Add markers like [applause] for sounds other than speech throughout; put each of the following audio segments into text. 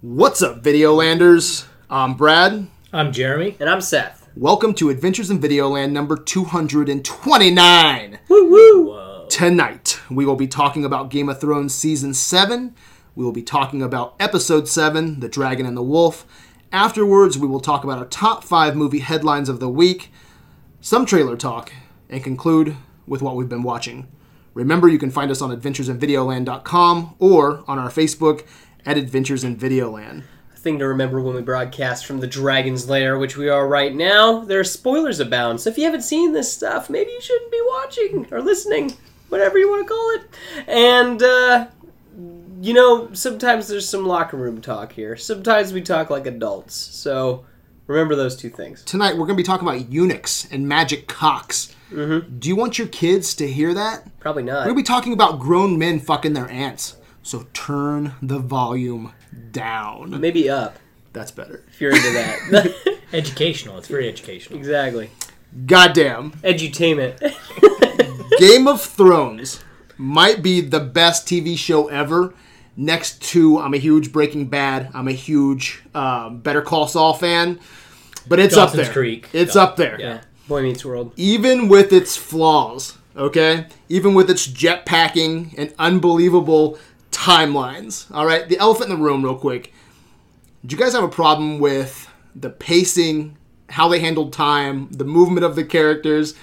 What's up, Videolanders? I'm Brad. I'm Jeremy. And I'm Seth. Welcome to Adventures in Videoland number 229. Tonight, we will be talking about Game of Thrones Season 7. We will be talking about Episode 7, The Dragon and the Wolf. Afterwards, we will talk about our top five movie headlines of the week, some trailer talk, and conclude with what we've been watching. Remember, you can find us on adventuresinvideoland.com or on our Facebook at Adventures in Videoland. Thing to remember when we broadcast from the Dragon's Lair, which we are right now, there are spoilers abound. So if you haven't seen this stuff, maybe you shouldn't be watching or listening, whatever you want to call it. And, uh, you know, sometimes there's some locker room talk here. Sometimes we talk like adults. So remember those two things. tonight we're going to be talking about eunuchs and magic cocks. Mm-hmm. Do you want your kids to hear that? Probably We're not. going to be talking about grown men fucking their aunts. So turn the volume down. Maybe up That's better. if you're into that. [laughs] Educational. It's very educational. exactly. Goddamn. Edutainment. Game of Thrones might be the best TV show ever. Next to, I'm a huge Breaking Bad. I'm a huge um, Better Call Saul fan. But it's up Dawson's there. Creek. It's Daw- up there. Yeah. Boy Meets World. even with its flaws, okay? Even with its jetpacking and unbelievable timelines, all right? The elephant in the room, real quick. Did you guys have a problem with the pacing, how they handled time, the movement of the characters?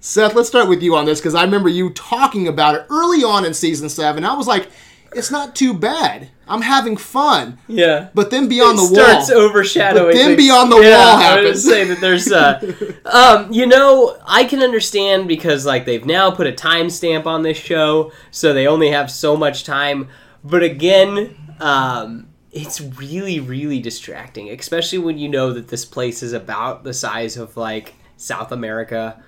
Seth, let's start with you on this because I remember you talking about it early on in season seven. I was like, it's not too bad. I'm having fun. Yeah. But then beyond the wall. starts overshadowing. But then things. Beyond the yeah, Wall I happens. was saying that [laughs] there's, uh, um, you know, I can understand because like they've now put a timestamp on this show, so they only have so much time. But again, um, it's really, really distracting, especially when you know that this place is about the size of like South America.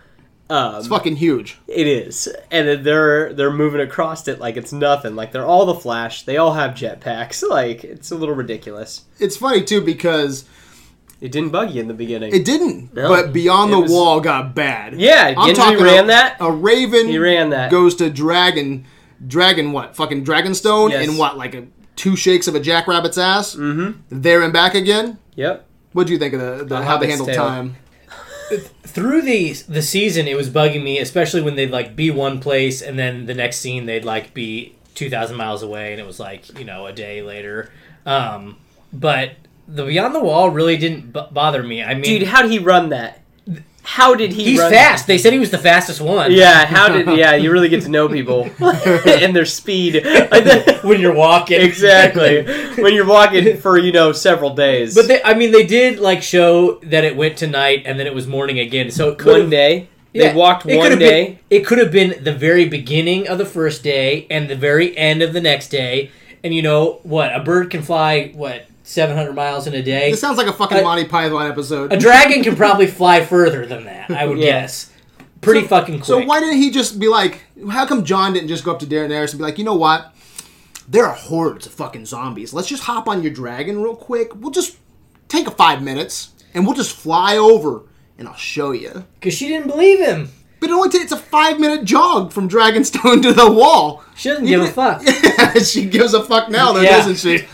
Um, it's fucking huge. it is, and then they're they're moving across it like it's nothing. Like they're all the Flash. They all have jetpacks. [laughs] Like it's a little ridiculous. It's funny, too, because It didn't bug you in the beginning. It didn't. No. But Beyond It the was- Wall got bad. Yeah, Gendry ran a, that. A raven. He ran that. Goes to dragon. Dragon what? Fucking Dragonstone Yes. and what? Like a two shakes of a jackrabbit's ass. Mm-hmm. There and back again. yep. What do you think of the, the The how they Hobbit's handled Tale. time? Through the the season, it was bugging me, especially when they'd like be one place and then the next scene they'd like be two thousand miles away, and it was like you know a day later. Um, but the Beyond the Wall really didn't b- bother me. I mean, Dude, how did he run that? How did he he's run fast. They said he was the fastest one. that? Yeah, how did yeah, you really get to know [laughs] people and their speed. [laughs] Like that- [laughs] when you're walking exactly. When you're walking for, you know, several days. [laughs] But they, I mean, they did like show that it went to night and then it was morning again. So it could one have- day. Yeah, they walked it one could've day. been- it could have been the very beginning of the first day and the very end of the next day. And you know what? A bird can fly what seven hundred miles in a day. This sounds like a fucking I- Monty Python episode. A dragon can probably fly further than that. I would Yeah. guess. Pretty fucking quick. so why didn't he just be like? How come John didn't just go up to Daenerys and be like, you know what? There are hordes of fucking zombies. Let's just hop on your dragon real quick. We'll just take a five minutes and we'll just fly over and I'll show you. Because she didn't believe him. But it only takes a five minute jog from Dragonstone [laughs] to the wall. She doesn't give a fuck. she gives a fuck now, though, Yeah. doesn't [laughs] she?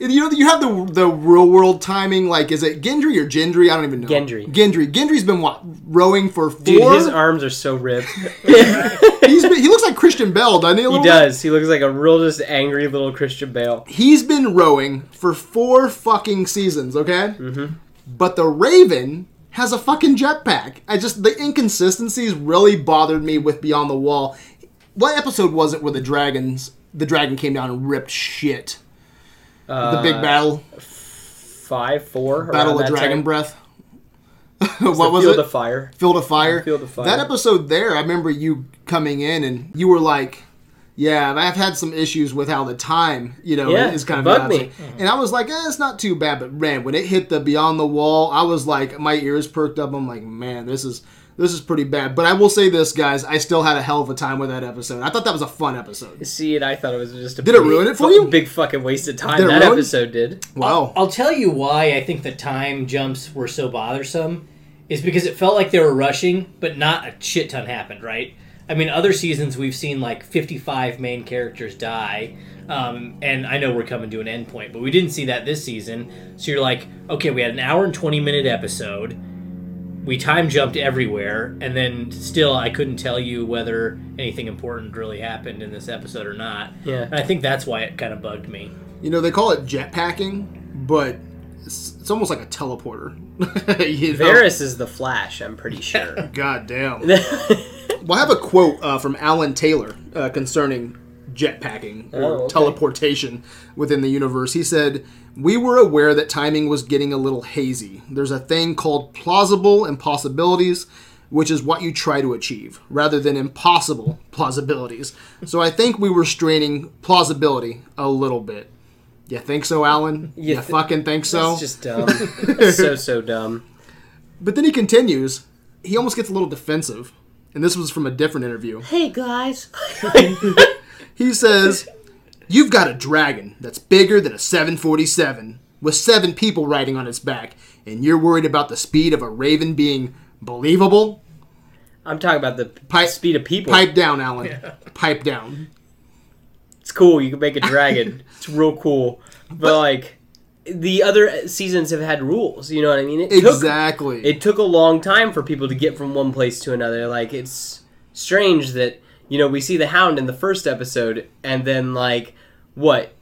And You know, you have the the real world timing. Like, is it Gendry or Gendry? I don't even know. Gendry. Gendry. Gendry's been wa rowing for four. Dude, his arms are so ripped. he's been, he looks like Christian Bell, doesn't he? a [laughs] He little bit? does. He looks like a real just angry little Christian Bale. He's been rowing for four fucking seasons. Okay. Mm-hmm. But the Raven has a fucking jetpack. I just the inconsistencies really bothered me with Beyond the Wall. What episode was it where the dragons the dragon came down and ripped shit? the big battle, Five, four. around battle of Uh, that dragon time. breath. [laughs] what The was Field it? of Fire. Field of Fire. Field of Fire. That episode there, I remember you coming in and you were like, "Yeah, I've had some issues with how the time, you know, Yeah, is kind of bugged me. absent." And I was like, eh, "It's not too bad," but man, when it hit the Beyond the Wall, I was like, my ears perked up. I'm like, "Man, this is." This is pretty bad, but I will say this, guys. I still had a hell of a time with that episode. I thought that was a fun episode. See it, I thought it was just a Did it big ruin it for fuck- you? Big fucking waste of time. Did it that ruin? episode did. Wow. I'll tell you why I think the time jumps were so bothersome is because it felt like they were rushing, but not a shit ton happened, right? I mean, other seasons we've seen like 55 main characters die. Um, and I know we're coming to an end point, but we didn't see that this season. So you're like, okay, we had an hour and 20 minute episode. We time jumped everywhere, and then still I couldn't tell you whether anything important really happened in this episode or not. Yeah. And I think that's why it kind of bugged me. You know, they call it jetpacking, but it's, it's almost like a teleporter. [laughs] you know? Varys is the Flash, I'm pretty [laughs] sure. God damn. well, I have a quote uh, from Alan Taylor uh, concerning jetpacking or Oh, okay. teleportation within the universe. He said, We were aware that timing was getting a little hazy. There's a thing called plausible impossibilities, which is what you try to achieve, rather than impossible plausibilities. So I think we were straining plausibility a little bit. You think so, Alan? You, th- fucking think so? It's just dumb. It's so so dumb. But then he continues. He almost gets a little defensive. And this was from a different interview. Hey guys. He says, You've got a dragon that's bigger than a 747 with seven people riding on its back, and you're worried about the speed of a raven being believable? I'm talking about the Pipe- speed of people. Pipe down, Alan. Pipe down. It's cool. You can make a dragon. it's real cool. But, like the other seasons have had rules. You know what I mean? It took Exactly. it took a long time for people to get from one place to another. Like it's strange that you know we see the Hound in the first episode, and then like what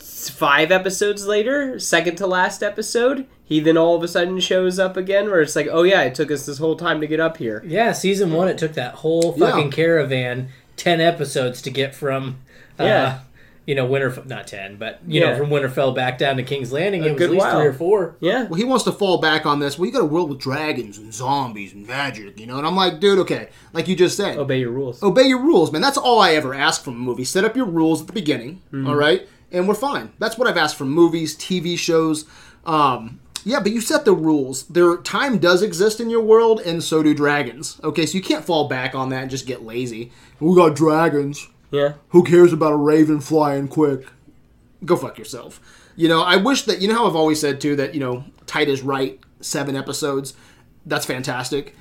s- five episodes later, second to last episode, he then all of a sudden shows up again. Where it's like, oh yeah, it took us this whole time to get up here. Yeah, season one, it took that whole fucking Yeah. caravan, 10 episodes to get from, uh, Yeah. you know, Winterfell, not 10, but, you Yeah. know, from Winterfell back down to King's Landing. it was good at least while. three or four. Yeah, well, he wants to fall back on this. Well, you got a world with dragons and zombies and magic, you know? And I'm like, dude, okay. Like you just said, obey your rules. obey your rules, man. That's all I ever ask from a movie. Set up your rules at the beginning, all right, and we're fine. That's what I've asked from movies, TV shows. Um, yeah, but you set the rules. There, time does exist in your world, and so do dragons. Okay, so you can't fall back on that and just get lazy. We got dragons. Yeah. Who cares about a raven flying quick? Go fuck yourself. You know, I wish that you know how I've always said too that you know tight is right. Seven episodes, that's fantastic.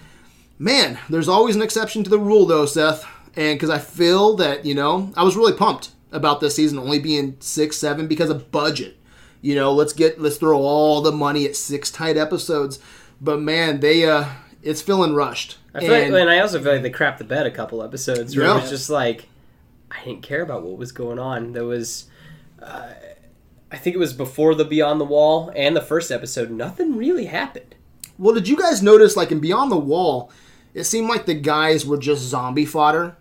Man, there's always an exception to the rule though, Seth. And because I feel that you know, I was really pumped about this season only being six, seven because of budget. You know, let's get let's throw all the money at six tight episodes. But man, they uh, it's feeling rushed. I feel like, and I also feel like they crapped the bed a couple episodes where Yeah. it was just like I didn't care about what was going on. There was, uh, I think it was before the Beyond the Wall and the first episode. Nothing really happened. Well, did you guys notice, like in Beyond the Wall, it seemed like the guys were just zombie fodder?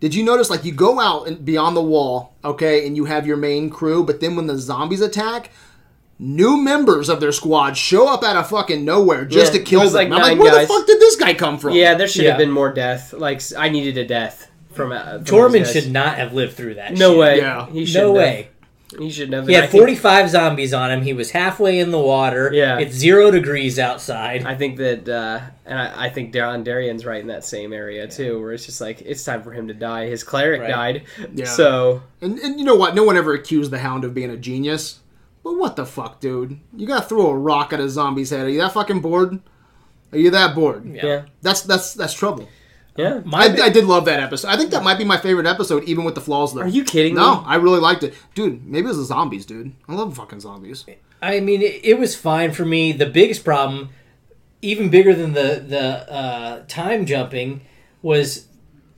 Did you notice, like, you go out and Beyond the Wall, okay, and you have your main crew, but then when the zombies attack, new members of their squad show up out of fucking nowhere just Yeah, to kill it was them. like I'm like, nine where guys. the fuck did this guy come from? Yeah, there should have Yeah. been more death. Like s- I needed a death from, uh, from these Tormund guys. should not have lived through that No shit. way. Yeah. He should No way. He should have. He I had think- 45 zombies on him. He was halfway in the water. Yeah. It's zero degrees outside. I think that, uh, and I, I think Don Darian's right in that same area too, where it's just like it's time for him to die. His cleric Right. died, Yeah. so And, and you know what? No one ever accused the Hound of being a genius. But what the fuck, dude? You gotta throw a rock at a zombie's head. Are you that fucking bored? Are you that bored? yeah, That's that's that's trouble. yeah. My I, bi- I did love that episode. I think that might be my favorite episode, even with the flaws. Though. Are you kidding me? No, I really liked it, dude. Maybe it was the zombies, dude. I love fucking zombies. I mean, it, it was fine for me. The biggest problem, even bigger than the the uh, time jumping, was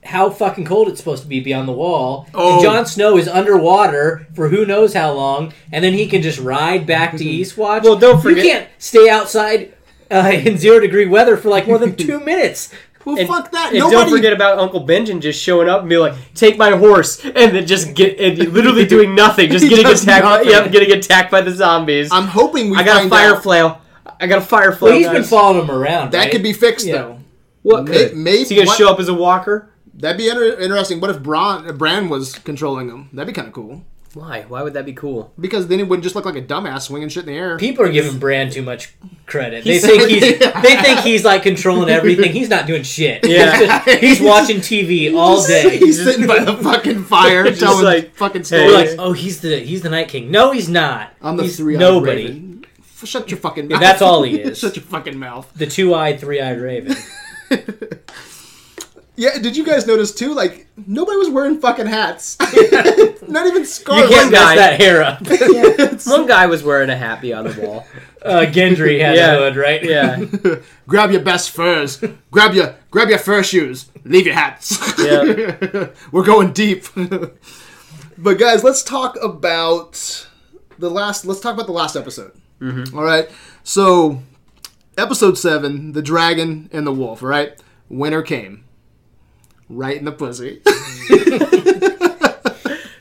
how fucking cold it's supposed to be beyond the wall. Oh. And Jon Snow is underwater for who knows how long, and then he can just ride back to Eastwatch. Well, don't forget- you can't stay outside uh, in zero degree weather for like more than two minutes. Well, And- fuck that. And Nobody. don't forget about Uncle Benjamin just showing up and be like, "Take my horse," and then just get and [laughs] literally doing nothing, just He getting does attacked. By, nothing. yep, getting attacked by the zombies. i I'm hoping we. got a find fire out- flail. I got a fire flail. Well, he's been guys. following him around. That right? could be fixed Yeah. though. What May- could? maybe Is he gonna what- show up as [laughs] a walker? That'd be inter- interesting. What if Bron Bran was controlling him? That'd be kind of cool. Why? Why would that be cool? Because then it wouldn't just look like a dumbass swinging shit in the [laughs] air. People are giving Brand too much credit. They He's- [laughs] think he's they think he's like controlling everything. He's not doing shit. Yeah. He's, just- he's watching TV all day. He's sitting by the fucking fire, [laughs] Just telling like, fucking hey. We're stories. like, oh, he's the he's the Night King. No, he's not. I'm the he's three-eyed nobody. Raven. F- Shut your fucking Yeah, mouth. [laughs] that's all he is. Shut your fucking mouth. [laughs] The two-eyed, three-eyed Raven. Yeah, did you guys notice too? Like nobody was wearing fucking [laughs] hats. Not even You scarves. can't mess guy. that hair [laughs] up. One guy was wearing a happy on the wall. Uh, Gendry had Yeah. the hood, right? Yeah. [laughs] grab your best furs. Grab your grab your fur shoes. Leave your hats. [laughs] We're going deep. but guys, let's talk about the last let's talk about the last episode. Mm-hmm. All right. So episode 7, the dragon and the wolf, right? Winter came. Right in the [laughs] pussy. [laughs]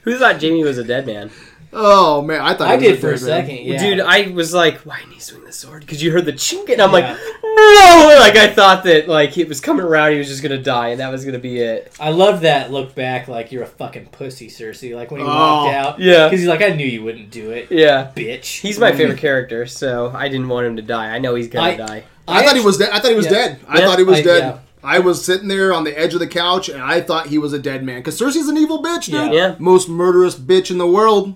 Who thought Jamie was a dead man? oh man, I thought [laughs] I it was did for a good round. second. Yeah. Dude, I was like, why didn't he swing the sword? Because you heard the chink, and I'm Yeah. like, no! Like, I thought that, like, it was coming around, he was just gonna die, and that was gonna be it. I love that look back, like you're a fucking pussy, Cersei. Like when he Oh, walked out, yeah. because he's like, I knew you wouldn't do it, Yeah. bitch. He's my favorite character, so I didn't want him to die. I know he's gonna I- die. I, thought he was dead. I thought he was Yeah. dead. I Yeah, thought he was I- dead. yeah. I was sitting there on the edge of the couch, and I thought he was a dead man. Cause Cersei's an evil bitch, dude. Yeah. Yeah. Most murderous bitch in the world,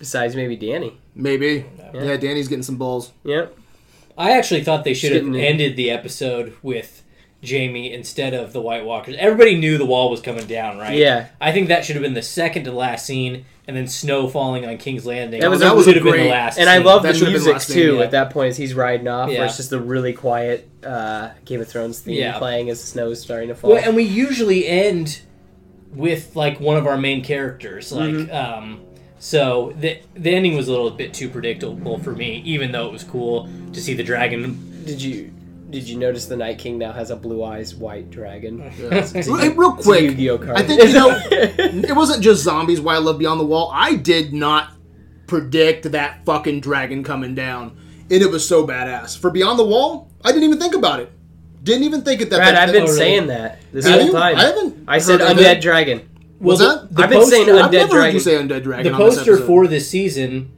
Besides maybe Danny. maybe. Yeah, Danny's getting some balls. Yeah. I actually thought they should have Shouldn't it? ended the episode with Jamie instead of the White Walkers. Everybody knew the wall was coming down, right? Yeah. I think that should have been the second to last scene, and then snow falling on King's Landing. That was a- should that was a have been great- the last. And I scene. love That the should've been music, last thing, too, yeah. at that point as he's riding off, Yeah. versus the really quiet uh, Game of Thrones theme Yeah. playing as the snow is starting to fall. Well, and we usually end with like one of our main characters, like Mm-hmm. um. So the the ending was a little bit too predictable for me, even though it was cool to see the dragon. Did you did you notice the Night King now has a blue eyes white [laughs] dragon? [laughs] Hey, real It's a quick, Yu-Gi-Oh card. I think you know it wasn't just zombies. Why I love Beyond the Wall. I did not predict that fucking dragon coming down, and it was so badass. For Beyond the Wall, I didn't even think about it. Didn't even think it that. [laughs] Brad, that- [laughs] I've been that- saying that this Have whole you? time. Oh, I haven't I said heard of undead it. dragon. What's Well, that? the I've been saying poster- I've undead never heard dragon. you say undead dragon. the on this poster episode. for this season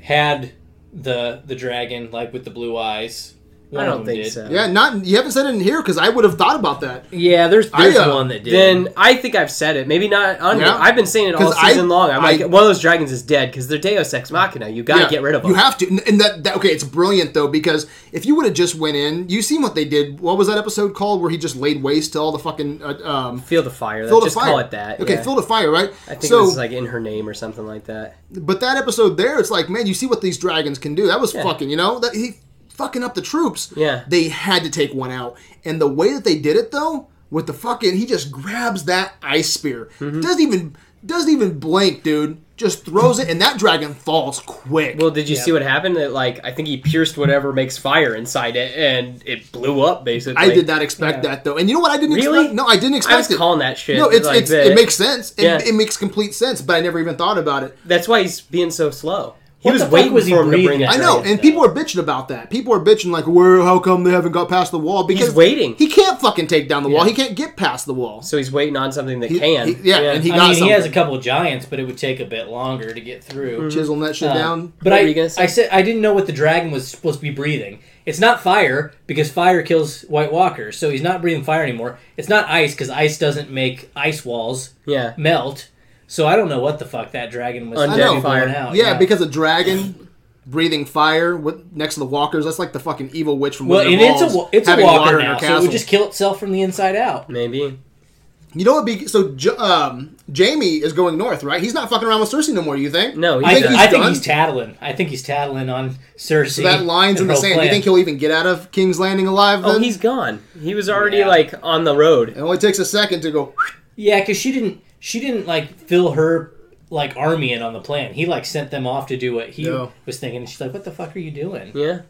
had the the dragon like with the blue eyes. One I of don't them think did. so. yeah, not you haven't said it in here because I would have thought about that. Yeah, there's I, there's uh, one that did. Then I think I've said it. Maybe not. On, Yeah. I've been saying it all 'Cause I- season long. I'm I- like, one of those dragons is dead because they're Deus Ex Machina. You gotta Yeah, get rid of them. You have to, and- and that, that okay. It's brilliant though because if you would have just went in, you seen what they did. What was that episode called where he just laid waste to all the fucking uh, um, feel the fire. field Just of fire? call it that. Okay, yeah. field of fire, right? I think so, it was like in her name or something like that. but that episode there, it's like, man, you see what these dragons can do. That was Yeah. fucking, you know, that he fucking up the troops. Yeah. they had to take one out, and the way that they did it though, with the fucking, he just grabs that ice spear, Mm-hmm. doesn't even doesn't even blink, dude. Just throws it, and that dragon falls quick. Well, did you Yeah. see what happened? That like I think he pierced whatever makes fire inside it, and it blew up basically. I did not expect Yeah. that though. And you know what? I didn't Really? expect. No, I didn't expect I was it. calling that shit. no, it's, like it's that. it makes sense. It, Yeah. it makes complete sense, but I never even thought about it. That's why he's being so slow. He What was the fuck waiting was he for him to bring breathing? that. I know, dragon. and people are bitching about that. People are bitching like, "Where? How come they haven't got past the wall?" Because waiting. He can't fucking take down the wall. He can't get past the wall. So he's waiting on something that can. He- yeah, and he I got mean, he has something. a Mm-hmm. couple giants, but it would take a bit longer to get through. chiseling that shit Uh, down. But What I, were you gonna say? I said I didn't know what the dragon was supposed to be breathing. It's not fire because fire kills White Walkers, so he's not breathing fire anymore. It's not ice because ice doesn't make ice walls yeah. melt. So I don't know what the fuck that dragon was Undead supposed to be fire. blowing out. yeah, because a dragon breathing fire with, next to the walkers. That's like the fucking evil witch from well, Wizard and of it's Oz a wa- it's a having walker water in her now, so it castle. would just kill itself from the inside out. Maybe. You know what? Be so J- um, Jamie is going north, right? He's not fucking around with Cersei no more. You think? No, you he's I, think not. he's I think done? he's tattling. I think he's tattling on Cersei. that line's in and the her sand. Do you plan. think he'll even get out of King's Landing alive? Then Oh, he's gone. He was already Yeah. like on the road. it only takes a second to go. Yeah, because she didn't. She didn't like fill her like army in on the plan. He like sent them off to do what he Yeah. was thinking. And she's like, "What the fuck are you doing?" Yeah.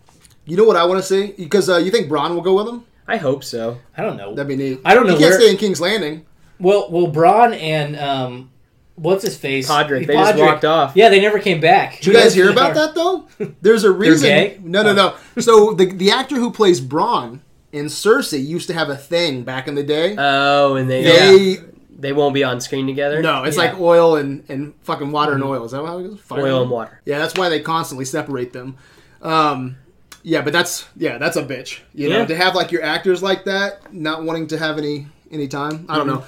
You know what I want to see? Because uh, you think Bronn will go with him? I hope so. I don't know. That'd be neat. I don't know He can't where- stay in King's Landing. well, well, Braun and um, what's his face? Podrick, they just walked off. Yeah, they never came back. Did you guys hear about that [laughs] though? There's a reason. gay? Oh. No, no, no. So the the actor who plays Bronn in Cersei used to have a thing back in the day. Uh, Oh, and they they they won't be on screen together. no, it's Yeah. like oil and and fucking water and oil. Is that how it goes? Fire Oil and water. Yeah, that's why they constantly separate them. Um, yeah, but that's yeah, that's a bitch. You know, Yeah. to have like your actors like that not wanting to have any any time. I don't Mm-hmm. know.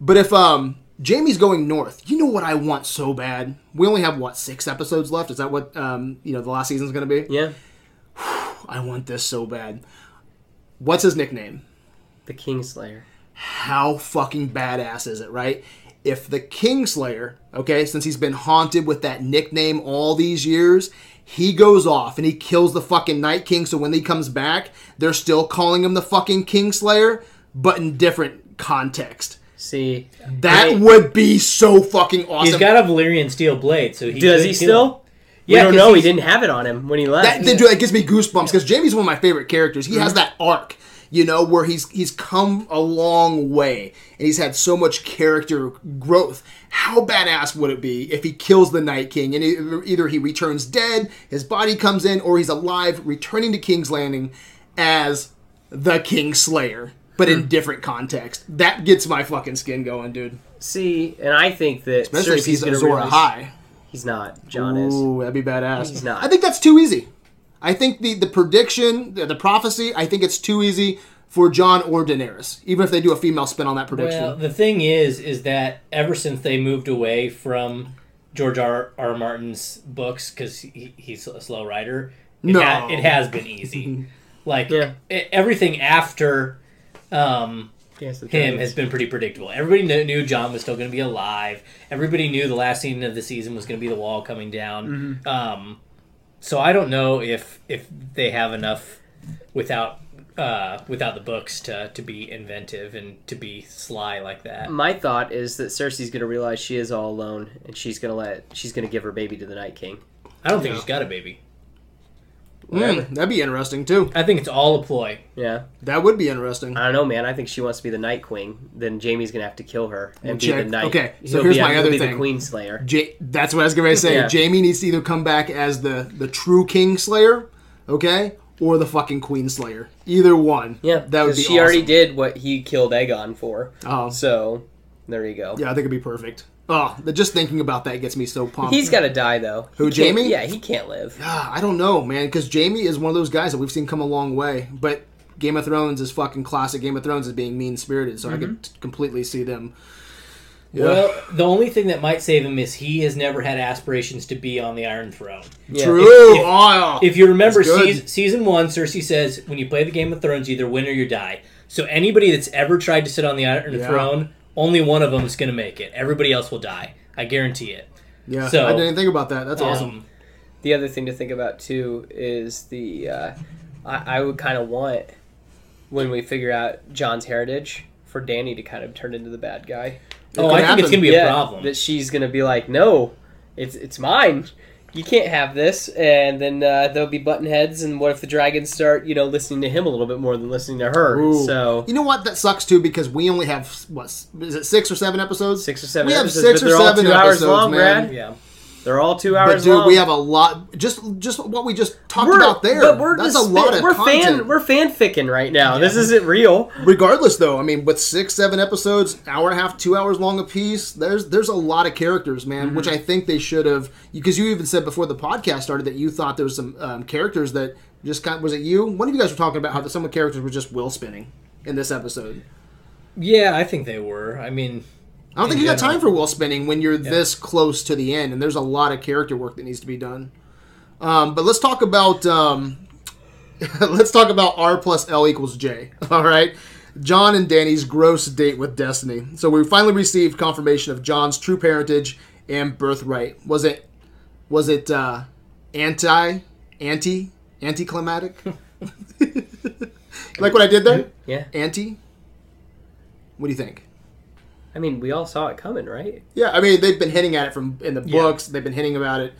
But if um Jamie's going north, you know what I want so bad. We only have what six episodes left. Is that what um you know the last season's gonna be? Yeah. I want this so bad. What's his nickname? The Kingslayer. how fucking badass is it, right? If the Kingslayer, okay, since he's been haunted with that nickname all these years, he goes off and he kills the fucking Night King, so when he comes back, they're still calling him the fucking Kingslayer, but in different context. See, That Wait. would be so fucking awesome. He's got a Valyrian steel blade, so he does could he kill him. still? Yeah, Yeah, we don't 'cause know. He he's- didn't have it on him when he that, left. that, that gives me goosebumps because Jamie's one of my favorite characters. He has that arc, you know, where he's he's come a long way and he's had so much character growth. How badass would it be if he kills the Night King and e- either he returns dead, his body comes in, or he's alive, returning to King's Landing as the King Slayer, but in different context? That gets my fucking skin going, dude. See, and I think that Especially if Cersei's he's gonna Azor realize- High. He's not. John is. Ooh, that'd be badass. He's not. I think that's too easy. I think the the prediction, the, the prophecy. I think it's too easy for John or Daenerys, even if they do a female spin on that prediction. Well, the thing is, is that ever since they moved away from George R. R. Martin's books, because he, he's a slow writer, it, No. ha- it has been easy. like Yeah. e- everything after um, Dance of the him Dragons. has been pretty predictable. Everybody kn- knew John was still going to be alive. Everybody knew the last scene of the season was going to be the wall coming down. Um, so I don't know if if they have enough without uh, without the books to to be inventive and to be sly like that. My thought is that Cersei's gonna realize she is all alone, and she's gonna let she's gonna give her baby to the Night King. I don't think he's got a baby. Mm, that'd be interesting too. I think it's all a ploy. Yeah, That would be interesting. I don't know, man. I think she wants to be the Night Queen. Then Jamie's gonna have to kill her and be check. the Night. Okay, so He'll here's be, my he'll other be thing. The Queen Slayer. Ja- that's what I was gonna say. Yeah. Jamie needs to either come back as the the true King Slayer, okay, or the fucking Queen Slayer. Either one. Yeah, that would 'cause be. She awesome. already did what he killed Aegon for. Oh. so there you go. Yeah, I think it'd be perfect. Oh, the- just thinking about that gets me so pumped. He's got to die though. Who, He can't- Jaime? Yeah, he can't live. Ah, I don't know, man, because Jamie is one of those guys that we've seen come a long way, but Game of Thrones is fucking classic. Game of Thrones is being mean spirited, so I could t- completely see them. Yeah, Well, the only thing that might save him is he has never had aspirations to be on the Iron Throne. Yeah. true. If- if- Oh, If you remember That's good. season, season one, Cersei says, when you play the Game of Thrones, you either win or you die. So anybody that's ever tried to sit on the Iron Yeah. Throne, only one of them is going to make it. Everybody else will die. I guarantee it. yeah, so- I didn't think about that. That's awesome. Um, The other thing to think about too is the uh, I, I would kind of want when we figure out John's heritage for Danny to kind of turn into the bad guy. oh, could I think happen. it's going to be a problem. That she's gonna be like, no, it's it's mine. You can't have this, and then uh, there'll be button heads. And what if the dragons start, you know, listening to him a little bit more than listening to her? Ooh. So You know what? That sucks too because we only have what is it six or seven episodes? six or seven. We have episodes, six but or they're all seven two hours episodes, long, man. Brad. yeah. They're all two But hours dude, long. we have a lot. Just just what we just talked We're- about there. But we're That's just a lot fan- of we're content. fan we're fanficking right now. This isn't real. regardless though i mean with six seven episodes hour and a half two hours long apiece there's there's a lot of characters man which i think they should have because you even said before the podcast started that you thought there was some um, characters that just kind was it you one of you guys were talking about how some of the characters were just will spinning in this episode Yeah, I think they were. I mean, i don't think you got general. time for will spinning when you're this close to the end and there's a lot of character work that needs to be done um, but let's talk about um, [laughs] let's talk about R plus L equals J. [laughs] All right. John and Danny's gross date with Destiny. So we finally received confirmation of John's true parentage and birthright. Was it was it uh, anti anti anticlimactic? [laughs] like what I did there? Yeah. Anti. What do you think? I mean, we all saw it coming, right? Yeah, I mean they've been hitting at it from in the books. They've been hitting about it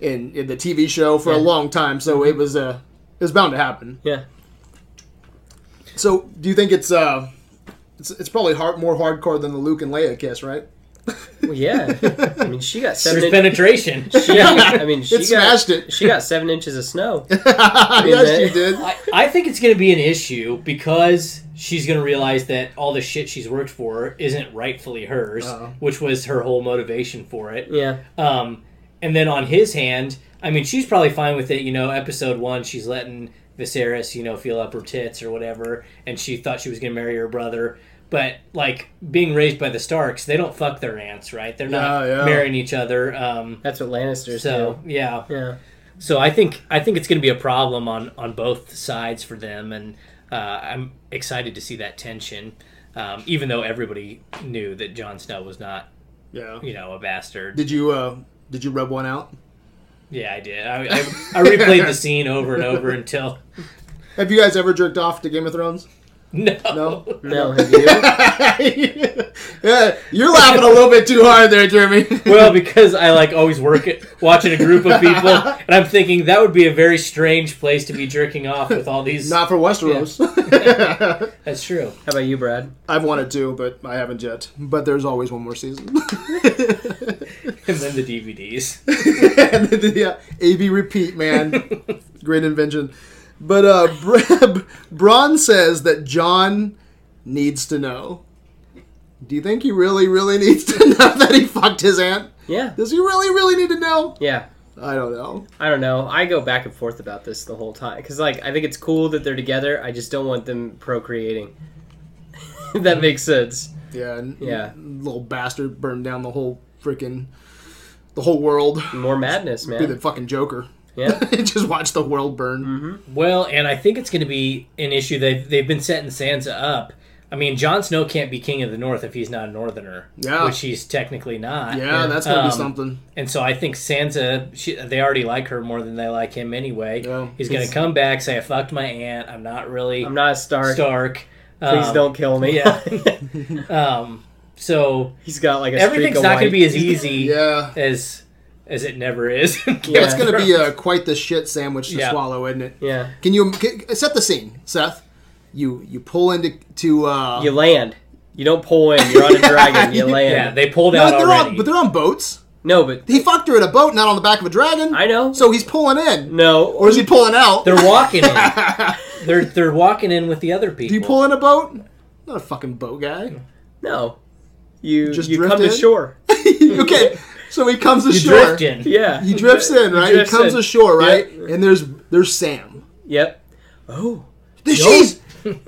in, in the TV show for a long time. So Mm-hmm. it was uh, it was bound to happen. Yeah. So, do you think it's uh, it's, it's probably hard, more hardcore than the Luke and Leia kiss, right? Well, yeah. I mean, [laughs] [laughs] she got there's seven. in- [laughs] penetration. she, I mean, she It got, smashed it. She got seven inches [laughs] of snow. yes, you did. I, I think it's going to be an issue because she's going to realize that all the shit she's worked for isn't rightfully hers, which was her whole motivation for it. Yeah. Um, and then on his hand, I mean, she's probably fine with it. You know, episode one, she's letting Viserys, you know, feel up her tits or whatever, and she thought she was going to marry her brother. But like being raised by the Starks, they don't fuck their aunts, right? They're not Yeah, yeah. marrying each other. Um, That's what Lannisters so yeah, do. Yeah. so I think I think it's going to be a problem on on both sides for them, and uh, I'm excited to see that tension. um, even though everybody knew that Jon Snow was not, Yeah. you know, a bastard. Did you uh did you rub one out? Yeah, I did. I, I, I replayed the scene over and over until [laughs] Have you guys ever jerked off to Game of Thrones? no. No. [laughs] No, have you? [laughs] yeah, you're laughing a little bit too hard there, Jeremy. Well, because I like always work at watching a group of people, and I'm thinking that would be a very strange place to be jerking off with all these. [laughs] Not for Westeros. [laughs] [laughs] That's true. How about you, Brad? I've wanted to, but I haven't yet. But there's always one more season. [laughs] And then the DVDs. yeah, AB uh, repeat, man. Great invention. But uh, [laughs] Br- Braun says that John needs to know. Do you think he really, really needs to [laughs] know that he fucked his aunt? Yeah. Does he really, really need to know? Yeah. I don't know. I don't know. I go back and forth about this the whole time because, like, I think it's cool that they're together. I just don't want them procreating. [laughs] If that makes sense. Yeah, and Yeah. little bastard burned down the whole freaking, the whole world. More madness, Be the man. fucking Joker. [laughs] Yeah. Just watch the world burn. Well, and I think it's going to be an issue. They've, they've been setting Sansa up. I mean, Jon Snow can't be king of the North if he's not a Northerner, Yeah. which he's technically not. Yeah, that's gonna Um, be something. And so I think Sansa, she, they already like her more than they like him anyway. Yeah. He's going to come back, say, I fucked my aunt. I'm not really I'm not a Stark. Stark. Please Um, don't kill me. yeah. um, so [laughs] He's got like [laughs] a streak everything's of not going to white. be as easy [laughs] Yeah. as as it never is. [laughs] Yeah. It's gonna be uh, quite the shit sandwich to Yeah. swallow, isn't it? Yeah. Can you can, set the scene, Seth? You you pull into to uh, You land. You don't pull in. You're on a dragon. You land. [laughs] yeah, they pulled no, out they're already. on, but they're on boats. No, but He fucked her in a boat, not on the back of a dragon. I know. So he's pulling in, no. or is he pulling out? [laughs] They're walking in. they're they're walking in with the other people. Do you pull in a boat? Not a fucking boat guy. [laughs] no. You Just just you drift come to in? [laughs] shore. okay, so he comes You ashore. drift in. Yeah. He drifts in, right? He, drifts comes in. ashore, right? Yep. And there's there's Sam. Yep. Oh, She's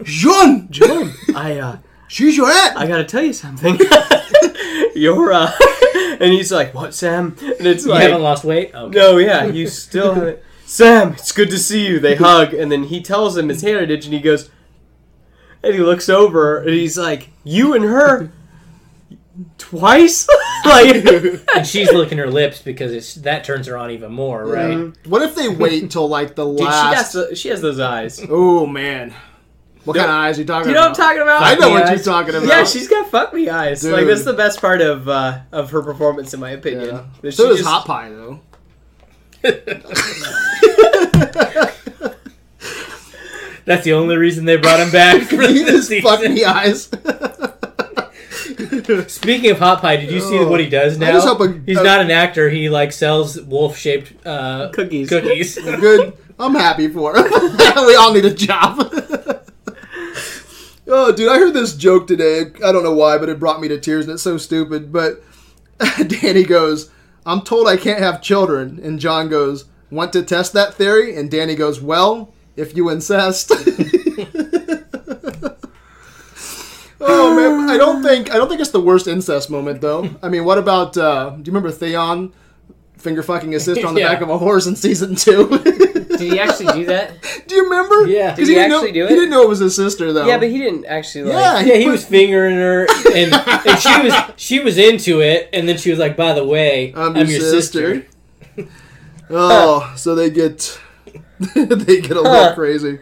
Jean. Jean. I uh, She's your aunt. I gotta tell you something. [laughs] You're uh, [laughs] and he's like, "What, Sam?" And it's You like, haven't lost weight. Okay. "No, yeah, you still haven't." Sam, it's good to see you. They hug, and then he tells him his heritage, and he goes, and he looks over, and he's like, "You and her." Twice, [laughs] [laughs] like And she's licking her lips because it's that turns her on even more, right? What if they wait till like the [laughs] Dude, she, last? has the, she has those eyes. You Oh man, what kind of eyes are you talking know what I'm about? talking about? I know Yeah. what you're talking about. Yeah, she's got fuck me eyes. Like Dude. that's the best part of uh, of her performance, in my opinion. Yeah. That So she does just- hot pie though. [laughs] That's the only reason they brought him [laughs] back for He [laughs] this just fucked season. me eyes. Speaking of hot pie, did you see Oh. what he does now? I just hope a- He's a- not an actor. He like sells wolf shaped uh, [laughs] Cookies. Cookies. Good. I'm happy for him. [laughs] we all need a job. [laughs] oh, dude, I heard this joke today. I don't know why, but it brought me to tears, and it's so stupid. But [laughs] Danny goes, "I'm told I can't have children," and John goes, "Want to test that theory?" And Danny goes, "Well, if you incest." [laughs] Oh man, I don't think I don't think it's the worst incest moment though. I mean, what about uh, do you remember Theon finger fucking his sister on the Yeah. back of a horse in season two? [laughs] Did he actually do that? do you remember? Yeah. because he, Did he didn't know, actually do He it? didn't know it was his sister though. Yeah, but he didn't actually like. yeah, Yeah, he put- was fingering her, and, and [laughs] she was she was into it, and then she was like, "By the way, I'm, your, sister. uh, oh, so they get [laughs] they get a little Huh. crazy.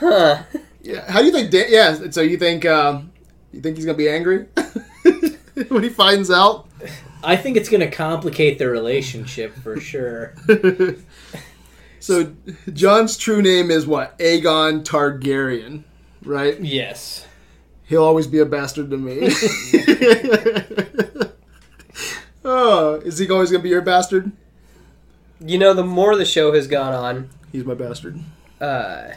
Huh. Yeah, how do you think? Dan- yeah, so you think um, you think he's gonna be angry [laughs] when he finds out? [laughs] I think it's going to complicate their relationship for sure. [laughs] So John's true name is what? Aegon Targaryen, right? yes. He'll always be a bastard to me. oh, is he always gonna be your bastard? You know, the more the show has gone on, He's my bastard. uh,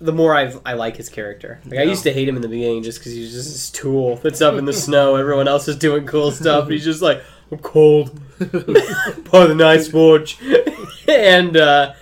the more I've, I like his character. Like I Yeah. used to hate him in the beginning just because he's just this tool that's up in the snow. Everyone else is doing cool stuff. And he's just like, [laughs] I'm cold by the night's watch, [laughs] and uh,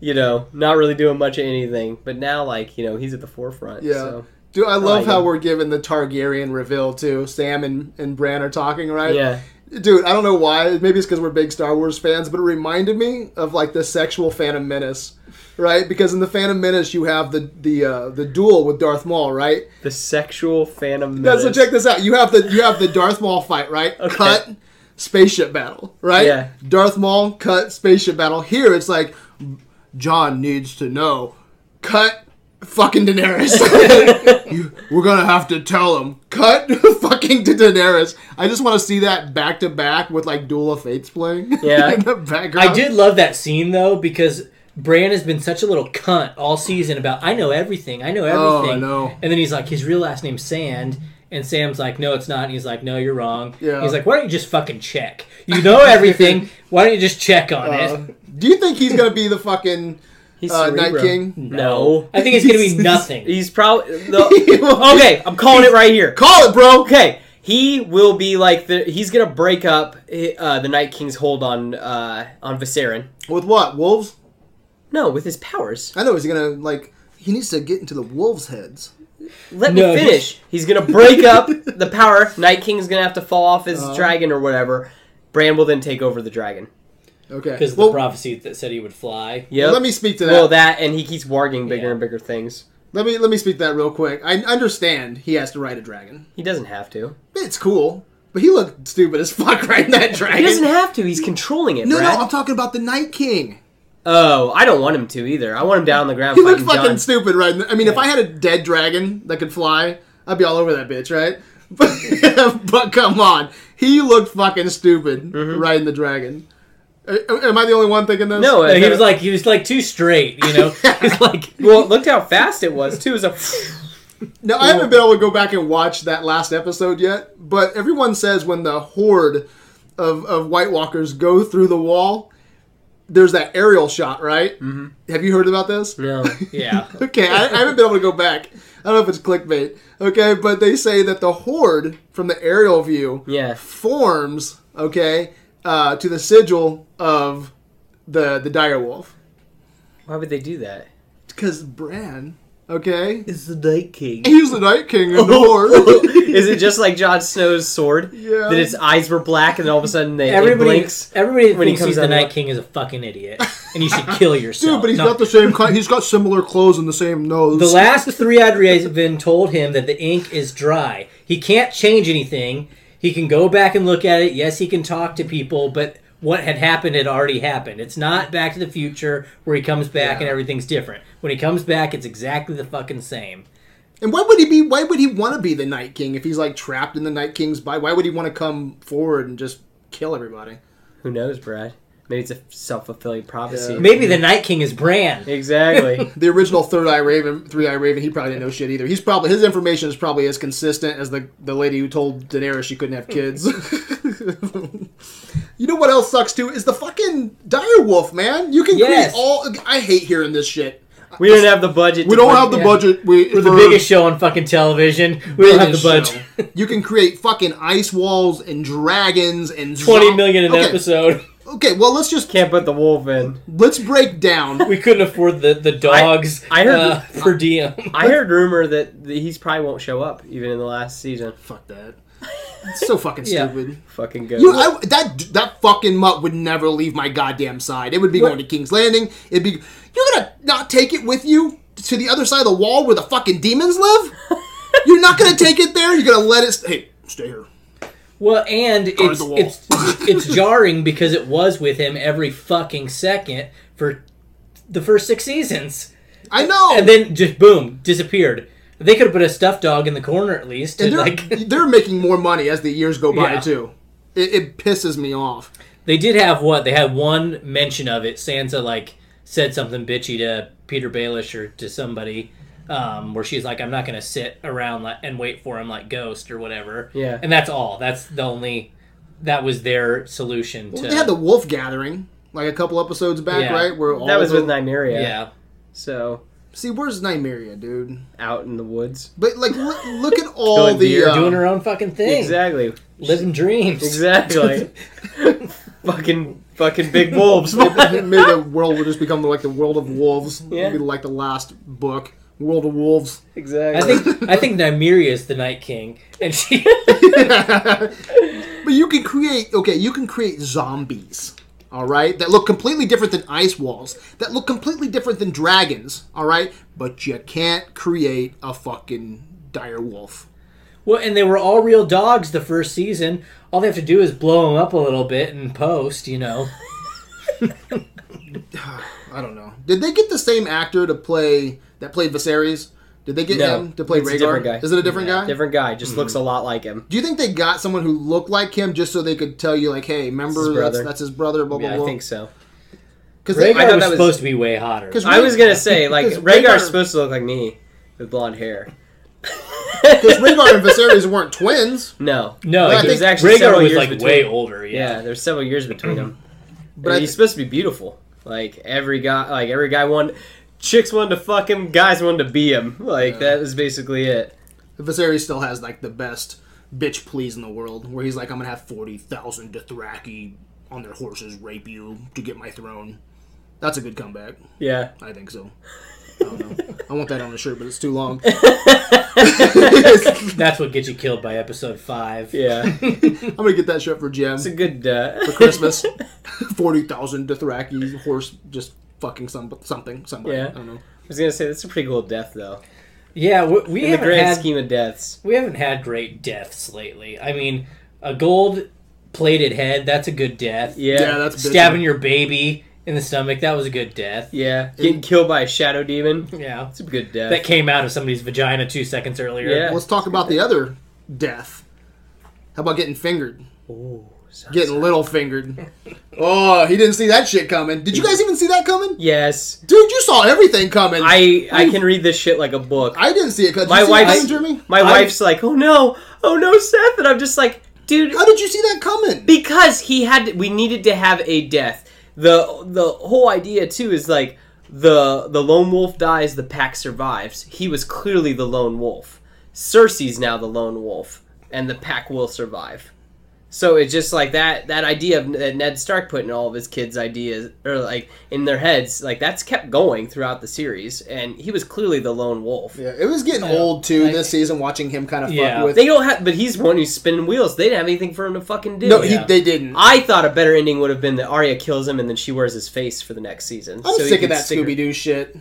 you know, not really doing much of anything. But now, like you know, he's at the forefront. Yeah. So. Dude, I love like how him. we're given the Targaryen reveal too. Sam and, and Bran are talking, right? Yeah. Dude, I don't know why. Maybe it's because we're big Star Wars fans, but it reminded me of like the sexual Phantom Menace, right? Because in the Phantom Menace, you have the the uh, the duel with Darth Maul, right? The sexual phantom. Yeah, Menace. so check this out. You have the you have the Darth Maul fight, right? Cut spaceship battle, right? Yeah. Darth Maul cut spaceship battle. Here it's like John needs to know. Cut fucking [laughs] Daenerys. you, we're gonna have to tell him. Cut [laughs] fucking to Daenerys. I just want to see that back to back with like Duel of Fates playing. [laughs] Yeah. in the background. I did love that scene though because Bran has been such a little cunt all season about I know everything, I know Oh, I everything. know. And then he's like, his real last name's Sand. And Sam's like, no, it's not. And he's like, no, you're wrong. Yeah. He's like, why don't you just fucking check? [laughs] You know everything. why don't you just check on Uh, it? do you think he's gonna be the fucking He's uh, Night Cerebro. King? No. I think it's [laughs] gonna be nothing. He's probably okay. I'm calling it right here. Call it, bro. Okay, he will be like the. He's gonna break up uh, the Night King's hold on uh, on Viserin. With what wolves? No, with his powers. I know he's gonna like. He needs to get into the wolves' heads. Let No, me finish. He's gonna break up the power. Night King's gonna have to fall off his dragon or whatever. Bran will then take over the dragon. Okay. Because of well, the prophecy that said he would fly. Yep. let me speak to that. Well, that and he keeps warging bigger Yeah. and bigger things. Let me let me speak to that real quick. I understand he has to ride a dragon. He doesn't have to. It's cool, but he looked stupid as [laughs] fuck riding that dragon. He doesn't have to. He's controlling it. no, Brad. no, I'm talking about the Night King. Oh, I don't want him to either. I want him down on the ground. He looked fighting fucking John. stupid riding. I mean, if I had a dead dragon that could fly, I'd be all over that bitch, right? [laughs] But but [laughs] come on, he looked fucking stupid Mm-hmm. riding the dragon. Uh, Am I the only one thinking this? No, Like, he was like, he was like too straight. You [laughs] know, he's like, well, it looked how fast it was too. It was a [laughs] Now, I haven't been able to go back and watch that last episode yet, but everyone says when the horde of, of White Walkers go through the wall, there's that aerial shot, right? Mm-hmm. Have you heard about this? no. yeah. [laughs] Okay, I, I haven't been able to go back. I don't know if it's clickbait. Okay, but they say that the horde from the aerial view Yeah. forms, okay, uh, to the sigil of the the dire wolf. Why would they do that? Because Bran, okay, [laughs] It's the Night King. he's the Night King of the horde. [laughs] Is it just like Jon Snow's sword? Yeah. That its eyes were black and all of a sudden they it Everybody, blinks. everybody that when he thinks comes he's out the of Night the- King is a fucking idiot, and you should [laughs] kill yourself. Dude, but he's No, got the same kind. He's got similar clothes and the same nose. the last three-eyed raven told him that the ink is dry. He can't change anything. He can go back and look at it. Yes, he can talk to people, but what had happened had already happened. It's not Back to the Future where he comes back and everything's different. When he comes back, it's exactly the fucking same. and why would he be? Why would he want to be the Night King if he's like trapped in the Night King's body? Why would he want to come forward and just kill everybody? Who knows, Brad? Maybe it's a self fulfilling prophecy. Yeah. Maybe the Night King is Bran. Exactly. The original Third Eye Raven, Three Eye Raven, he probably didn't know shit either. He's probably his information is probably as consistent as the the lady who told Daenerys she couldn't have kids. [laughs] you know what else sucks too is the fucking direwolf man. You can Yes. create all. I hate hearing this shit. we don't have the budget. We to don't put- have the yeah. budget. We, We're the for- biggest show on fucking television. We don't have Biggest the budget. show. [laughs] you can create fucking ice walls and dragons and [laughs] Twenty zom- million an okay. episode. Okay, well let's just [laughs] Can't put the wolf in. let's break [laughs] down. We couldn't afford the the dogs I heard- uh, per diem. I heard rumor that th- he's probably won't show up even in the last season. Fuck that. It's so fucking Yeah. stupid. Fucking good. You, I, that that fucking mutt would never leave my goddamn side. It would be going to King's Landing. It'd be you're gonna not take it with you to the other side of the wall where the fucking demons [laughs] live. you're not gonna take it there. You're gonna let it. St- hey, stay here. Well, and it's, the wall. it's [laughs] it's jarring because it was with him every fucking second for the first six seasons, I know. and then just boom, disappeared. They could have put a stuffed dog in the corner at least. And to, they're, [laughs] like [laughs] they're making more money as the years go by Yeah. too. It, it pisses me off. they did have what they had one mention of it. Sansa like said something bitchy to Peter Baelish or to somebody. Um, where she's like, I'm not gonna sit around like, and wait for him like Ghost or whatever. Yeah. and that's all. That's the only. That was their solution to. They had the wolf gathering like a couple episodes back, Yeah. right? Where all that was the, with Nymeria. yeah. So See, where's Nymeria, dude? out in the woods. But like, look, look [laughs] at all Killing the deer. uh, doing her own fucking thing, Exactly. living dreams. [laughs] Exactly. fucking fucking big wolves. uh, [laughs] Maybe the world will just become like the world of wolves. Yeah. Maybe like the last book, World of Wolves. exactly. I think I think Nymeria is the Night King, and she But you can create okay, you can create zombies. All right, that look completely different than ice walls. That look completely different than dragons. All right, but you can't create a fucking dire wolf. [laughs] Well, and they were all real dogs the first season. All they have to do is blow them up a little bit and post, you [laughs] know. I don't know. Did they get the same actor to play that played Viserys? Did they get No, him to play it's a Rhaegar? different guy. Is it a different guy? Different guy, just looks a lot like him. Do you think they got someone who looked like him just so they could tell you, like, hey, remember his that's, brother. that's his brother, blah, blah, Yeah, blah? I think so. Because Rhaegar was, supposed to be way hotter. 'Cause I was [laughs] gonna say like Because Rhaegar- Rhaegar's supposed to look like me with blonde hair. Because Rhaegar and Viserys weren't twins, No, No, Well, I he think was actually Rhaegar several was years like between- way older. Yeah, Yeah. there's several years between [clears throat] them. but But I he's supposed to be beautiful. Like every guy, like every guy wanted, chicks wanted to fuck him, guys wanted to be him. Like that was basically it. Viserys still has like the best bitch please in the world, where he's like, I'm gonna have forty thousand Dothraki on their horses rape you to get my throne. That's a good comeback. [laughs] Yeah, [laughs] I think so. I don't know. I want that on a shirt, but it's too long. [laughs] I'm [laughs] that's what gets you killed by episode five. yeah. it's gonna get that shirt for Jim a good. Uh, [laughs] for Christmas. Forty thousand Dothraki horse just fucking some something somebody. Yeah. I don't know. [laughs] I was gonna say that's a pretty cool death though. yeah. We, we In the haven't grand had scheme of deaths, we haven't had great deaths lately. I mean, a gold plated head that's a good death. yeah, Yeah, yeah, that's bitchin'. Stabbing your baby in the stomach that was a good death. getting killed by a shadow demon, Yeah. it's a good death. That came out of somebody's vagina two seconds earlier. Yeah. Let's talk about the other death. How about getting fingered? Ooh, sounds- Getting little [laughs] fingered. Oh, he didn't see that shit coming. Did you guys even see that coming? yes, Dude, you saw everything coming. I I can read this shit like a book. I didn't see it coming. My Did you see it wife's- coming, Jeremy? My wife's like, oh no, oh no, Seth, and I'm just like, dude, How did you see that coming? because he had we needed to have a death the the whole idea too is like the the lone wolf dies the pack survives he was clearly the lone wolf cersei's now the lone wolf and the pack will survive so it's just like that that idea of that ned stark putting all of his kids ideas or like in their heads like that's kept going throughout the series and he was clearly the lone wolf Yeah, it was getting old too this season. Watching him kind of Yeah. fuck with. they don't have but he's the one who's spinning wheels they didn't have anything for him to fucking do no, Yeah. he, they didn't. I thought a better ending would have been that Arya kills him and then she wears his face for the next season. I'm So he sick of could that stick her- Scooby Doo [laughs] shit.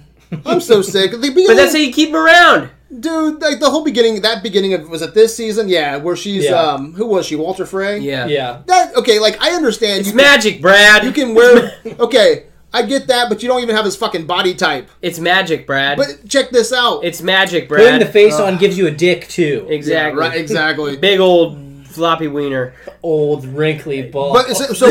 I'm so sick. The beginning, But that's how you keep him around. dude, like the whole beginning, that beginning of was it this season? Yeah, where she's Yeah. um, who was she? Walter Frey. Yeah. Yeah. That okay? Like I understand. It's you magic, Brad. Can, you can wear. okay, I get that, but you don't even have his fucking body type. [laughs] It's magic, Brad. But check this out. it's magic, Putting Brad. the face on gives you a dick too. Yeah, exactly. right. Exactly. [laughs] Big old floppy wiener. Old wrinkly ball. But it's- so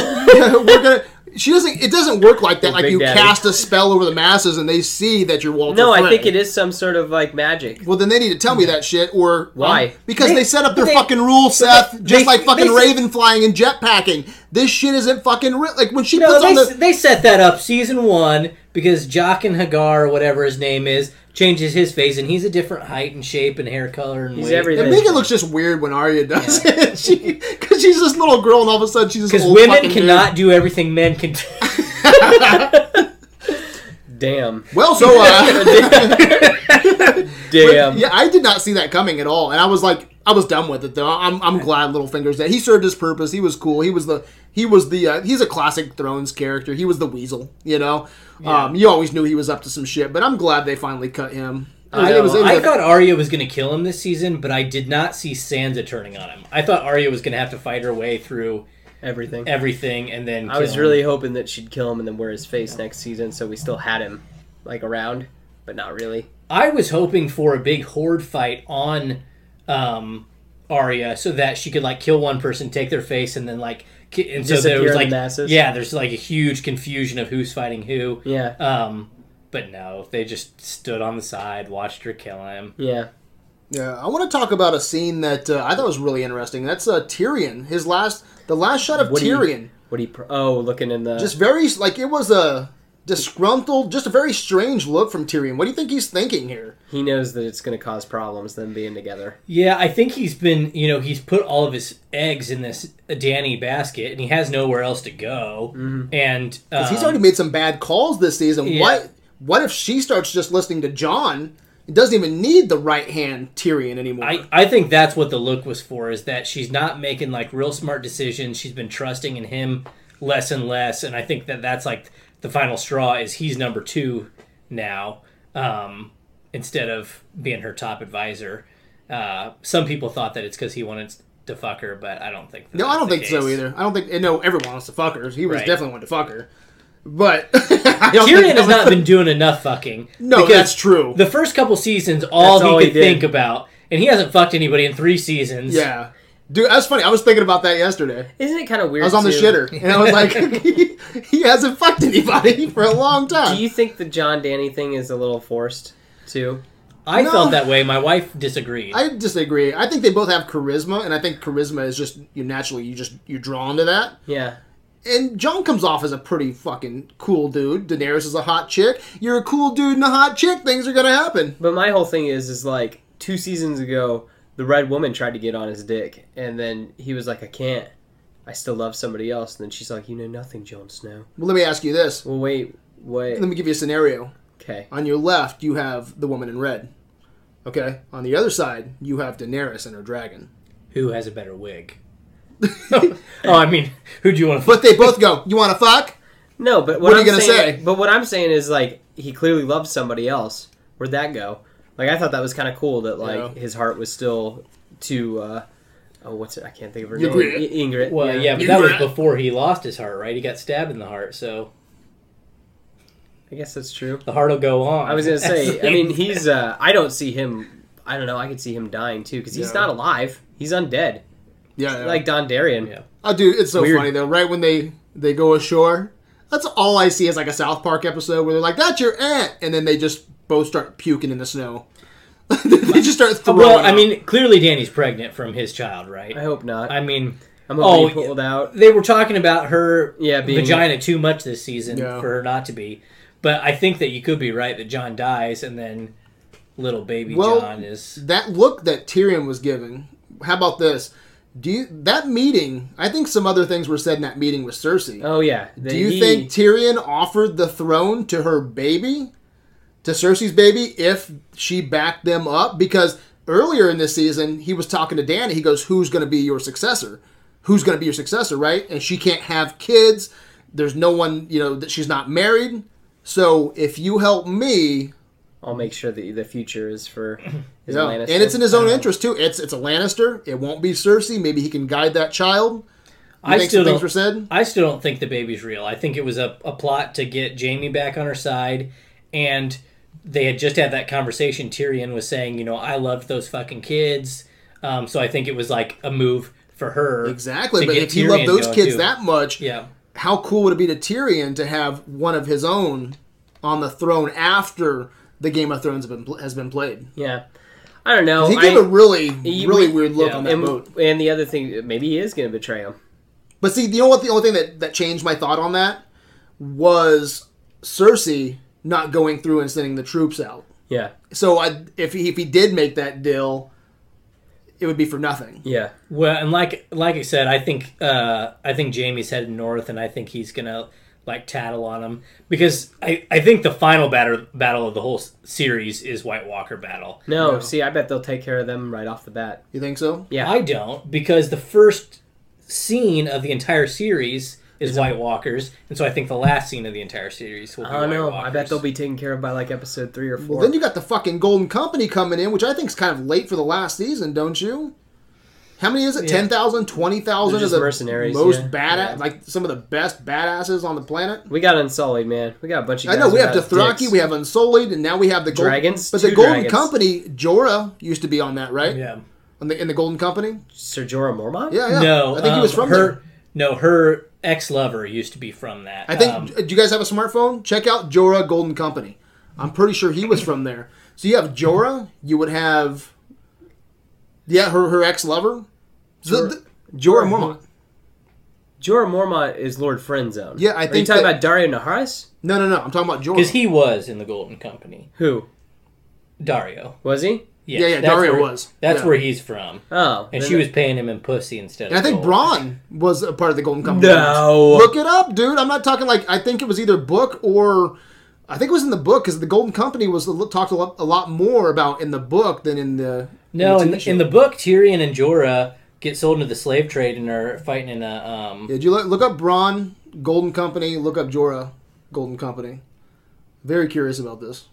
[laughs] we're gonna. She doesn't. It doesn't work like that. Like Big you Daddy. cast a spell over the masses and they see that you're Walter. No, I Frey. think it is some sort of like magic. Well, then they need to tell me that shit, or Why? Um, because they, They- set up their they- fucking rule, Seth. just they- like fucking they- Raven flying and jetpacking. This shit isn't fucking real. Like when she No, puts they, on s the. they set that up season one because Jock and Hagar, or whatever his name is, changes his face and he's a different height and shape and hair color and He's weight. They everything. make it looks just weird when Arya does it. [laughs] She, because she's this little girl, and all of a sudden she's this Because old women fucking cannot do everything men [laughs] can do. Damn. dude. Well, [laughs] so uh, Damn. yeah, I did not see that coming at all, and I was like, I was done with it though. I'm, I'm glad Littlefingers that he served his purpose. He was cool. He was the he was the uh, he's a classic Thrones character. He was the Weasel, you know. Um, you always knew he was up to some shit, but I'm glad they finally cut him. Uh, I, it was- it was a- thought Arya was going to kill him this season, but I did not see Sansa turning on him. I thought Arya was going to have to fight her way through Everything. everything and then. I kill was him. really hoping that she'd kill him and then wear his face next season so we still had him like around, but not really. I was hoping for a big horde fight on um, Arya so that she could like kill one person, take their face, and then like ki- and so Disappear there in was the like masses. yeah, there's like a huge confusion of who's fighting who. Yeah. Um, but no, they just stood on the side, watched her kill him. Yeah. Yeah, I want to talk about a scene that uh, I thought was really interesting. That's uh, Tyrion. His last, the last shot of What do you- Tyrion, What do you? Pr- oh, looking in the. just very like it was a disgruntled, just a very strange look from Tyrion. What do you think he's thinking here? he knows that it's going to cause problems them being together. Yeah, I think he's been you know he's put all of his eggs in this Danny basket, and he has nowhere else to go. Mm-hmm. And um, He's already made some bad calls this season. Yeah. What? What if she starts just listening to John It doesn't even need the right hand Tyrion anymore. I, I think that's what the look was for is that she's not making like real smart decisions. She's been trusting in him less and less, and I think that that's like the final straw is he's number two now um, instead of being her top advisor. Uh, some people thought that it's because he wanted to fuck her, but I don't think. That no, I that's don't the think so case. either. I don't think. and No, everyone wants to fuck her. He was Right. definitely one to fuck her. But [laughs] I don't think Tyrion that has was- [laughs] not been doing enough fucking. No, because that's true. The first couple seasons, all That's he all he could did. think about, and he hasn't fucked anybody in three seasons. yeah, dude, that's funny. I was thinking about that yesterday. Isn't it kind of weird? I was on the too? shitter, and I was like, [laughs] he, [laughs] he hasn't fucked anybody [laughs] for a long time. Do you think the John Danny thing is a little forced too? I No. felt that way. My wife disagreed. I disagree. I think they both have charisma, and I think charisma is just you naturally you just you're drawn to that. Yeah. And John comes off as a pretty fucking cool dude. Daenerys is a hot chick. You're a cool dude and a hot chick. Things are gonna happen. But my whole thing is, is like two seasons ago, the red woman tried to get on his dick, and then he was like, "I can't. I still love somebody else." And then she's like, "You know nothing, Jon Snow." Well, let me ask you this. Well, wait, wait. Let me give you a scenario. Okay. On your left, you have the woman in red. Okay. On the other side, you have Daenerys and her dragon. Who has a better wig? [laughs] oh, I mean, who do you want [laughs] to? But they both go. You want to fuck? No, but what, What are you I'm gonna saying- say? But what I'm saying is like he clearly loved somebody else. Where'd that go? Like I thought that was kind of cool that like Yeah. his heart was still to. uh Oh, what's it? I can't think of her Ygritte. name. I- Ygritte. Well, yeah, but You that was rat. before he lost his heart, right? He got stabbed in the heart, so I guess that's true. the heart will go on. I was gonna say. [laughs] I mean, he's. Uh, I don't see him. I don't know. I could see him dying too because he's Yeah. not alive. He's undead, Yeah. yeah. like Don Darien. Yeah. Oh, dude, it's so Weird. funny though. Right when they they go ashore, that's all I see is like a South Park episode where they're like, "That's your aunt," and then they just both start puking in the snow. [laughs] they just start throwing. well, I up. mean, clearly Danny's pregnant from his child, right? I hope not. I mean, I'm hoping oh, he pulled out. they were talking about her Yeah, being- vagina too much this season Yeah. for her not to be, but I think that you could be right that John dies and then little baby Well, John is. that look that Tyrion was giving. How about this? Do you that meeting? I think some other things were said in that meeting with Cersei. Oh yeah. Do you think Tyrion offered the throne to her baby, to Cersei's baby, if she backed them up? Because earlier in this season, he was talking to Danny. He goes, "Who's going to be your successor? Who's going to be your successor?" Right? And she can't have kids. There's no one, you know, that she's not married. So if you help me, I'll make sure that the future is for is yeah. Lannister. and it's in his own interest too. It's it's a Lannister. It won't be Cersei. Maybe he can guide that child. You I think still some don't. things were said. I still don't think the baby's real. I think it was a, a plot to get Jamie back on her side, and they had just had that conversation. Tyrion was saying, you know, I loved those fucking kids, um, so I think it was like a move for her. Exactly, to but get if he loved Tyrion those going, kids too. that much, yeah, how cool would it be to Tyrion to have one of his own on the throne after the Game of Thrones have been pl- has been played? yeah. I don't know. He I- gave a really, he- really weird look yeah, on that boat. and, and the other thing, maybe he is going to betray him. But see, you know what? The only thing that, that changed my thought on that was Cersei not going through and sending the troops out. Yeah. So I, if he, if he did make that deal, it would be for nothing. Yeah. Well, and like like I said, I think uh, I think Jamie's headed north, and I think he's gonna like tattle on him because I, I think the final battle battle of the whole s- series is White Walker battle. No, See, I bet they'll take care of them right off the bat. You think so? Yeah. I don't because the first scene of the entire series is, White Walkers, and so I think the last scene of the entire series will be I don't White know. Walkers. I bet they'll be taken care of by like episode three or four. Well, then you got the fucking Golden Company coming in, which I think is kind of late for the last season, don't you? How many is it? 10,000, 20,000 They're is just the mercenaries, most yeah. badass, Yeah. like some of the best badasses on the planet. we got Unsullied, man. We got a bunch of. I Guys know we have without Dothraki, dicks. we have Unsullied, and now we have the Gold- Dragons, But the two Golden dragons. Company, Jorah used to be on that, right? yeah. On the, in the Golden Company. Ser Jorah Mormont. Yeah, yeah. No, I think he was um, from her. there. No, her ex lover used to be from that. I think. uh, Um, do you guys have a smartphone? Check out Jorah Golden Company. I'm pretty sure he was from there. So you have Jorah. You would have, yeah, her her ex lover, Jorah, the, Jorah Mormont. Jorah Mormont is Lord Friendzone. Yeah, I Are you think talking that- about Dario Naharis? No, no, no. I'm talking about Jorah. because he was in the Golden Company. Who Dario. was he? Yes, Yeah, yeah, that's Dario where- was. That's Yeah. where he's from. Oh, And then- she was paying him in pussy instead and I of think gold. Braun was a part of the Golden Company. No. Look it up, dude. I'm not talking like I think it was either book or I think it was in the book because the Golden Company was a li- talked a lot, a lot more about in the book than in the No, in TV the, show. in the book, Tyrion and Jorah get sold into the slave trade and are fighting in a um. Did you look, look up Braun Golden Company? Look up Jorah Golden Company. Very curious about this.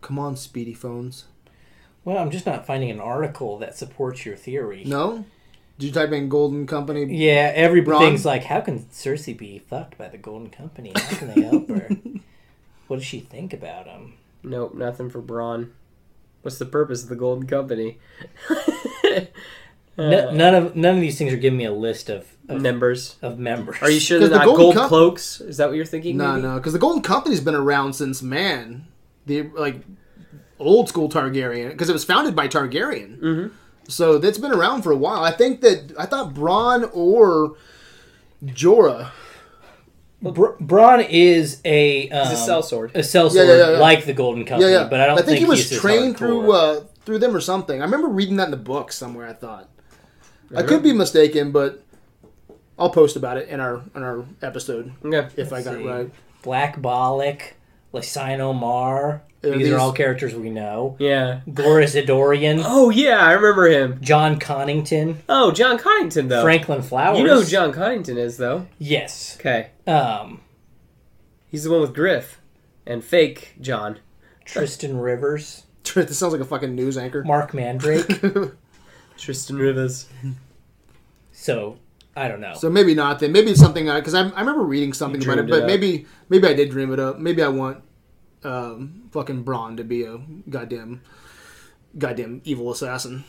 Come on, speedy phones. Well, I'm just not finding an article that supports your theory. No, did you type in Golden Company? Yeah, everything's Bronn? like, how can Cersei be fucked by the Golden Company? How can they [laughs] help her? what does she think about him? Nope, nothing for Braun. What's the purpose of the Golden Company? Uh, N- none of none of these things are giving me a list of of, Members. of members. Are you sure 'Cause they're the not Golden gold Com- cloaks? Is that what you're thinking? No, maybe? no, because the Golden Company's been around since man, the like old school Targaryen, because it was founded by Targaryen. Mm-hmm. So that's been around for a while. I think that I thought Braun or Jorah. Br- Braun is a um, He's a sellsword. a sellsword Yeah, yeah, yeah. like the Golden Company, but I don't think, he was he's as trained through hardcore. uh, through them or something. I remember reading that in the book somewhere. I thought I could be mistaken, but I'll post about it in our in our episode Okay. if I got see. it right. Black Bollock, Lysino Mar. Yeah, these, these- are all characters we know. Yeah. Goris Idorian, Oh yeah, I remember him. John Connington, Oh, John Connington though. Franklin Flowers. you know who John Connington is though. Yes. Okay. Um, He's the one with Griff and fake John. Tristan Rivers, [laughs] This sounds like a fucking news anchor. [laughs] Mark Mandrake. Tristan Rivers. so I don't know. So maybe not then. Maybe it's something because I, I remember reading something about it, dreamed it but up. maybe maybe I did dream it up. Maybe I want um, fucking Braun to be a goddamn goddamn evil assassin.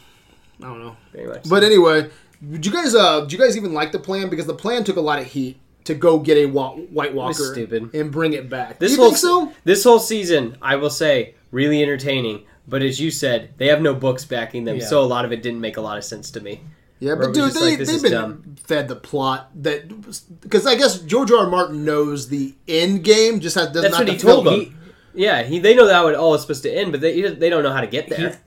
I don't know. Very much. But uh, anyway, did you guys uh did you guys even like the plan? Because the plan took a lot of heat to go get a wa- White Walker stupid. and bring it back. This you whole think so? this whole season, I will say, really entertaining. But as you said, they have no books backing them, Yeah. so a lot of it didn't make a lot of sense to me. Yeah, it but was dude, just they, like, this they've is been dumb. fed the plot that because I guess George R. R. Martin knows the end game. Just has, does That's not what the he told film. them. Yeah, he they know that how it all is supposed to end, but they they don't know how to get [laughs] there.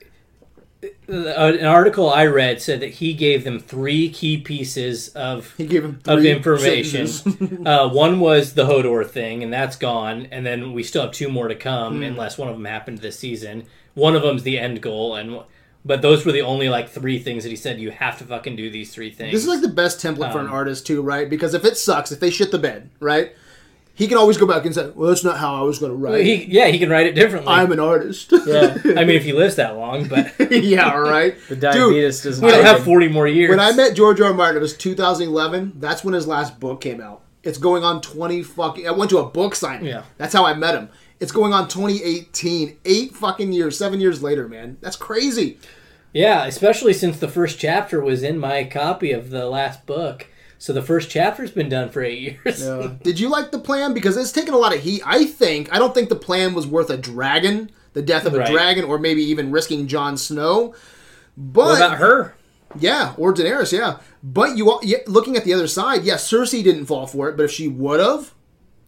Uh, An article I read said that he gave them three key pieces of He gave him of three information. sentences. [laughs] uh, one was the Hodor thing, and that's gone. And then we still have two more to Hmm. come, unless one of them happened this season. One of them's the end goal, and but those were the only like three things that he said you have to fucking do these three things. This is like the best template Um, for an artist too, right? Because if it sucks, if they shit the bed, right, he can always go back and say, "Well, that's not how I was going to write. he, yeah, he can write it differently. I'm an artist." Yeah. I mean, if he lives that long, but [laughs] we yeah, right. [laughs] The diabetes doesn't. don't take have it. forty more years. When I met George R. R. Martin, it was 2011. That's when his last book came out. It's going on 20 fucking. I went to a book signing. Yeah. That's how I met him. It's going on 2018. Eight fucking years. Seven years later, man. That's crazy. Yeah, especially since the first chapter was in my copy of the last book. So the first chapter's been done for eight [laughs] years. Did you like the plan? Because it's taken a lot of heat. I think. I don't think the plan was worth a dragon, the death of a Right. dragon, or maybe even risking Jon Snow. But What about her? Yeah, or Daenerys, yeah. But you all, yeah, looking at the other side, yeah, Cersei didn't fall for it, but if she would have,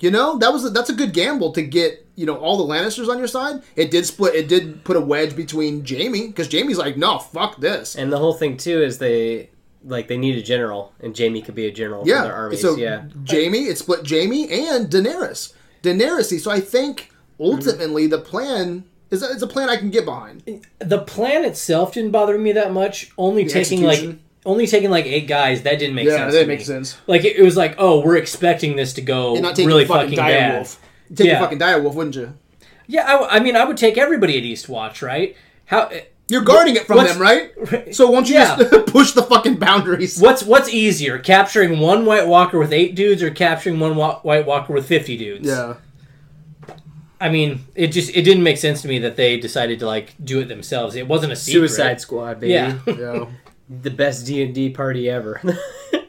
you know, that was a, that's a good gamble to get, you know, all the Lannisters on your side. It did split it did put a wedge between Jamie cuz Jamie's like, "No, fuck this." And the whole thing too is they like they need a general, and Jamie could be a general yeah. for their armies. So yeah, Jamie, it split Jamie and Daenerys. Daenerys, so I think ultimately the plan is a, it's a plan I can get behind. The plan itself didn't bother me that much. Only taking like execution? only taking like eight guys that didn't make Yeah, sense. that to makes me. sense. Like it, it was like, oh, we're expecting this to go You're not taking really fucking, fucking, bad. direwolf. You'd Take Yeah. a fucking direwolf, wouldn't you? Yeah, I, w- I mean, I would take everybody at Eastwatch, right? How You're guarding it from what's- them, right? So won't you Yeah. just [laughs] push the fucking boundaries? what's what's easier, capturing one White Walker with eight dudes or capturing one wa- White Walker with fifty dudes? Yeah. I mean, it just it didn't make sense to me that they decided to like do it themselves. It wasn't a secret. Suicide Squad, baby, [laughs] Yeah. Yeah. the best D and D party ever. [laughs]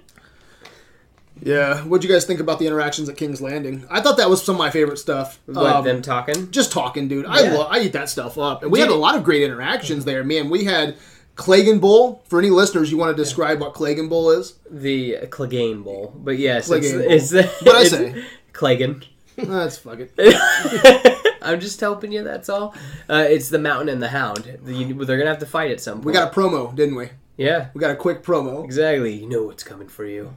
Yeah. What'd you guys think about the interactions at King's Landing? I thought that was some of my favorite stuff. What Um, them talking? just talking, dude. I Yeah. lo- I eat that stuff up. And we had a lot of great interactions there. Man, we had Clagan Bowl. For any listeners, you want to describe what Clagan Bowl is? The Clegane Bowl, but yes, it's, Clegane Bowl. it's [laughs] the What'd I it's say? Clegane. Ah, That's fuck it. [laughs] I'm just helping you. That's all. Uh, it's the Mountain and the Hound. You- they're gonna have to fight at some point. We got a promo, didn't we? yeah, We got a quick promo. exactly. You know what's coming for you.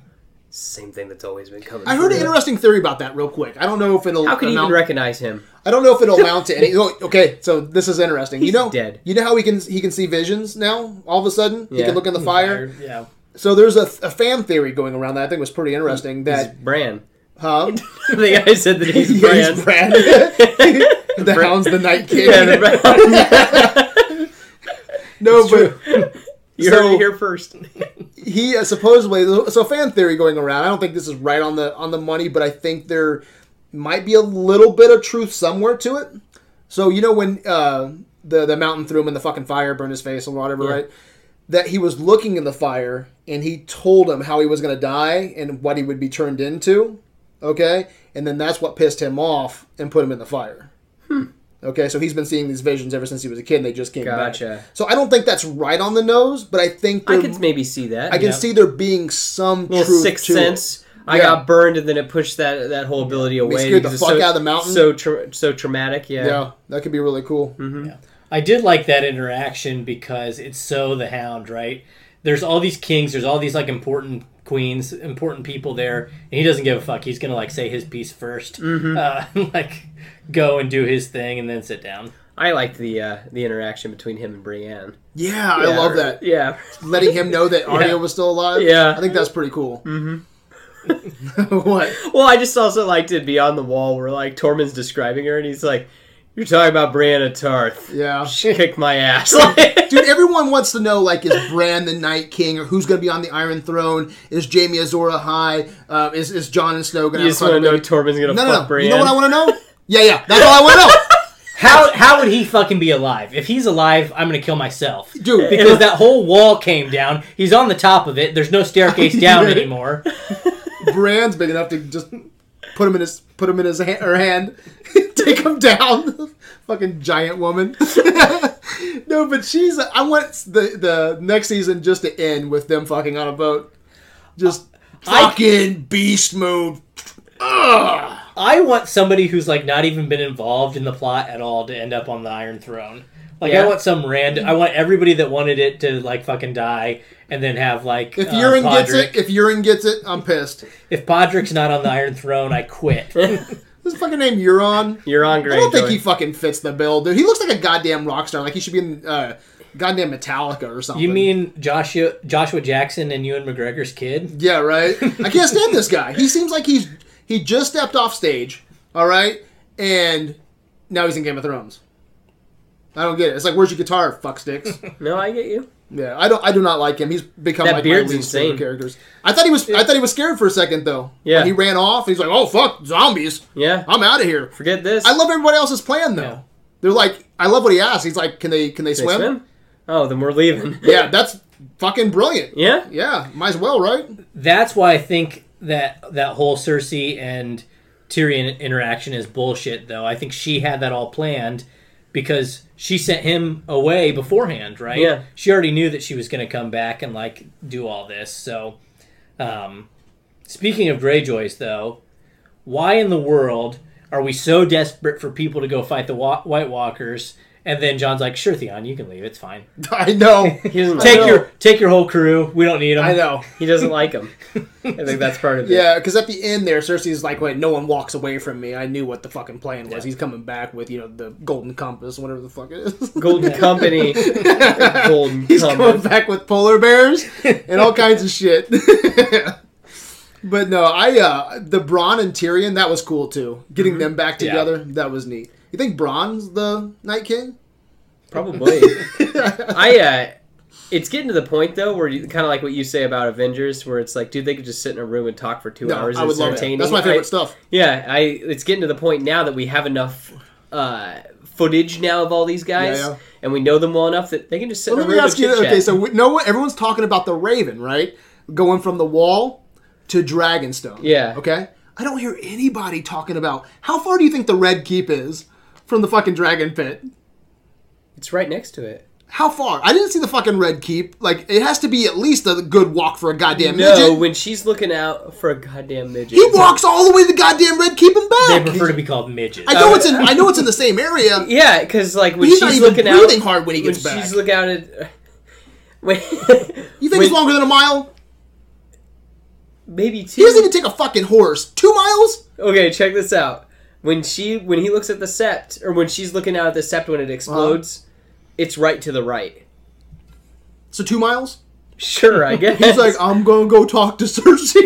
Same thing that's always been coming. I heard through. an interesting theory about that real quick. I don't know if it'll How could you amount- even recognize him? I don't know [laughs] if it'll amount to any. oh, Okay, so this is interesting. you He's know, dead. You know how he can he can see visions now. All of a sudden, he Yeah. can look in the fire. Yeah. So there's a, a fan theory going around that I think was pretty interesting. He's That [laughs] Bran. huh? the guy said that [laughs] [laughs] he's Yeah, he's Bran. Bran. [laughs] the Hound's the Night King. [laughs] Yeah, the Bran. [laughs] no, but [laughs] you So- heard it here first. he uh, supposedly so fan theory going around. I don't think this is right on the on the money, but I think there might be a little bit of truth somewhere to it. So you know when uh, the the mountain threw him in the fucking fire, burned his face or whatever, right? That he was looking in the fire and he told him how he was going to die and what he would be turned into. Okay, and then that's what pissed him off and put him in the fire. Hmm. Okay, so he's been seeing these visions ever since he was a kid, and they just came Gotcha. back. So I don't think that's right on the nose, but I think I there could maybe see that. I can Yeah. see there being some little truth sixth to sense. I Yeah. got burned, and then it pushed that that whole ability away. scared the because it's fuck so, out of the mountain. So tra- so traumatic. it. Yeah. Mm-hmm. Yeah, that could be really cool. Mm-hmm. I did like that interaction because it's so the hound, right? There's all these kings, there's all these like important queens, important people there, and he doesn't give a fuck. He's gonna like say his piece 1st uh, [laughs] like go and do his thing, and then sit down. I liked the uh, the interaction between him and Brienne. Yeah, I love that. Yeah. [laughs] Letting him know that Arya was still alive. Yeah. I think that's pretty cool. Mm-hmm. [laughs] what? Well, I just also liked it beyond the wall, where like Tormund's describing her, and he's like, "You're talking about Brienne of Tarth. Yeah. She kicked [laughs] my ass." [laughs] Like, Dude, everyone wants to know like is Bran the Night King or who's going to be on the Iron Throne? Is Jamie Azora High? Uh, is is Jon and Snow going you to just want to know Tormund's gonna No, fuck no, no. Brienne. You know what I want to know? [laughs] Yeah, yeah. That's all I want to know. How how would [laughs] he fucking be alive? If he's alive, I'm gonna kill myself, [laughs] Dude, Because that whole wall came down. He's on the top of it. There's [laughs] no staircase down anymore. Bran's big enough to just put him in his put him in his hand, her hand, [laughs] take him down. [laughs] Fucking giant woman. [laughs] no, but she's. I want the the next season just to end with them fucking on a boat. Just I- fucking beast mode. Ugh. I want somebody who's like not even been involved in the plot at all to end up on the Iron Throne. Like Yeah. I want some random. I want everybody that wanted it to like fucking die, and then have like If uh, Urine gets Podrick- it, if Urine gets it, I'm pissed. If Podrick's not on the Iron Throne, [laughs] I quit. His fucking name Euron. You're on I Greyjoy. don't think he fucking fits the bill, dude. He looks like a goddamn rock star. Like he should be in uh, goddamn Metallica or something. you mean Joshua Joshua Jackson and Ewan McGregor's kid? Yeah, right. I can't stand this guy. He seems like he's he just stepped off stage, all right, and now he's in Game of Thrones. I don't get it. It's like, where's your guitar, fuck sticks? [laughs] No, I get you. yeah, I don't. I do not like him. He's become That like beard's my least favorite insane. characters. I thought he was. I thought he was scared for a second though. Yeah. When he ran off. He's like, oh fuck, zombies. Yeah. I'm out of here. Forget this. I love everybody else's plan though. Yeah. They're like, I love what he asked. He's like, can they can they, They swim? swim? Oh, then we're leaving. Yeah, that's fucking brilliant. [laughs] Yeah. Yeah, might as well, right? [laughs] That's why I think that that whole Cersei and Tyrion interaction is bullshit. Though I think she had that all planned because she sent him away beforehand, right? Yeah. She already knew that she was going to come back and like do all this. So, um, speaking of Greyjoys, though, why in the world are we so desperate for people to go fight the wa- White Walkers? And then John's like, "Sure, Theon, you can leave. It's fine. I [laughs] know. He doesn't like Take him. your take your whole crew. We don't need them." I know. He doesn't like him. I think that's part of it. Yeah, because at the end there, Cersei's like, "Wait, no one walks away from me. I knew what the fucking plan was. He's coming back with you know the golden compass, whatever the fuck it is. [laughs] Golden Company. Golden He's coming Compass. back with polar bears and all kinds of shit." [laughs] but no, I uh the Braun and Tyrion that was cool too. Getting them back Yeah. together that was neat. You think Braun's the Night King? [laughs] Probably. I uh it's getting to the point though where you kind of like what you say about Avengers where it's like dude they could just sit in a room and talk for 2 No, hours I would it's love entertaining. it. That's my I- favorite stuff. Yeah, I it's getting to the point now that we have enough uh footage now of all these guys Yeah, yeah. and we know them well enough that they can just sit Let in a me room and ask you. chit-chat. Okay, so we, no one, everyone's talking about the Raven, right? Going from the wall to Dragonstone. Yeah. Okay. I don't hear anybody talking about how far do you think the Red Keep is from the fucking Dragon Pit? it's right next to it. How far? I didn't see the fucking Red Keep. Like it has to be at least a good walk for a goddamn No, midget. when she's looking out for a goddamn midget. he walks all the way to the goddamn Red Keep and They back. prefer to be called midgets. I know it's in. I know it's in the same area. Yeah, because like [laughs] when He's she's not even looking breathing out, hard when he when gets back. she's looking out at [laughs] when you think when- it's longer than a mile? maybe two. He doesn't even take a fucking horse. Two miles? Okay, check this out. When she when he looks at the sept or when she's looking out at the sept when it Uh-huh. explodes, it's right to the right. So two miles? Sure, [laughs] I guess. He's like, I'm gonna go talk to [laughs] Cersei.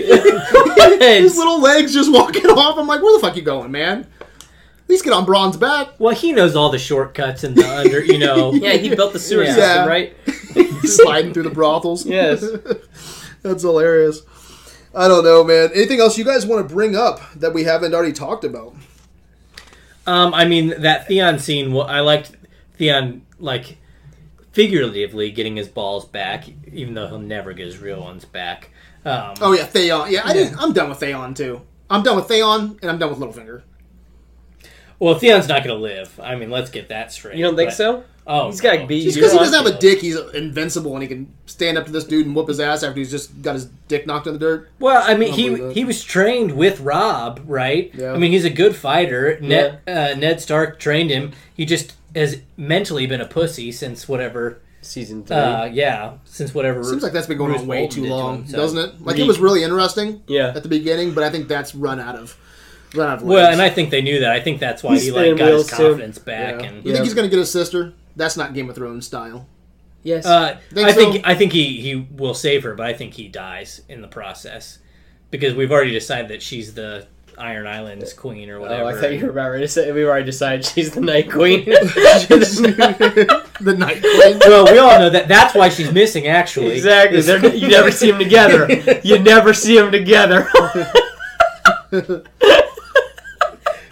[laughs] His little legs just walking [laughs] off. I'm like, where the fuck you going, man? At least get on Bronze [laughs] back. Well, he knows all the shortcuts and the under, you [laughs] know. yeah, he built the sewer Yeah. Yeah. system, right? Sliding through the brothels. Yes. That's hilarious. I don't know, man. Anything else you guys want to bring up that we haven't already talked about? Um, I mean that Theon scene. wa- I liked Theon like figuratively getting his balls back, even though he'll never get his real ones back. Um, Oh yeah, Theon. Yeah, I didn't. I'm done with Theon too. I'm done with Theon, and I'm done with Littlefinger. Well, Theon's not going to live. I mean, let's get that straight. You don't [laughs] think but- so? Oh, He's gotta no. be- Just because he Yeah. doesn't have a dick, he's invincible, and he can stand up to this dude and whoop his ass after he's just got his dick knocked in the dirt. Well, I Oh mean, I he believe that. he was trained with Rob, right? Yeah. I mean, he's a good fighter. Ned uh, Ned Stark trained him. He just has mentally been a pussy since whatever. Season three. Uh, yeah, since whatever. Seems like that's been going Bruce on way Bolton too did to long, him, so- doesn't it? Like it was really interesting Yeah. at the beginning, but I think that's run out of run out of. well, legs. and I think they knew that. I think that's why He's he like spinning got his wheels, too. confidence back. Yeah. And you think Yeah. he's gonna get a sister? That's not Game of Thrones [laughs] style. yes. uh, Think I think so? I think he he will save her, but I think he dies in the process because we've already decided that she's the Iron Islands queen or whatever. oh, I thought you were about ready to say we already decided she's [laughs] the Night Queen. the Night Queen. well, we all know that. That's why she's missing. Actually, exactly. [laughs] Is- They're- you never see [laughs] them together. You never see them together.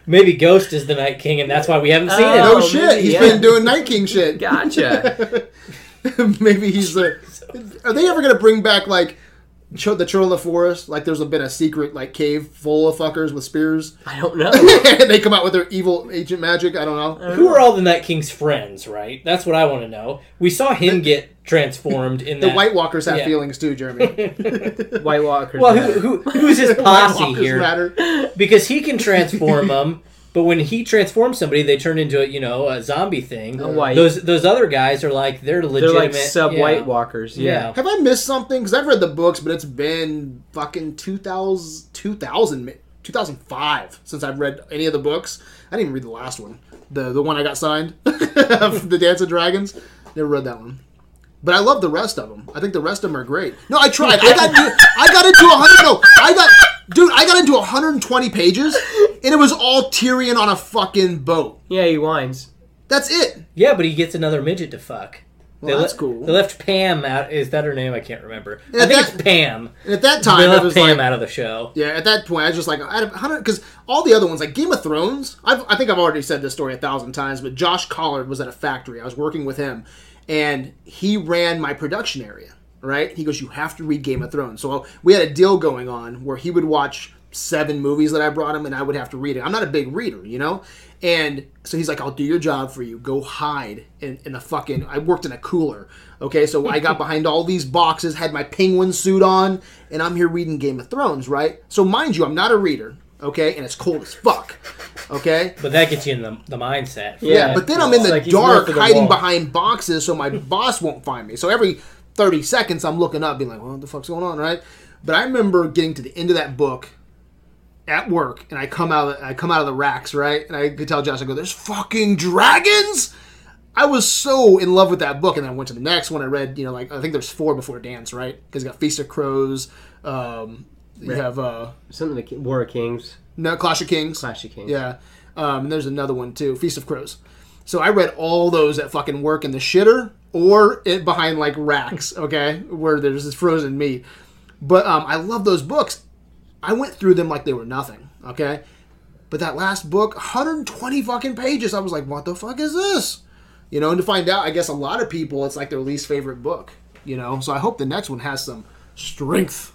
Maybe Ghost is the Night King, and that's why we haven't seen him. No Oh, shit, maybe, he's yeah. been doing Night King shit. [laughs] gotcha. [laughs] maybe he's the. Are they ever gonna bring back like cho- the Children of the Forest? Like there's been a secret like cave full of fuckers with spears, [laughs] I don't know. [laughs] and they come out with their evil agent magic. I don't Oh. know. Who are all the Night King's friends, right? That's what I want to know. We saw him get transformed in The that. White Walkers have Yeah. feelings too, [laughs] Jeremy. [laughs] White Walkers. well, who, who, who's his White [laughs] posse Walkers here? matter. Because he can transform them, but when he transforms somebody, they turn into a you know a zombie thing. A white. Those those other guys are like they're They're legitimate. like sub White yeah. Walkers. Yeah. Have I missed something? Because I've read the books, but it's been fucking 2000, 2000, mi- 2005 since I've read any of the books. I didn't even read the last one, the the one I got signed, [laughs] the Dance of Dragons. Never read that one, but I love the rest of them. I think the rest of them are great. No, I tried. I got I got into hundred. No, I got dude. I got into 120 pages, and it was all Tyrion on a fucking boat. Yeah, he whines. That's it. Yeah, but he gets another midget to fuck. Well, they that's le- cool. They left Pam out. Is that her name? I can't remember. Yeah, I think that- it's Pam. And at that They time, it left was Pam like, out of the show. Yeah, at that point, I was just like, I don't because all the other ones, like Game of Thrones, I've, I think I've already said this story a thousand times, but Josh Collard was at a factory. I was working with him, and he ran my production area, right? He goes, You have to read Game of Thrones. So uh, we had a deal going on where he would watch seven movies that I brought him, and I would have to read it. I'm not a big reader, you know? And so he's like, I'll do your job for you. Go hide in, in the fucking. I worked in a cooler. Okay, so I got behind all these boxes, had my penguin suit on, and I'm here reading Game of Thrones, right? So, mind you, I'm not a reader, okay? And it's cold as fuck, okay? But that gets you in the, the mindset. for Yeah, Yeah, but then I'm it's in the like he's dark north of the hiding wall. behind boxes [laughs] so my boss won't find me. So every 30 seconds I'm looking up being like, well, what the fuck's going on, right? But I remember getting to the end of that book at work and I come out I come out of the racks, right? And I could tell Josh I go, there's fucking dragons. I was so in love with that book, and then I went to the next one. I read, you know, like I think there's four before Dance, right? Because you got Feast of Crows, um, you have uh, Something like War of Kings, no Clash of Kings, Clash of Kings. yeah. Um, and there's another one too, Feast of Crows. So I read all those at fucking work in the shitter or it behind like racks, okay, where there's this frozen meat. But um, I love those books. I went through them like they were nothing, okay? But that last book, 120 fucking pages, I was like, what the fuck is this? You know, and to find out, I guess a lot of people, it's like their least favorite book, you know? So I hope the next one has some strength.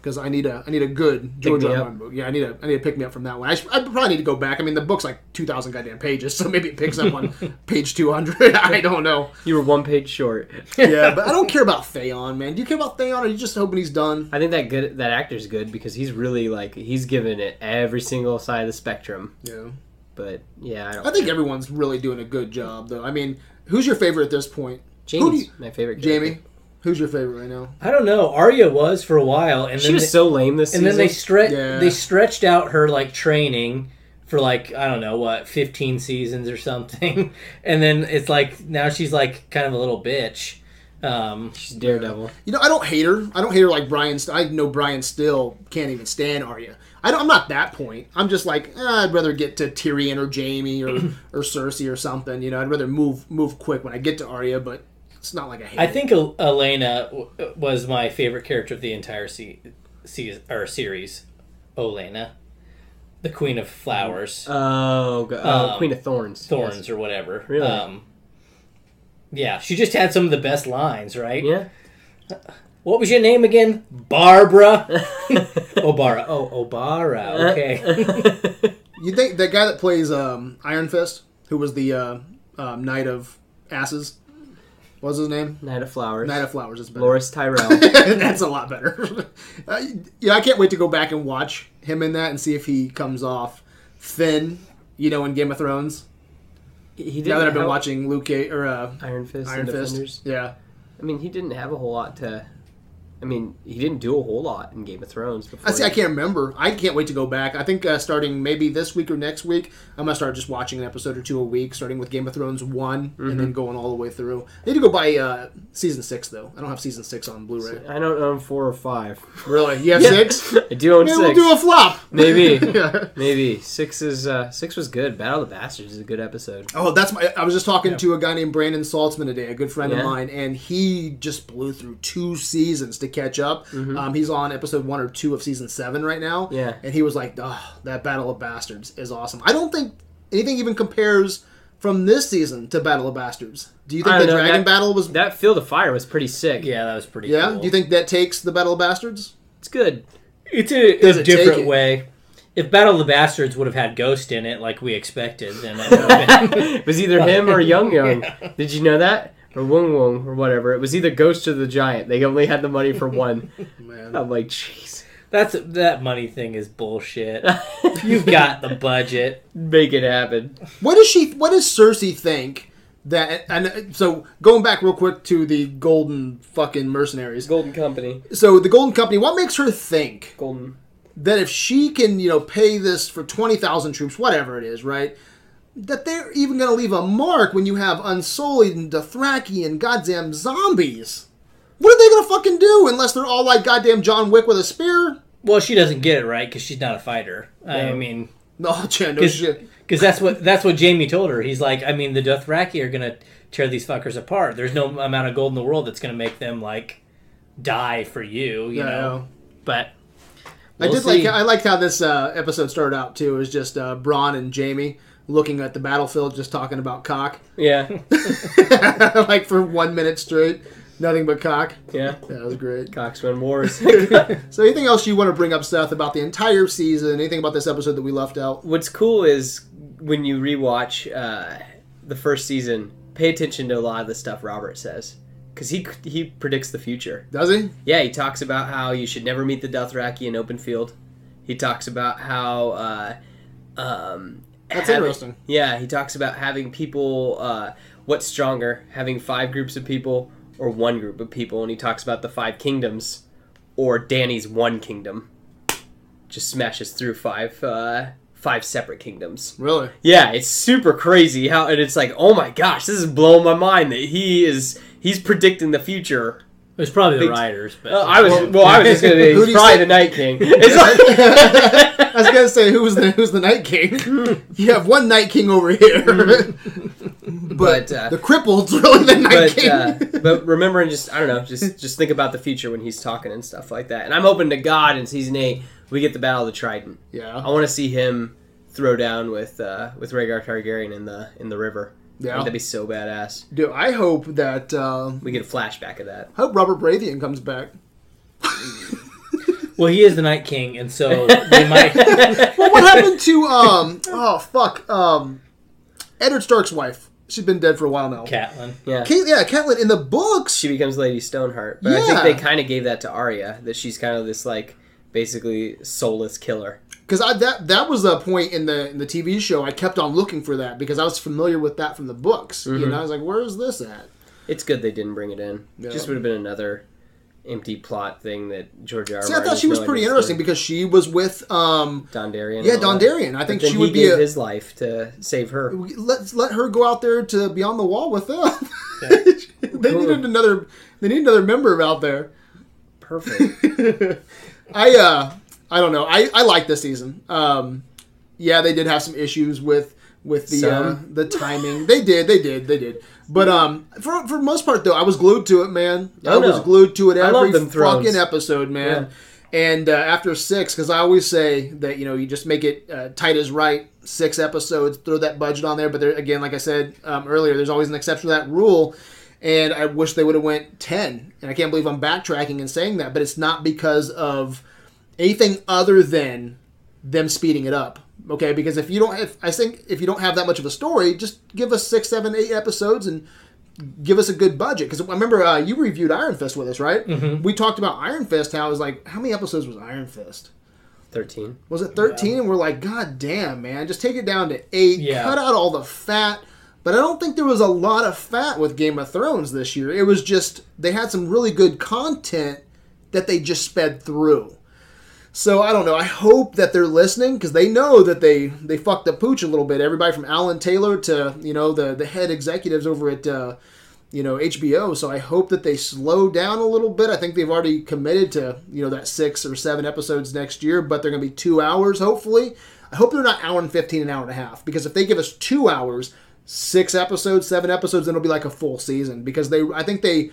Because I need a, I need a good George me R. R. up. Martin book. Yeah, I need a, I need to pick me up from that one. I, sh- I probably need to go back. I mean, the book's like two thousand goddamn pages, [laughs] so maybe it picks up on page two hundred. [laughs] I don't know. You were one page short. Yeah, but I don't care about Theon, man. Do you care about Theon, or are you just hoping he's done? I think that good that actor's good because he's really like he's given it every single side of the spectrum. Yeah. But yeah, I don't. I think everyone's really doing a good job, though. I mean, who's your favorite at this point? Who do Jamie's you- my favorite. Jamie. Who's your favorite right now? I don't know. Arya was for a while, and She then was they, so lame this and season. then they stretch Yeah. they stretched out her like training for like I don't know what fifteen seasons or something, [laughs] and then it's like now she's like kind of a little bitch. Um, She's Daredevil. You know, I don't hate her. I don't hate her like Brian. St- I know Brian still can't even stand Arya. I don't, I'm not that point. I'm just like eh, I'd rather get to Tyrion or Jamie or or Cersei or something. You know, I'd rather move move quick when I get to Arya, but it's not like I hate. I her. think El- Elena w- was my favorite character of the entire se- se- or series. Olena, the Queen of Flowers, Oh, go- oh, Um, Queen of Thorns. Thorns, or whatever. Really? Um, yeah, she just had some of the best lines, right? Yes. What was your name again? Barbara [laughs] Obara. Oh, Obara. Okay. Yeah. you think that guy that plays um, Iron Fist, who was the uh, um, Knight of Asses, what was his name? Knight of Flowers. Knight of Flowers is better. Loris [laughs] Tyrell. That's a lot better. [laughs] uh, yeah, I can't wait to go back and watch him in that and see if he comes off thin, you know, in Game of Thrones. he didn't Now that I've been have watching Luke Cage, or uh, Iron Fist Iron and Fist. Defenders. Yeah. I mean, he didn't have a whole lot to. I mean, he didn't do a whole lot in Game of Thrones before. I see. I can't remember. I can't wait to go back. I think uh, starting maybe this week or next week, I'm gonna start just watching an episode or two a week, starting with Game of Thrones one and Mm-hmm. then going all the way through. I need to go buy uh, season six though. I don't have season six on Blu-ray. I don't own four or five. Really? You have [laughs] [laughs] six? I do own Maybe six. we'll do a flop. Maybe. [laughs] Yeah. Maybe six is uh, six was good. Battle of the Bastards is a good episode. Oh, that's my. I was just talking to a guy named Brandon Saltzman today, a good friend Yeah. of mine, and he just blew through two seasons to catch up. Um, he's on episode one or two of season seven right now. Mm-hmm. Yeah. and he was like, "Oh, that Battle of Bastards is awesome." I don't think anything even compares from this season to Battle of Bastards. Do you think I the don't know, Dragon that- Battle was? That Field of Fire was pretty sick. yeah, that was pretty. yeah. Cool. Do you think that takes the Battle of Bastards? it's good. [laughs] It's a, Does a it take different it? way. If Battle of the Bastards would have had Ghost in it, like we expected, then it would have been It was either him or [laughs] Young Young. Did you know that? Or Wong Wong or whatever. It was either Ghost or the Giant. They only had the money for one. [laughs] Man, I'm like, jeez, that's that money thing is [laughs] bullshit. You've got the budget. make it happen. What does she? What does Cersei think that? And so going back real quick to the Golden fucking mercenaries. Golden Company. So the Golden Company. What makes her think? Golden. that if she can, you know, pay this for 20,000 troops, whatever it is, right? That they're even going to leave a mark when you have Unsullied and Dothraki and goddamn zombies. What are they going to fucking do unless they're all like goddamn John Wick with a spear? [laughs] Well, she doesn't get it right because she's not a fighter. I No. mean, No, yeah, Oh, no Is- shit. because that's what that's what Jamie told her. He's like, I mean, the Dothraki are gonna tear these fuckers apart. There's no amount of gold in the world that's gonna make them like die for you. Yeah, You know, but I We'll did like see. I liked how this uh, episode started out too. It was just uh, Braun and Jamie looking at the battlefield, just talking about cock, [laughs] Yeah. like for one minute straight, nothing but cock. Yeah. That was great. Cox win wars. [laughs] So, anything else you want to bring up, Seth, about the entire season? Anything about this episode that we left out? What's cool is when you rewatch uh, the first season, pay attention to a lot of the stuff Robert says. Because he, he predicts the future. Does he? Yeah, he talks about how you should never meet the Dothraki in open field. He talks about how. Uh, um, That's having- interesting. Yeah, he talks about having people. Uh, what's stronger, having five groups of people or one group of people? And he talks about the five kingdoms or Danny's one kingdom. Just smashes through five. Uh, Five separate kingdoms. [laughs] Really? Yeah, it's super crazy how, and it's like, oh my gosh, this is blowing my mind that he is he's predicting the future it was probably the Big- writers. But well, I was well. I was just gonna say Who he's do you probably say- the [laughs] Night King. I was gonna say who's the who's the Night [laughs] King? you have one Night King over here, [laughs] but But, uh, the crippled's [laughs] really the Night Mm. but King. uh, but remembering just I don't know just just think about the future when he's talking and stuff like that. And I'm hoping to God in season eight we get the Battle of the Trident. [laughs] I yeah, want to see him throw down with uh, with Rhaegar Targaryen in the in the river. I think Yeah. that'd be so badass. dude. I hope that uh, We get a flashback of that. I hope Robert Baratheon comes [laughs] back. well, he is the Night King, and so they might. [laughs] [laughs] [laughs] Well, what happened to um? Oh fuck, um, Eddard Stark's wife. She's been dead for a while now. Catelyn. Yeah. Cait- yeah, Catelyn in the books. She becomes Lady Stoneheart, but I Yeah. think they kind of gave that to Arya that she's kind of this like basically soulless killer. because I that that was a point in the in the Mm-hmm. TV show I kept on looking for that because I was familiar with that from the books. You know, I was like, where is this at? It's good they didn't bring it in. Yeah. Just would have been another empty plot thing that George R. R. See, I thought Martin's she was no pretty idea interesting for. because she was with um Don Darien. and yeah all Don that. Darien. I But think then she he would be gave a, his life to [laughs] save her. let's let her go out there to beyond the wall with them. [laughs] they Cool. needed another they need another member out there. Perfect. [laughs] I uh I don't know. I I like this season. Um yeah, they did have some issues with with the uh, Some. the timing. they did, they did, they did. But um for for the most part though, I was glued to it, man. I Oh, no. was glued to it I love every them thrones. fucking episode, man. And uh, after six, because I always say that you know you just make it uh, tight as right. Six episodes, throw that budget on there. But there again, like I said um, earlier, there's always an exception to that rule. And I wish they would have went ten. And I can't believe I'm backtracking and saying that, but it's not because of anything other than them speeding it up. Okay, because if you don't, if I think if you don't have that much of a story, just give us six, seven, eight episodes and give us a good budget. Because I remember uh, you reviewed Iron Fist with us, right? Mm-hmm. We talked about Iron Fist. How it was like, how many episodes was Iron Fist? Thirteen. Was it thirteen? And we're like, God damn, man, just take it down to eight. Yeah. Cut out all the fat. But I don't think there was a lot of fat with Game of Thrones this year. It was just they had some really good content that they just sped through. So I don't know. I hope that they're listening because they know that they they fucked the pooch a little bit. Everybody from Alan Taylor to you know the the head executives over at uh, you know HBO. So I hope that they slow down a little bit. I think they've already committed to you know that six or seven episodes next year, but they're going to be two hours hopefully. I hope they're not hour and fifteen, an hour and a half because if they give us two hours, six episodes, seven episodes, then it'll be like a full season because they I think they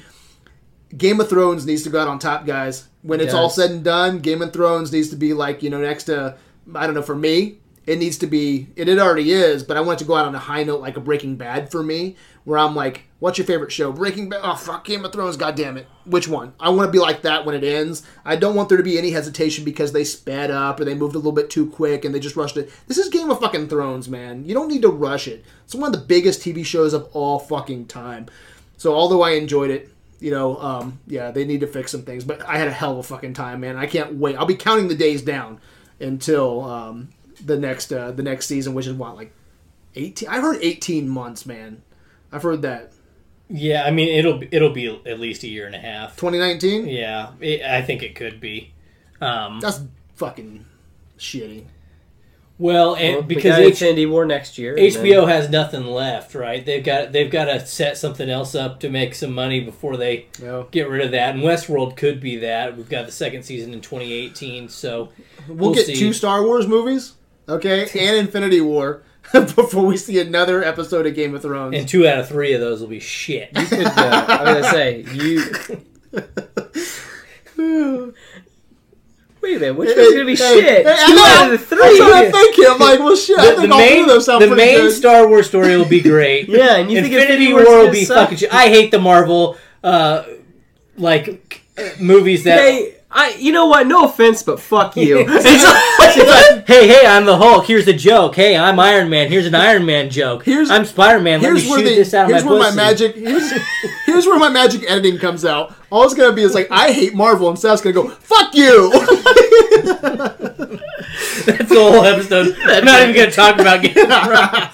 Game of Thrones needs to go out on top, guys. When it's all Yes. said and done, Game of Thrones needs to be like you know next to I don't know for me. It needs to be, and it already is, but I want it to go out on a high note like a Breaking Bad for me, where I'm like, what's your favorite show? Breaking Bad? Oh, fuck, Game of Thrones, goddamn it. Which one? I want to be like that when it ends. I don't want there to be any hesitation because they sped up or they moved a little bit too quick and they just rushed it. This is Game of fucking Thrones, man. You don't need to rush it. It's one of the biggest TV shows of all fucking time. So although I enjoyed it, you know, um, yeah, they need to fix some things. But I had a hell of a fucking time, man. I can't wait. I'll be counting the days down until um, the next uh, the next season, which is what like eighteen. I heard eighteen months, man. I've heard that Yeah, I mean it'll it'll be at least a year and a half. twenty nineteen. Yeah, it, I think it could be. Um, That's fucking shitty. well, and because we got H- Infinity War next year. and then- HBO has nothing left, right? They've got they've got to set something else up to make some money before they You know? get rid of that. And Westworld could be that. We've got the second season in 2018, so we'll, We'll, get see. two Star Wars movies, okay, and Infinity War [laughs] before we see another episode of Game of Thrones. and two out of three of those will be [laughs] shit. You could, uh, I was [laughs] gonna say you. Wait a minute, which one's gonna be Hey, shit? hey, I Two know. out of the That's what I'm three. thinking. I'm like, well, shit. I The, think the all three main, of those sound the pretty main good. Star Wars story will be [laughs] great. Yeah, and you think Infinity War War's will gonna be suck? fucking shit. I hate the Marvel, uh, like movies that. [laughs] Hey, I. You know what? No offense, but fuck you. It's like- Hey, hey, I'm the Hulk. Here's a joke. Hey, I'm Iron Man. Here's an Iron Man joke. Here's- I'm Spider Man. Let me here's shoot where the, this out of here's my where pussy. my magic here's, here's where my magic editing comes out. All it's gonna be is like I hate Marvel, and Seth's gonna go fuck [laughs] you. [laughs] That's the whole [laughs] episode. I'm not even going to talk about Game of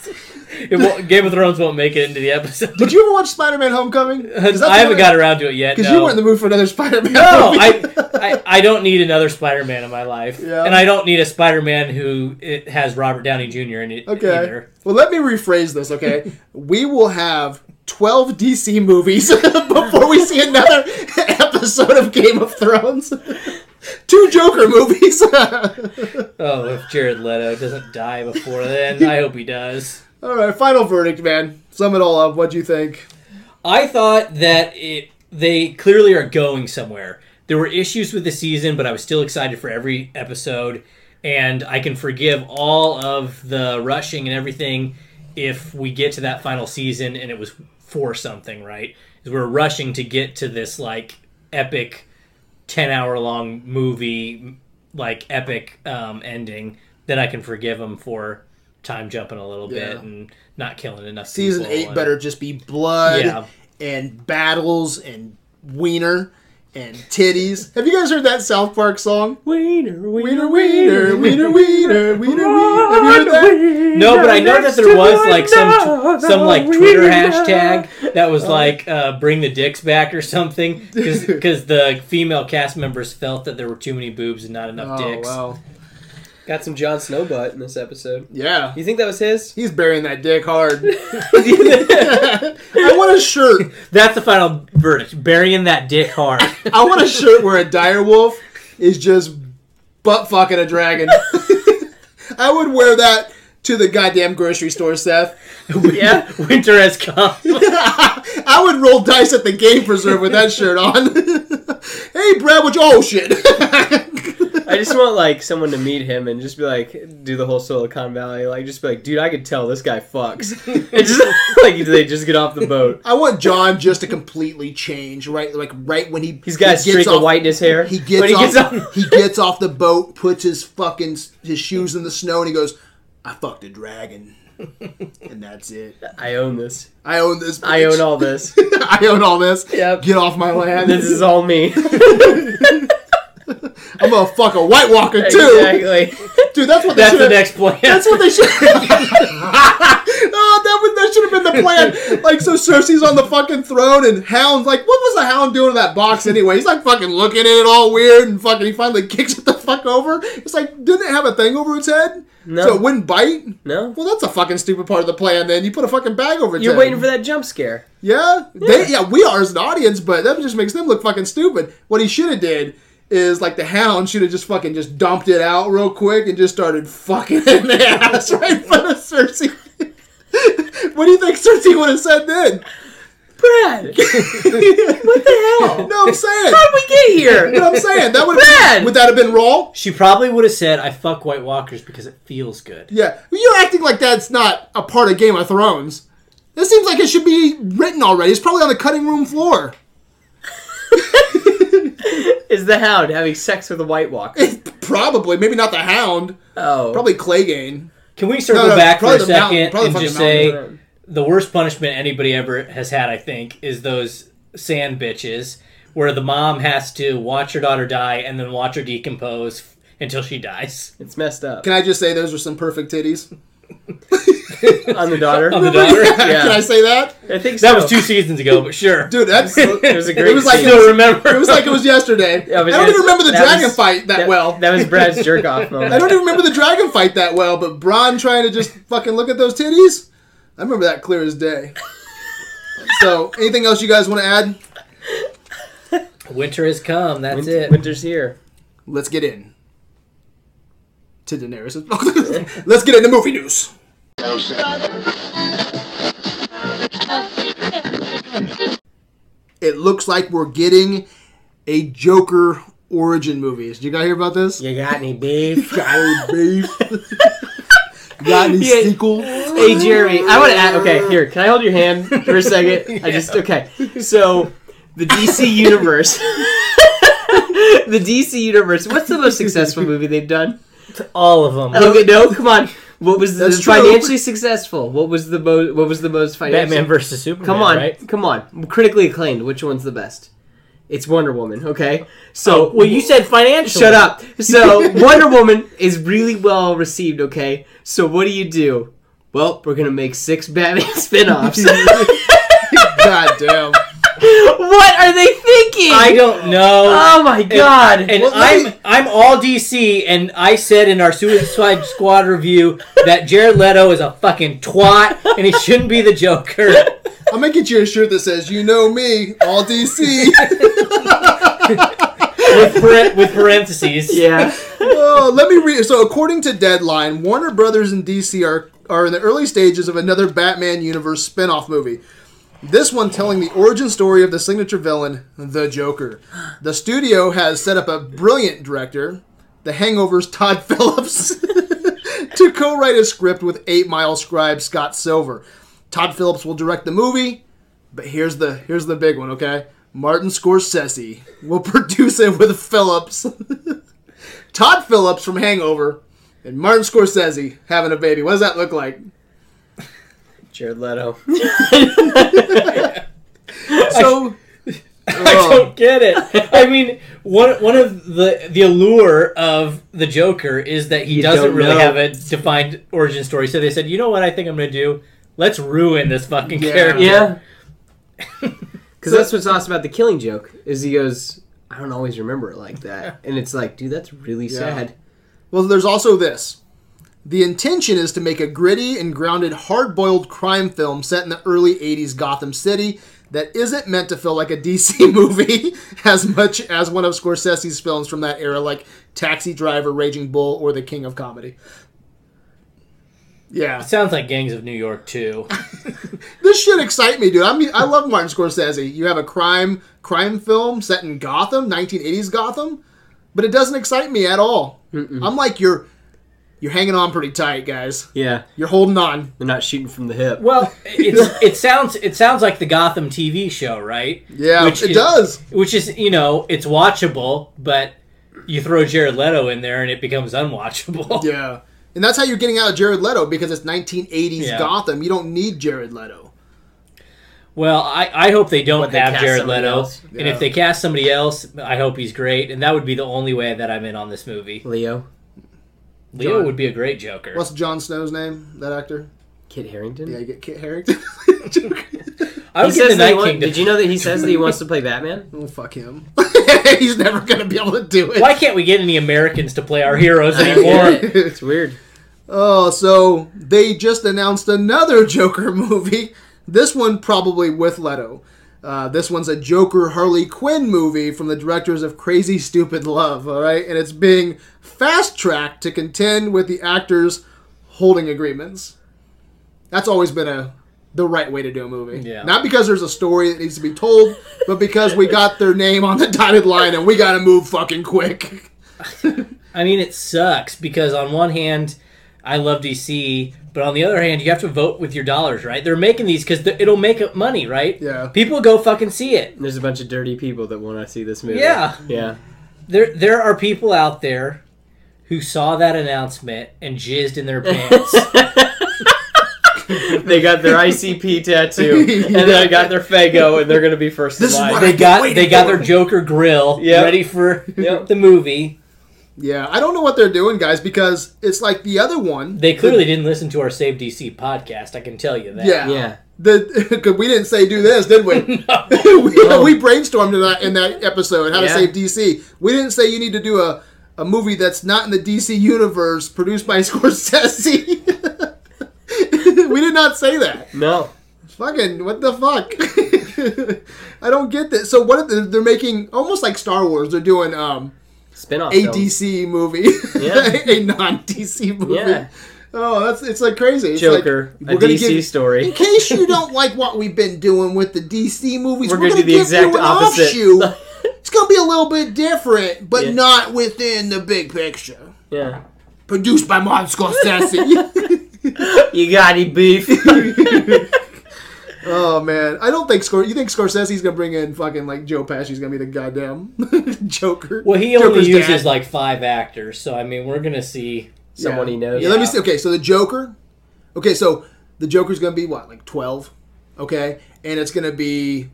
Thrones. It won't, Game of Thrones won't make it into the episode. [laughs] Did you ever watch Spider-Man: Homecoming? Uh, I haven't got around to it yet. because no. you weren't in the mood for another Spider-Man. [laughs] No, movie. I, I, I don't need another Spider-Man in my life, Yeah. and I don't need a Spider-Man who it has Robert Downey Jr. in [laughs] it okay. either. Well, let me rephrase this. Okay, we will have. 12 DC movies [laughs] before we see another [laughs] episode of Game of Thrones. [laughs] Two Joker movies. [laughs] Oh, if Jared Leto doesn't die before then, I hope he does. all right, final verdict, man. Sum it all up. What do you think? I thought that it they clearly are going somewhere. There were issues with the season, but I was still excited for every episode, and I can forgive all of the rushing and everything if we get to that final season and it was for something, right? Because we're rushing to get to this like epic, ten hour long movie, like epic um, ending. Then I can forgive them for time jumping a little bit Yeah. and not killing enough. season people eight and- better just be blood Yeah. and battles and wiener and titties. Have you guys heard that South Park song? Wiener, Wiener, wiener, wiener, wiener, wiener, wiener. Have you heard that? No, but I know that there was like some some some like Twitter hashtag that was like uh, "bring the dicks back" or something because the female cast members felt that there were too many boobs and not enough dicks. Oh, wow. Got some Jon Snow butt in this episode. Yeah. You think that was his? He's burying that dick hard. I want a shirt. That's the final verdict: burying that dick hard. I want a shirt where a dire wolf is just butt fucking a dragon. I would wear that to the goddamn grocery store, Seth. Yeah. Winter has come. [laughs] [laughs] I would roll dice at the game preserve with that shirt on. [laughs] hey, Brad, what you? Oh, shit. [laughs] I just want like someone to meet him and just be like, do the whole Silicon Valley, like just be like, dude, I could tell this guy fucks. And just [laughs] like they just get off the boat. I want John just to completely change, right? Like right when he He's got a he gets streak of off- white in his hair. He gets, when he off, gets off. he gets off the boat, puts his fucking s- his shoes in the snow, and he goes, "I fucked a dragon," [laughs] and that's it. I own this. I own this. I bitch. own all this. [laughs] I own all this. Yep. Get off my land. This is all me. [laughs] I'm gonna fuck a White Walker too, exactly. dude. That's what they That's the should. have next plan. That's what they should. oh, that would, that should have been the plan. Like, so Cersei's on the fucking throne, and Hound's like, what was the Hound doing in that box anyway? He's like fucking looking at it all weird, and fucking he finally kicks it the fuck over. It's like, didn't it have a thing over its head? No. So it wouldn't bite. [laughs] No. Well, that's a fucking stupid part of the plan. Then you put a fucking bag over. Its You're head. waiting for that jump scare. Yeah, they yeah we are as an audience, but that just makes them look fucking stupid. What he should have did is like the hound should have just fucking just dumped it out real quick and just started fucking [laughs] in the ass right in front of Cersei. [laughs] what do you think Cersei would have said then? Brad, what the hell? No, I'm saying. How'd we get You here? know what I'm saying that would Brad! have would that have been raw? She probably would have said, "I fuck White Walkers because it feels good." Yeah, you're acting like that's not a part of Game of Thrones. This seems like it should be written already. It's probably on the cutting room floor. Is the hound having sex with a White Walker? Probably, maybe not the hound. Oh, Probably Clegane. Can we circle No, no, back for probably a the second mountain- probably and fucking just say mountain. the worst punishment anybody ever has had? I think is those sand bitches where the mom has to watch her daughter die and then watch her decompose f- until she dies. it's messed up. Can I just say those are some perfect [laughs] titties? On the daughter. On the daughter. Can I Yeah, say that, I think so. That was two seasons ago, but sure. dude? That's [laughs] it It was a great. [laughs] It was like- I still remember. was like it was yesterday. Yeah, but I don't even it's- remember the that dragon was- fight that, that, well. That [laughs] was Brad's jerk off I moment. don't even remember the dragon fight that well. But Braun trying to just fucking look at those titties, I remember that clear as [laughs] day. so, anything else you guys want to add? Winter has come. That's it. Winter's here. Let's get in to Daenerys. [laughs] Let's get into movie news. It looks like we're getting a Joker origin movie. Did you guys hear about this? [laughs] You got any beef? Got any beef? [laughs] Got any Yeah. sequel? [laughs] Hey [laughs] Jeremy, I want to add. Okay, here, can I hold your hand for a [laughs] second? I just okay. So, the DC universe, [laughs] the DC universe. What's the most successful movie they've done? All of them. Oh, Okay, no, come on. What was the That's true. financially successful? What was the most? What was the most financially? Batman versus Superman. Come on, Right? come on. Critically acclaimed. Which one's the best? It's Wonder Woman. Okay, so So, Oh, well, you said financial. Shut up. So [laughs] Wonder Woman is really well received, okay? So what do you do? Well, we're gonna make six Batman [laughs] [laughs] spin-offs. God damn. what are they thinking? I don't know. Oh my god. And Well, let I'm me- I'm all DC, and I said in our Suicide Squad review that Jared Leto is a fucking twat, and he shouldn't be the Joker. I'm gonna get you a shirt that says, "You know me, all [laughs] DC." With, paren- with parentheses, [laughs] yeah. oh, let me read. So, according to Deadline, Warner Brothers and DC are are in the early stages of another Batman universe spinoff movie. This one telling the origin story of the signature villain, the Joker. The studio has set up a brilliant director, The Hangover's Todd [laughs] Phillips, to co-write a script with Eight Mile scribe Scott Silver. Todd Phillips will direct the movie, but here's the here's the big one, okay? Martin Scorsese will [laughs] produce it with Phillips. Todd Phillips from Hangover and Martin Scorsese having a baby. What does that look like? [laughs] [laughs] Jared Leto. So I Um, don't get it. I mean, one one of the the allure of the Joker is that he You doesn't don't really know. have a defined origin story. So they said, you know what? I think I'm gonna do. Let's ruin this fucking Yeah. character. Yeah. [laughs] Because that's what's awesome about the Killing Joke is he goes, I don't always remember it like that, and it's like, dude, that's really sad. Well, there's also this. The intention is to make a gritty and grounded, hard boiled crime film set in the early 80s Gotham City that isn't meant to feel like a [laughs] DC movie [laughs] as much as one of Scorsese's films from that era, like Taxi Driver, Raging Bull, or The King of Comedy. Yeah. Sounds like Gangs of New York too. This should excite me, dude. I mean, I love Martin Scorsese. You have a crime crime film set in Gotham, 1980s Gotham, but it doesn't excite me at all. I'm like you're you're hanging on pretty tight, guys. Yeah, You're holding on. they're not shooting from the hip. Well, it's, it sounds it sounds like the Gotham TV show, right? Yeah, Which it is- does. Which is you know it's watchable, but you throw Jared Leto in there and it becomes unwatchable. Yeah. And that's how you're getting out of Jared Leto because it's 1980s Yeah. Gotham. You don't need Jared Leto. [laughs] Well, I, I hope they don't But they have cast Jared somebody Leto, else. and Yeah. if they cast somebody else, I hope he's great, and that would be the only way that I'm in on this movie. Leo, Leo John. would be a great Joker. What's Jon Snow's name? That actor? Kit Harrington. Yeah, you get Kit Harington. [laughs] I would He get the says that he Night want- Kingdom. did you know that he says that he wants to [laughs] play Batman? oh, fuck him. He's never going to be able to do it. Why can't we get any Americans to play [laughs] our heroes anymore? it's weird. Oh, so they just announced another [laughs] Joker movie. This one probably with Leto. Uh, this one's a Joker Harley Quinn movie from the directors of Crazy Stupid Love, all right? And it's being fast tracked to contend with the actors' holding agreements. That's always been a the right way to do a movie. Yeah. Not because there's a story that needs to be told, but because we got their name on the dotted line and we got to move fucking quick. I mean, it sucks because on one hand, I love DC, but on the other hand, you have to vote with your dollars, right? They're making these because it'll make up money, right? Yeah. People go fucking see it. There's a bunch of dirty people that want to see this movie. Yeah. yeah. There, there are people out there who saw that announcement and jizzed in their [laughs] pants. they got their ICP tattoo, and then I got their Fago, and they're gonna be first This is in line. what they I've been got waiting they got for their Joker grill Yep. ready for Yep. [laughs] the movie. Yeah, I don't know what they're doing, guys, because it's like the other one. They clearly didn't listen to our Save DC podcast. I can tell you that. Yeah. yeah, The, [laughs] 'cause we didn't say do this, did we? [laughs] [laughs] we, we brainstormed in that, in that episode how to Yeah. save DC. We didn't say you need to do a, a movie that's not in the DC universe produced by [laughs] Scorsese. [laughs] we did not say that. no, Fucking what the fuck? [laughs] I don't get this. So what if they're, they're making almost like Star Wars? They're doing um, spinoff. a films. DC movie, [laughs] Yeah. a non DC movie. Yeah. Oh, that's it's like crazy. It's like, Joker, we're a gonna DC give- story. In case you don't [laughs] like what we've been doing with the DC movies, We're we're, going to gonna do the give exact you an opposite. [laughs] offshoot. it's going to be a little bit different, but Yeah. not within the big picture. Yeah, Produced by Martin [laughs] Scorsese. [laughs] you got any [laughs] beef? oh man, I don't think Scor. You think Scorsese's going to bring in fucking like Joe Pesci's going to be the goddamn [laughs] Joker? Well, he Joker's only uses dad. like five actors, so I mean, we're gonna see. Someone Yeah. he knows. Yeah, let me see. Okay, so the Joker. Okay, so the Joker's gonna be what, like twelve? Okay, and it's gonna be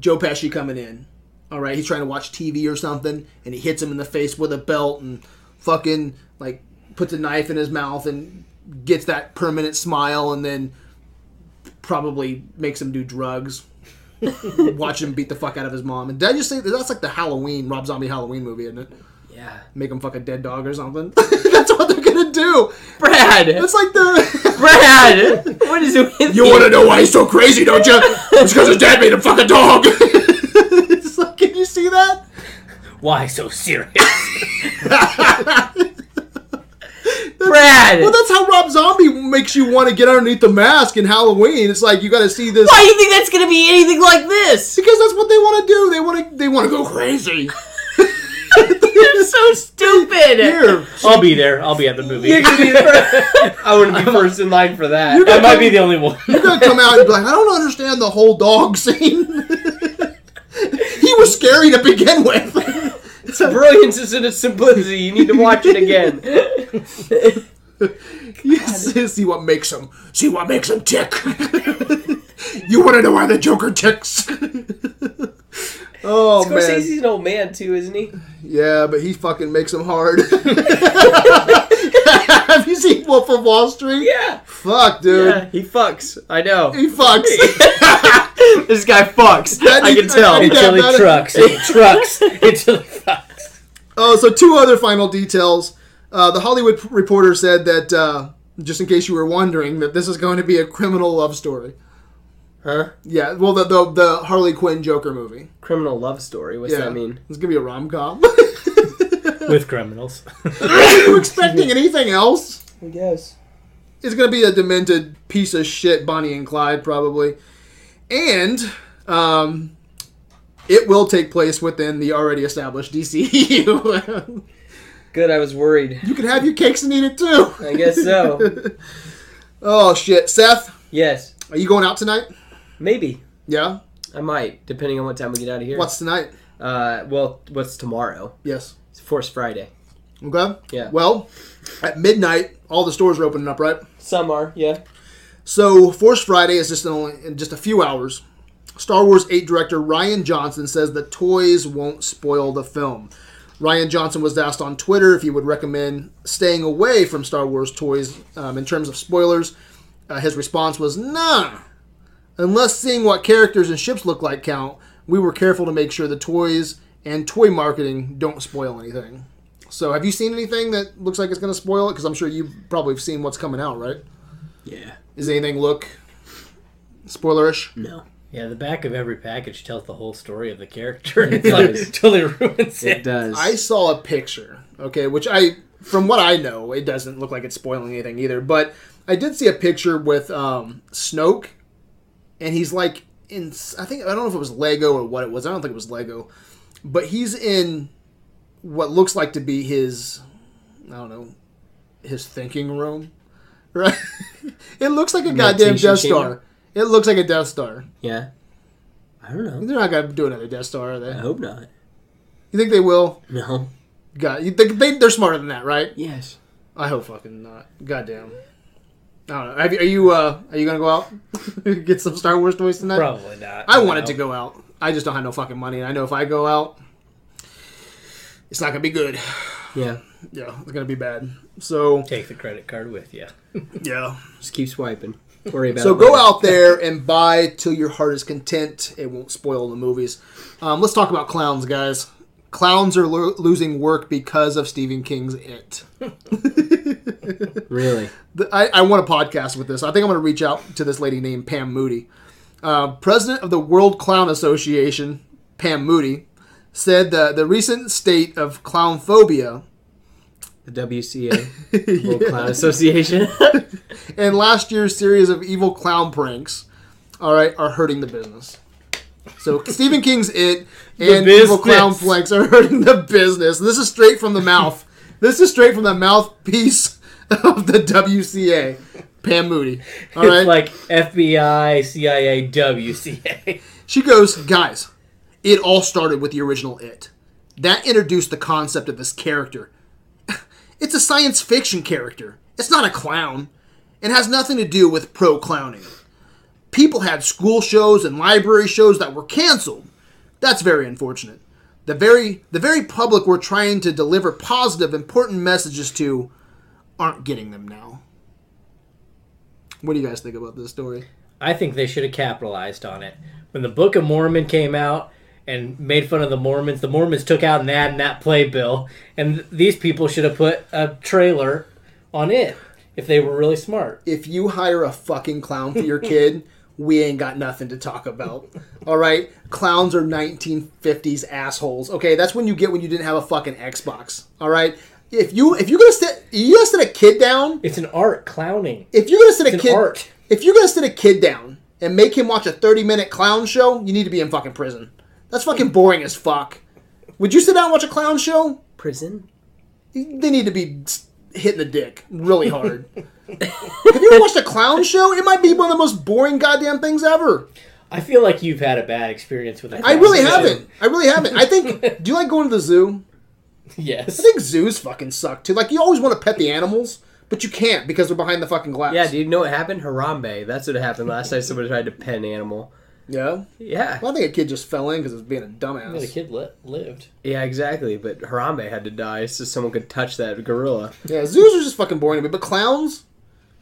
Joe Pesci coming in. All right, he's trying to watch TV or something, and he hits him in the face with a belt, and fucking like puts a knife in his mouth and gets that permanent smile, and then probably makes him do drugs. Watch him beat the fuck out of his mom. And did I just say that that's like the Halloween Rob Zombie Halloween movie, isn't it? Yeah, Make him fuck a dead dog or something. [laughs] that's what they're gonna do. Brad, It's like the. [laughs] [laughs] Brad, what is it with you? to know why he's so crazy, don't you? It's because his dad made him fuck a dog. [laughs] it's like, can you see [laughs] that? Why so serious? Brad? Well, that's how Rob Zombie makes you want to get underneath the mask in Halloween. It's like you got to see this Why do you think that's gonna be anything like this? because that's what they want to do. They want to. They want to go [laughs] crazy. [laughs] You're so [laughs] stupid. [laughs] Here, I'll be there. I'll be at the [laughs] movie. You're gonna be the first. I wouldn't be first in line for that. I might be the [laughs] only one. you're gonna come out and be like, I don't understand the whole dog [laughs] scene. he was scary to begin [laughs] with. Its brilliance is in its simplicity. You need to watch it [laughs] again. Yes, [laughs] see what makes him. See what makes him [laughs] tick. you want to know why the Joker ticks? [laughs] Oh man, Scorsese's an old man too, isn't he? yeah, but he fucking makes them hard. [laughs] Have you seen Wolf of Wall Street? Yeah. Fuck, dude. Yeah, he fucks. I know. He fucks. [laughs] this guy [laughs] fucks. That I can needs- tell. Yeah, until that he is- trucks, until he trucks, until he [laughs] fucks. Oh, so two other final details. Uh, the Hollywood Reporter said that, uh, just in case you were wondering, that this is going to be a criminal love story. Huh? Yeah, well, the the, the Harley Quinn Joker movie. Criminal love story. What's Yeah, that mean? it's gonna be a rom com. with criminals. [laughs] you expecting anything else? I guess. It's gonna be a demented piece of shit, Bonnie and Clyde probably, and um, it will take place within the already established E [laughs] DCU. Good. I was worried. you can have your cakes and eat it too. I guess [laughs] so. oh shit, Seth, yes. are you going out tonight? Maybe. Yeah. I might, depending on what time we get out of here. What's tonight? Uh, well, what's tomorrow? Yes. It's Force Friday. Okay. Yeah. Well, at midnight, all the stores are opening up, right? Some are. Yeah. So Force Friday is just only in just a few hours. Star Wars 8 director Ryan Johnson says the toys won't spoil the film. Ryan Johnson was asked on Twitter if he would recommend staying away from Star Wars toys um, in terms of spoilers. Uh, his response was, "Nah, unless seeing what characters and ships look like count, we were careful to make sure the toys and toy marketing don't spoil anything." So, have you seen anything that looks like it's going to spoil it? Because I'm sure you've probably seen what's coming out, right? Yeah. Does anything look spoilerish? No. Yeah, the back of every package tells the whole story of the character. [laughs] It's like, totally ruins It it. does. I saw a picture, okay, which I, from what I know, it doesn't look like it's spoiling anything either. But I did see a picture with um, Snoke, and he's like in, I think, I don't know if it was Lego or what it was. I don't think it was Lego, but he's in what looks like to be his, I don't know, his thinking room, [laughs] right? it looks like a goddamn Meditation Death chamber? Star. It looks like a Death Star. Yeah. I don't know. They're not gonna do another Death Star, are they? I hope not. You think they will? No. God, you think they, they're smarter than that, right? Yes. I hope fucking not. Goddamn. I don't know. Have you, are you uh, are you gonna go out [laughs] get some Star Wars toys tonight? Probably not. I wanted No. to go out. I just don't have no fucking money. And I know if I go out, it's not gonna be good. Yeah. Yeah, it's gonna be bad. So take the credit card with you. yeah. Just keep swiping. Don't Worry about So it. go later. out there and buy till your heart is content. It won't spoil the movies. Um, let's talk about clowns, guys. Clowns are lo- losing work because of Stephen King's It. Really. the- I, I want a podcast with this. I think I'm going to reach out to this lady named Pam Moody. Uh, president of the World Clown Association, Pam Moody, said that the recent state of clown phobia The WCA, World Clown Association. and last year's series of evil clown pranks, all right, are hurting the business. So [laughs] Stephen King's It and evil business. clown pranks are [laughs] hurting the business. This is straight from the mouth. this is straight from the mouthpiece [laughs] of the WCA, Pam Moody. All right. It's like FBI, CIA, WCA. She goes, guys, it all started with the original It. That introduced the concept of this character. [laughs] it's a science fiction character. It's not a clown. It has nothing to do with pro clowning. People had school shows and library shows that were canceled. That's very unfortunate. The very the very public we're trying to deliver positive, important messages to aren't getting them now. What do you guys think about this story? I think they should have capitalized on it. When the Book of Mormon came out and made fun of the Mormons, the Mormons took out an ad in that playbill, and th- these people should have put a trailer on it if they were really smart. if you hire a fucking clown for your [laughs] kid, we ain't got nothing to talk about. All right? Clowns are 1950s assholes. Okay, that's when you get when you didn't have a fucking Xbox. All right? If you if you're gonna sit you gonna sit a kid down, It's an art clowning. if you're gonna sit a It's an kid art. if you're gonna sit a kid down and make him watch a 30 minute clown show, you need to be in fucking prison. That's fucking boring as fuck. Would you sit down and watch a clown show? Prison. they need to be hitting the dick really hard. Have you ever watched a clown show? It might be one of the most boring goddamn things ever. I feel like you've had a bad experience with it. I really haven't. I really haven't. I think. Do you like going to the zoo? [laughs] Yes. I think zoos fucking suck too. Like you always want to pet the animals, but you can't because they're behind the fucking glass. Yeah, do you know what happened? Harambe. That's what happened last time someone tried to pet an animal. Yeah. Yeah. Well, I think a kid just fell in because it was being a dumbass. The kid li- lived. Yeah, exactly. But Harambe had to die so someone could touch that gorilla. Yeah, zoos are just fucking boring to me. But clowns,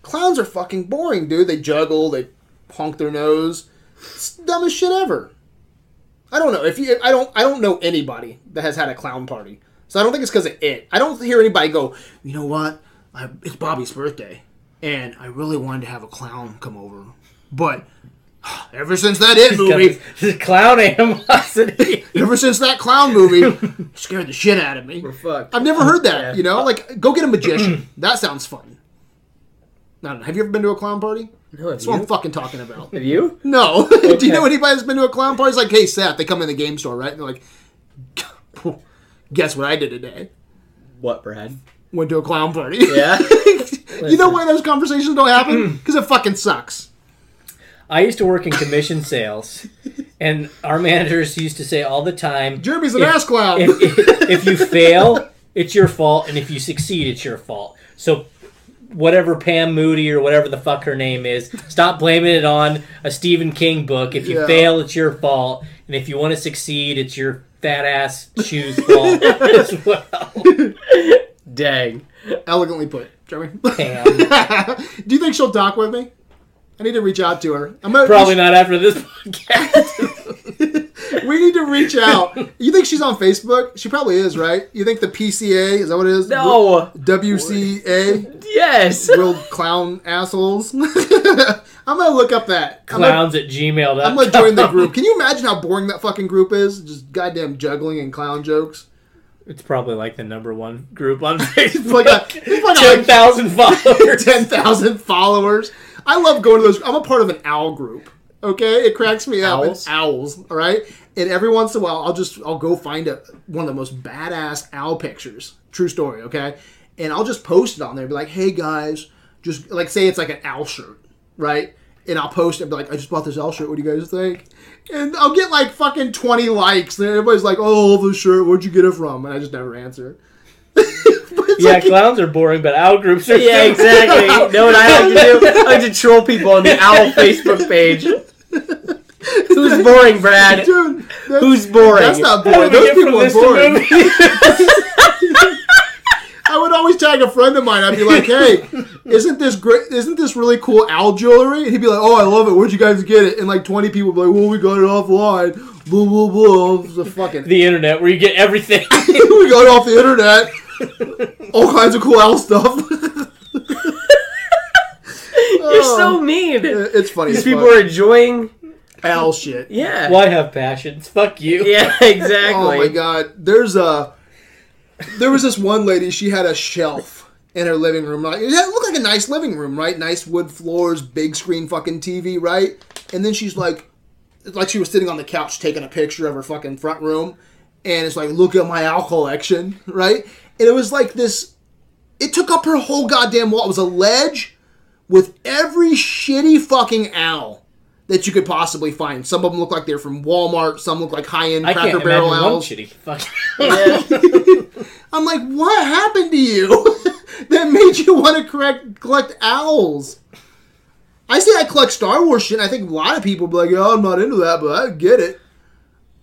clowns are fucking boring, dude. They juggle, they honk their nose. It's the dumbest shit ever. I don't know if you. I don't. I don't know anybody that has had a clown party. So I don't think it's because of it. I don't hear anybody go. You know what? I, it's Bobby's birthday, and I really wanted to have a clown come over, but [sighs] ever since that it movie, This clown [laughs] animosity. ever since that clown movie, scared the shit out of me. We're fucked. I've never heard that. Yeah. You know, like go get a [clears throat] magician. that sounds fun. I don't know. Have you ever been to a clown party? No, have That's what I'm you? fucking talking about. Have you? No. [laughs] Do you know anybody that's been to a clown party? It's like, hey, Seth, they come in the game store, right? And they're like, [laughs] guess what I did today? [laughs] What, Brad? Went to a clown party. Yeah. [laughs] you know why those conversations don't happen? [clears throat] Because it fucking sucks. I used to work in commission sales, and our managers used to say all the time, Jeremy's an If- ass [laughs] clown. [laughs] if, if, if you fail, it's your fault, and if you succeed, it's your fault. So, whatever Pam Moody or whatever the fuck her name is, stop blaming it on a Stephen King book. If you Yeah. fail, it's your fault, and if you want to succeed, it's your fat ass shoes fault as well. Dang. Elegantly put, Jeremy. Pam, [laughs] Do you think she'll talk with me? I need to reach out to her. I'm gonna, probably not after this podcast. We need to reach out. You think she's on Facebook? She probably is, right? You think the PCA is that what it is? No. WCA, Yes. [laughs] World Clown Assholes. [laughs] I'm gonna look up that. I'm gonna, Clowns at gmail. I'm gonna join the group. Can you imagine how boring that fucking group is? Just goddamn juggling and clown jokes. It's probably like the number one group on [laughs] Facebook. Like a, it's like Ten a, thousand [laughs] followers. ten thousand followers. I love going to those. I'm a part of an owl group. Okay, it cracks me up. It's owls, all right. And every once in a while, I'll just I'll go find a one of the most badass owl pictures. True story. Okay, and I'll just post it on there. Be like, hey guys, just like say it's like an owl shirt, right? And I'll post it and be like, I just bought this owl shirt. What do you guys think? And I'll get like fucking twenty likes. And everybody's like, oh, the shirt. Where'd you get it from? And I just never answer. [laughs] But it's Yeah, like- clowns are boring, but owl groups [laughs] are. Yeah, [laughs] exactly. You know what I like to do? I like to troll people on the [laughs] owl Facebook page. Who's boring, Brad? Dude, that- Who's boring? That's not How boring. did we Those get from people are this to boring. movies? I would always tag a friend of mine. I'd be like, [laughs] "Hey, isn't this great? Isn't this really cool owl jewelry?" And he'd be like, "Oh, I love it. Where'd you guys get it?" And like twenty people would be like, "Well, we got it offline." Blah blah blah. It's a fucking. [laughs] the internet, where you get everything. [laughs] [laughs] we got it off the internet. All kinds of cool owl stuff. [laughs] You're so mean. It's funny. These These people are enjoying. owl shit. Yeah. Why have passions? Fuck you. Yeah, [laughs] exactly. Oh my god. There's a there was this one lady, she had a shelf in her living room, right? It had- it looked like a nice living room, right? Nice wood floors, big screen fucking TV, right? And then she's like it's like she was sitting on the couch taking a picture of her fucking front room and it's like, look at my owl collection, [laughs] right? And it was like this it took up her whole goddamn wall. It was a ledge with every shitty fucking owl that you could possibly find. Some of them look like they're from Walmart. Some look like high-end I Cracker can't Barrel imagine one owls. shitty. Fuck. [laughs] Yeah. I'm like, what happened to you [laughs] that made you want to correct, collect owls? I say I collect Star Wars shit, and I think a lot of people be like, oh, I'm not into that, but I get it.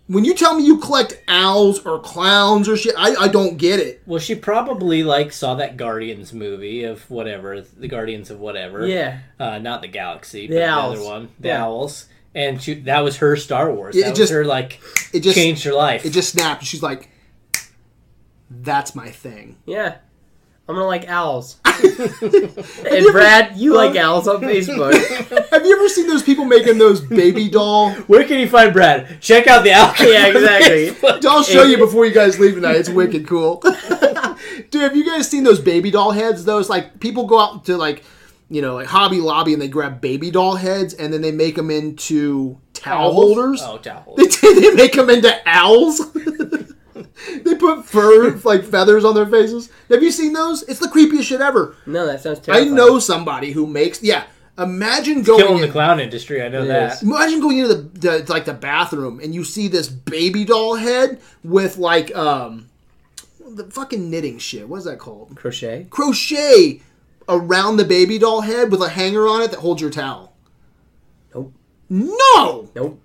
When you tell me you collect owls or clowns or shit, I, I don't get it. Well, she probably like saw that Guardians movie of whatever, the Guardians of whatever. yeah. Uh, not the galaxy, but The the, owls. other one, the Yeah. owls. And she, that was her Star Wars. It- that it was just- her like It just changed her life. it just snapped. and She's like, that's my thing. [laughs] Yeah. I'm gonna like owls. and [laughs] Brad, you like owls on Facebook. Have you ever seen those people making those baby doll? Where can you find Brad? [laughs] Check out the owl. yeah, exactly. I'll show you before you guys leave tonight. It's wicked cool. [laughs] Dude, have you guys seen those baby doll heads? Those like people go out to like, you know, like Hobby Lobby and they grab baby doll heads and then they make them into towel holders. Oh, [laughs] towel. they make them into owls. [laughs] they put fur like feathers on their faces. Have you seen those? It's the creepiest shit ever. [laughs] No, that sounds I terrible. know somebody who makes. Yeah, imagine going. Killing in- the clown industry. I know Yes. that. Imagine going into the, the like the bathroom and you see this baby doll head with like um the fucking knitting shit. What is that called? Crochet. Crochet around the baby doll head with a hanger on it that holds your towel. Nope. No, Nope.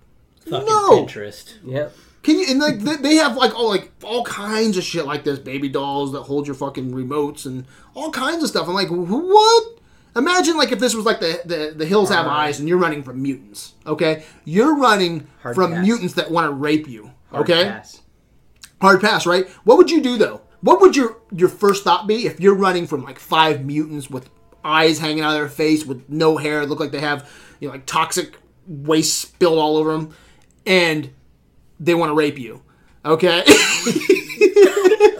Fucking No. Pinterest. Yeah. Can you and like they- they have like all like all kinds of shit like this, baby dolls that hold your fucking remotes and all kinds of stuff. I'm like, wh- what? Imagine like if this was like the the, the hills have eyes and you're running from mutants. Okay, you're running Hard from pass. mutants that want to rape you. Hard okay, pass. hard pass, right? What would you do though? What would your your first thought be if you're running from like five mutants with eyes hanging out of their face, with no hair, look like they have you know like toxic waste spilled all over them, and they want to rape you? Okay, [laughs]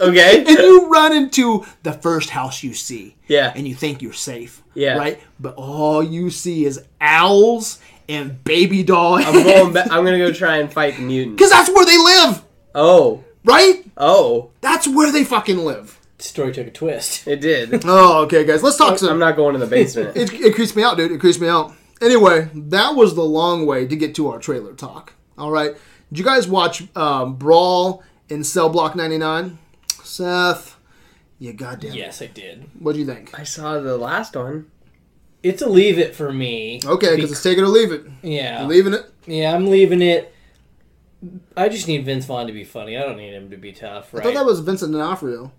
Okay. and you run into the first house you see, Yeah. and you think you're safe, Yeah. right? But all you see is owls and baby dolls, [laughs] I'm going back. I'm gonna go try and fight the mutant. because that's where they live, Oh. right? Oh. That's where they fucking live. Story took a twist. [laughs] It did. Oh, okay, guys, let's talk some. I'm not going in the basement. it, it creeps me out, dude. It creeps me out. Anyway, that was the long way to get to our trailer talk. All right. Did you guys watch um, Brawl in Cell Block 99? Seth, you goddamn. Yes, I did. What do you think? I saw the last one. It's a leave it for me. Okay, because it's take it or leave it. Yeah. You leaving it? Yeah, I'm leaving it. I just need Vince Vaughn to be funny. I don't need him to be tough, I thought right? that was Vincent [laughs] D'Onofrio.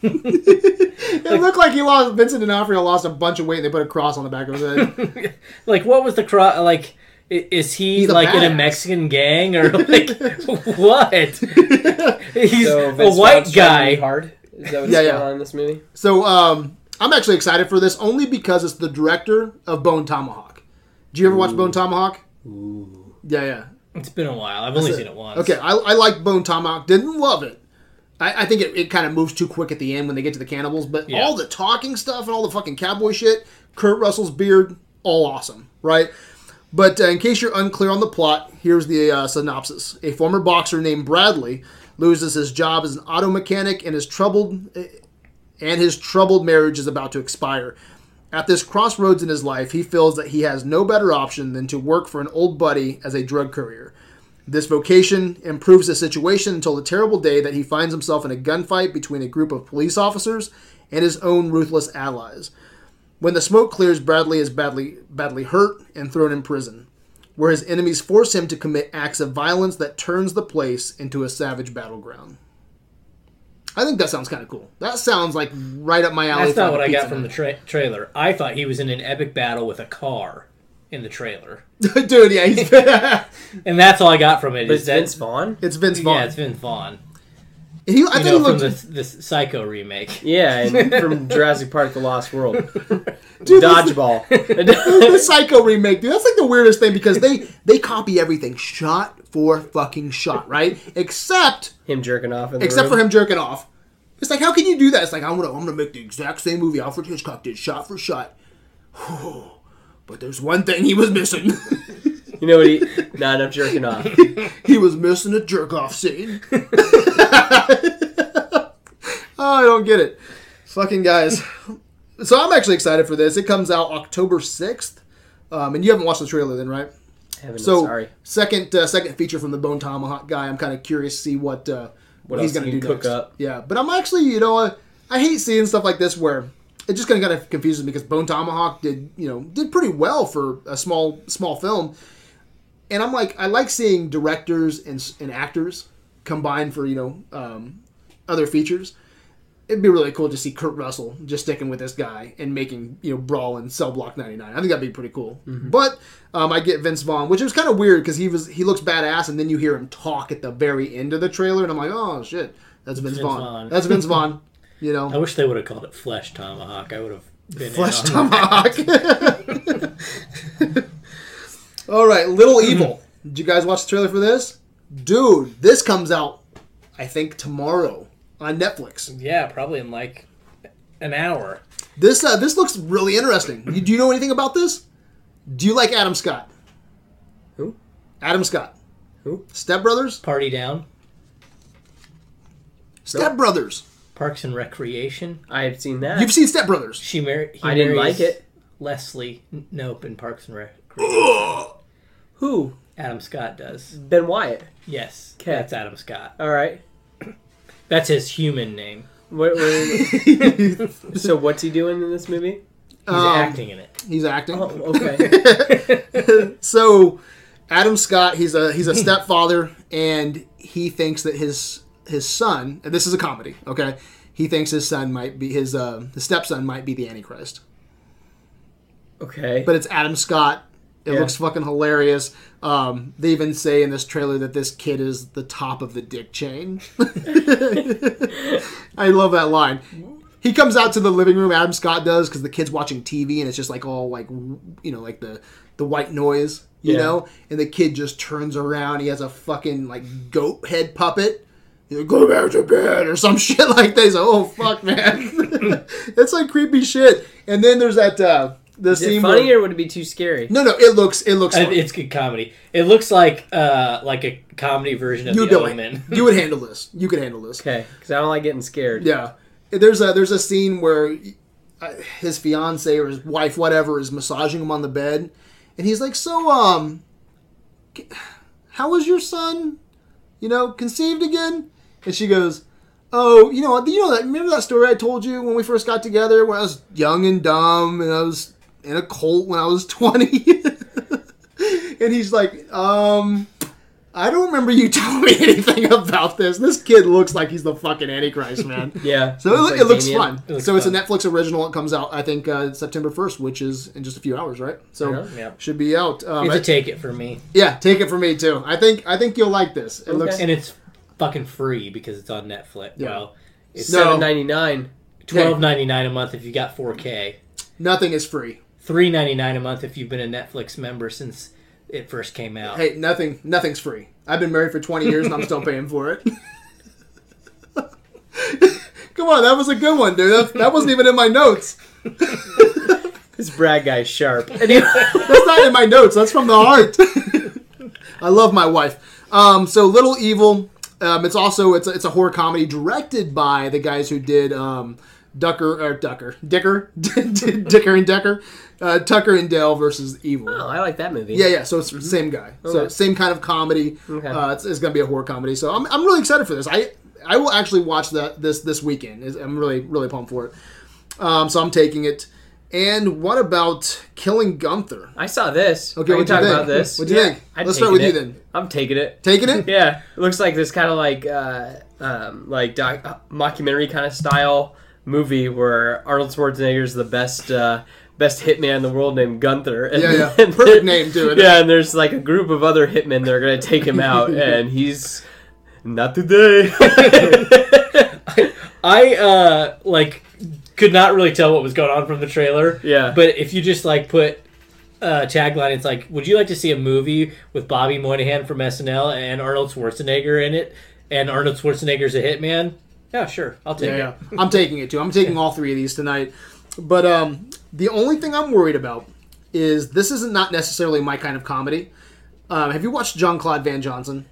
[laughs] it looked like he lost. Vincent D'Onofrio lost a bunch of weight. and They put a cross on the back of his head. [laughs] like, what was the cro- like? i- Is he He's a like in badass. a Mexican [laughs] gang or like what? [laughs] He's So a Vince white Vaughn's trying to be guy. Hard. Is that what's Yeah, going yeah. on in this movie? so um, I'm actually excited for this only because it's the director of Bone Tomahawk. Do you ever watch Bone Tomahawk? Ooh. Yeah, yeah. It's been a while. I've only That's seen it once. Okay, I, I like Bone Tomahawk. Didn't love it. I, I think it, it kind of moves too quick at the end when they get to the cannibals, but Yeah. all the talking stuff and all the fucking cowboy shit, Kurt Russell's beard, all awesome, right? But uh, in case you're unclear on the plot, here's the uh, synopsis. A former boxer named Bradley loses his job as an auto mechanic and is troubled eh, and his troubled marriage is about to expire. At this crossroads in his life, he feels that he has no better option than to work for an old buddy as a drug courier. This vocation improves the situation until the terrible day that he finds himself in a gunfight between a group of police officers and his own ruthless allies. When the smoke clears, Bradley is badly badly hurt and thrown in prison, where his enemies force him to commit acts of violence that turns the place into a savage battleground. I think that sounds kind of cool. That sounds like right up my alley. That's for not like what a I got pizza from the night. tra- trailer. I thought he was in an epic battle with a car in the trailer, [laughs] dude. Yeah, [laughs] he's, and that's all I got from it. But is it's that- Vince Vaughn. [laughs] it's Vince Vaughn. Yeah, it's Vince Vaughn. he, I You think he know, from looked, the, the Psycho remake. Yeah, [laughs] and from Jurassic Park: The Lost [laughs] World. dude, that's- Dodgeball. [laughs] the Psycho remake, dude. That's like the weirdest thing because they they copy everything shot for fucking shot, right? Except him jerking off. In the except room. for him jerking off. It's like how can you do that? It's like I'm gonna I'm gonna make the exact same movie Alfred Hitchcock did, shot for shot. [sighs] but there's one thing he was missing. [laughs] You know what? He, not enough jerking off. he was missing a jerk off scene. [laughs] oh, I don't get it. Fucking guys. So I'm actually excited for this. It comes out October 6th. Um, and you haven't watched the trailer then, right? Heaven, So sorry. second uh, second feature from the Bone Tomahawk guy. I'm kind of curious to see what uh, what he's else going he to do can cook next. up. Yeah, but I'm actually you know I, I hate seeing stuff like this where it just kind of kind of confuses me because Bone Tomahawk did you know did pretty well for a small small film, and I'm like I like seeing directors and s- and actors combined for you know um, other features. It'd be really cool to see Kurt Russell just sticking with this guy and making you know Brawl and Cell Block 99. I think that'd be pretty cool. Mm-hmm. But um, I get Vince Vaughn, which was kind of weird because he was he looks badass, and then you hear him talk at the very end of the trailer, and I'm like, oh shit, that's Vince, Vince Vaughn. Vaughn. That's Vince Vaughn. [laughs] You I know, wish they would have called it Flesh Tomahawk. I would have been Flesh in on that. Tomahawk. [laughs] All right, Little Mm-hmm. Evil. Did you guys watch the trailer for this? Dude, this comes out, I think tomorrow on Netflix. Yeah, probably in like an hour. This uh, this looks really interesting. You, do you know anything about this? Do you like Adam Scott? Who? Adam Scott. Who? Step Brothers. Party down, Step Brothers. Parks and Recreation. I've seen that. You've seen Step Brothers. She married. I didn't like it. Leslie N- Nope in Parks and Rec. Who? Adam Scott Mm. does. Ben Wyatt. Yes, Okay. that's Adam Scott. All right. That's his human name. What, what, [laughs] so what's he doing in this movie? He's Um, acting in it. He's acting. Oh, okay. So Adam Scott, he's a [laughs] he's a stepfather, and he thinks that his his son. And this is a comedy, okay? He thinks his son might be his uh, his stepson might be the Antichrist, Okay. but it's Adam Scott. It Yeah. looks fucking hilarious. Um, they even say in this trailer that this kid is the top of the dick chain. [laughs] I love that line. He comes out to the living room. Adam Scott does because the kid's watching TV and it's just like all like you know like the the white noise you Yeah. know. And the kid just turns around. He has a fucking like goat head puppet. He's like, Go back to bed or some [laughs] shit like that. He's like, oh fuck, man, [laughs] it's like creepy shit. And then there's that uh, the Is it scene funny where- or would it be too scary? no, no, it looks it looks. Uh, funny. It's good comedy. It looks like uh, like a comedy version of you The do it. Element. [laughs] [laughs] You would handle this. You could handle this. Okay, because I don't like getting scared. Yeah, there's a there's a scene where uh, his fiance or his wife, whatever, is massaging him on the bed, and he's like, "So, um, c- how was your son? You know, conceived again?" And she goes, "Oh, you know, what? you know that remember that story I told you when we first got together when I was young and dumb and I was in a cult when I was [laughs] 20." and he's like, "Um." I don't remember you [laughs] telling me anything about this. This kid looks like he's the fucking Antichrist, man. Yeah. So it, loo- Looks like it looks Damien. fun. It looks so it's a fun. Netflix original. It comes out, I think, uh, September 1st, which is in just a few hours, right? So Yeah. Yeah. should be out. Um, It's I- a take it for me, yeah, take it from me too. I think I think you'll like this. It looks Okay. and it's fucking free because it's on Netflix. Yeah. Well, it's No. Seven ninety nine. twelve ninety nine a month if you got four K. nothing is free. Three ninety nine a month if you've been a Netflix member since it first came out. Hey, nothing nothing's free. I've been married for 20 years and I'm still paying for it. [laughs] Come on, that was a good one, dude. That, that wasn't even in my notes. This Brad guy's [laughs] sharp. Anyway, That's not in my notes. That's from the heart. [laughs] I love my wife. Um, so Little Evil. Um, it's also it's a, it's a horror comedy directed by the guys who did um, Ducker or Ducker Dicker [laughs] Dicker and Decker uh, Tucker and Dale versus Evil. oh, I like that movie. Yeah, yeah. So it's the same guy. So Okay. same kind of comedy. Okay. Uh, it's, it's going to be a horror comedy. So I'm, I'm really excited for this. I I will actually watch that this this weekend. Is- I'm really really pumped for it. Um, so I'm taking it. And what about Killing Gunther? I saw this. Okay, I can what'd you talk think? about this. What'd you think? I'd Let's start with taken you it. then. I'm taking it. Taking [laughs] it? [laughs] Yeah, it looks like this kind of like uh, um, like doc- uh, mockumentary kind of style movie where Arnold Schwarzenegger's the best uh, best hitman in the world named Gunther. [laughs] And Yeah, yeah. then- Perfect name, too. [laughs] Yeah, and there's like a group of other hitmen that are gonna take [laughs] him out, and he's not today. [laughs] I uh like could not really tell what was going on from the trailer. Yeah. But if you just like put uh, tagline, it's like, would you like to see a movie with Bobby Moynihan from SNL and Arnold Schwarzenegger in it? And Arnold Schwarzenegger's a hitman? Yeah, sure. I'll take Yeah, it. yeah. I'm taking it too. I'm taking all three of these tonight. But um, the only thing I'm worried about is this isn't not necessarily my kind of comedy. Um, have you watched Jean Claude Van Johnson?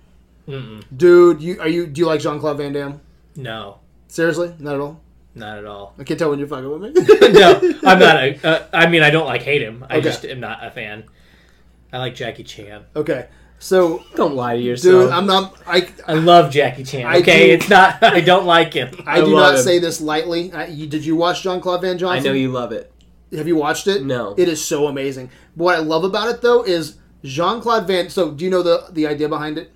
Dude, you are you? Do you like Jean Claude Van Damme? No, Seriously, not at all. not at all. I can't tell when you're fucking with me. [laughs] no, I'm not. A, uh, I mean, I don't like hate him. I Okay. just am not a fan. I like Jackie Chan. okay, so Don't lie to yourself. dude, I'm not. I I love Jackie Chan. I Okay, do- it's not. [laughs] I don't like him. I, I do love not him. say this lightly. I, you, did you watch Jean Claude Van I Johnson? know you love it. Have you watched it? No. It is so amazing. What I love about it though is Jean Claude Van. So do you know the the idea behind it?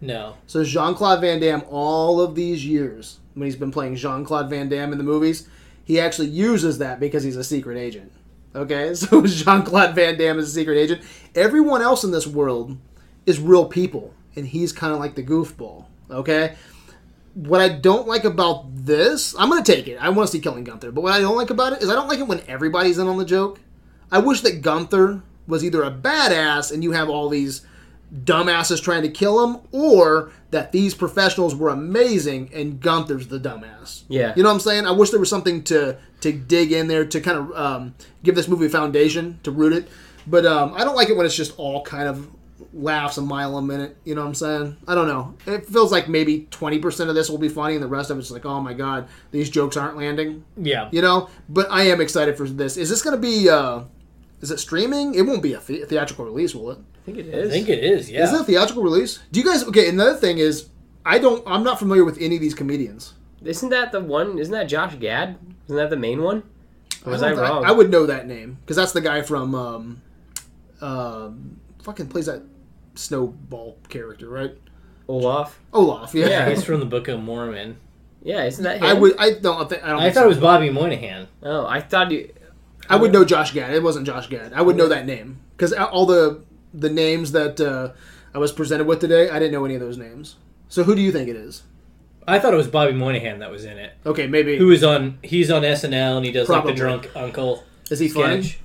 No. So Jean Claude Van Damme, all of these years when he's been playing Jean Claude Van Damme in the movies, he actually uses that because he's a secret agent. Okay, [laughs] so Jean Claude Van Damme is a secret agent. Everyone else in this world is real people, and he's kind of like the goofball. Okay, what I don't like about this, I'm gonna take it. I want to see Killing Gunther, but what I don't like about it is I don't like it when everybody's in on the joke. I wish that Gunther was either a badass and you have all these dumbasses trying to kill him, or that these professionals were amazing and Gunther's the dumbass. Yeah. you know what I'm saying. I wish there was something to to dig in there to kind of um, give this movie a foundation to root it. But um, I don't like it when it's just all kind of laughs a mile a minute. You know what I'm saying? I don't know. It feels like maybe 20% of this will be funny, and the rest of it's like, oh my god, these jokes aren't landing. Yeah. You know, but I am excited for this. Is this going to be? Uh, is it streaming? It won't be a the- theatrical release, will it? I think it I is. think it is. Yeah. Is it a theatrical release? Do you guys? Okay. Another thing is, I don't. I'm not familiar with any of these comedians. Isn't that the one? Isn't that Josh Gad? Isn't that the main one? Or was I, don't thi- wrong? I, would know that name because that's the guy from, um, um, fucking plays that snowball character, right? Olaf. Olaf, yeah. Yeah, He's from the Book of Mormon. Yeah, isn't that him? I would. I don't think. I don't. I think thought so. it was Bobby Moynihan. Oh, I thought you. I would know Josh Gad. It wasn't Josh Gad. I would know that name because all the the names that uh, I was presented with today, I didn't know any of those names. So who do you think it is? I thought it was Bobby Moynihan that was in it. Okay, maybe Who is on? He's on SNL and he does like Probably. the drunk uncle is he funny? sketch.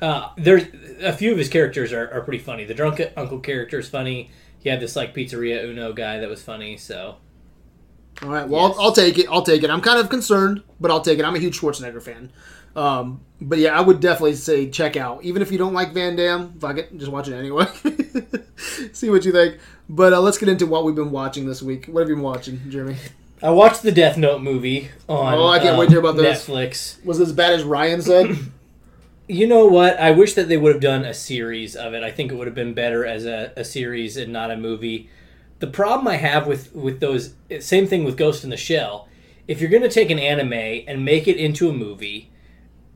Uh, there's a few of his characters are, are pretty funny. The drunk uncle character is funny. He had this like pizzeria Uno guy that was funny. So All right. Well, I'll, I'll take it. I'll take it. I'm kind of concerned, but I'll take it. I'm a huge Schwarzenegger fan. Um, but yeah, I would definitely say check out, even if you don't like Van Damme. Fuck it, just watch it anyway. [laughs] See what you think. But uh, let's get into what we've been watching this week. What have you been watching, Jeremy? I watched the Death Note movie on. Oh, I can't um, wait to hear about this. Netflix. Was it as bad as Ryan [laughs] said? You know what? I wish that they would have done a series of it. I think it would have been better as a, a series and not a movie. The problem I have with with those same thing with Ghost in the Shell. If you're going to take an anime and make it into a movie,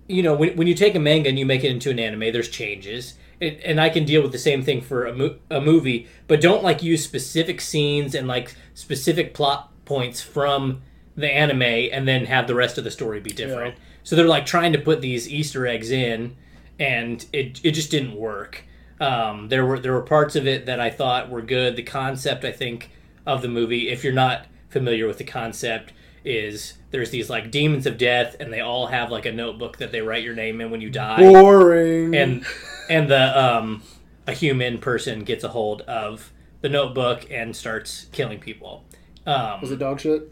you know, when, when you take a manga and you make it into an anime, there's changes. It, and I can deal with the same thing for a, mo- a movie, but don't like use specific scenes and like specific plot points from the anime and then have the rest of the story be different. So they're like trying to put these Easter eggs in, and it, it just didn't work. Um, there were there were parts of it that I thought were good. The concept I think of the movie, if you're not familiar with the concept, is there's these like demons of death, and they all have like a notebook that they write your name in when you die Boring. and and the um a human person gets a hold of the notebook and starts killing people. was Um, it dog shit?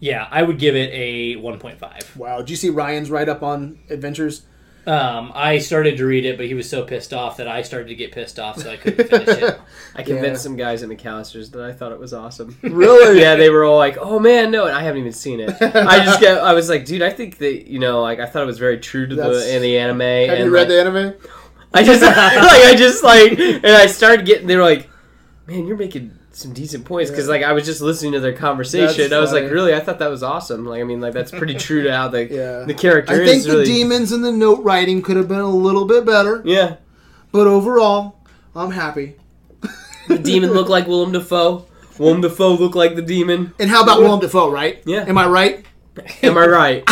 yeah, I would give it a 1.5. Wow. Did you see Ryan's write up on Adventures? Um, I started to read it, but he was so pissed off that I started to get pissed off, so I couldn't finish it. I convinced Yeah. some guys in McAllister's that I thought it was awesome. [laughs] Really? yeah, they were all like, "Oh man, no!" And I haven't even seen it. I just get, I was like, "Dude, I think that you know, like, I thought it was very true to That's- the in the anime." Have and you read like, the anime? I just [laughs] like I just like, and I started getting. They were like, "Man, you're making some decent points." Because like I was just listening to their conversation. That's I was like, funny. "Really?" I thought that was awesome. Like, I mean, like that's pretty true to how the Yeah. the character I is. think the really, demons and the note writing could have been a little bit better, [laughs] yeah, but overall, I'm happy. the demon looked like Willem Dafoe. Willem Dafoe looked like the demon. And how about Willem Dafoe, right? Yeah. Am I [laughs] right? [laughs] Am I right?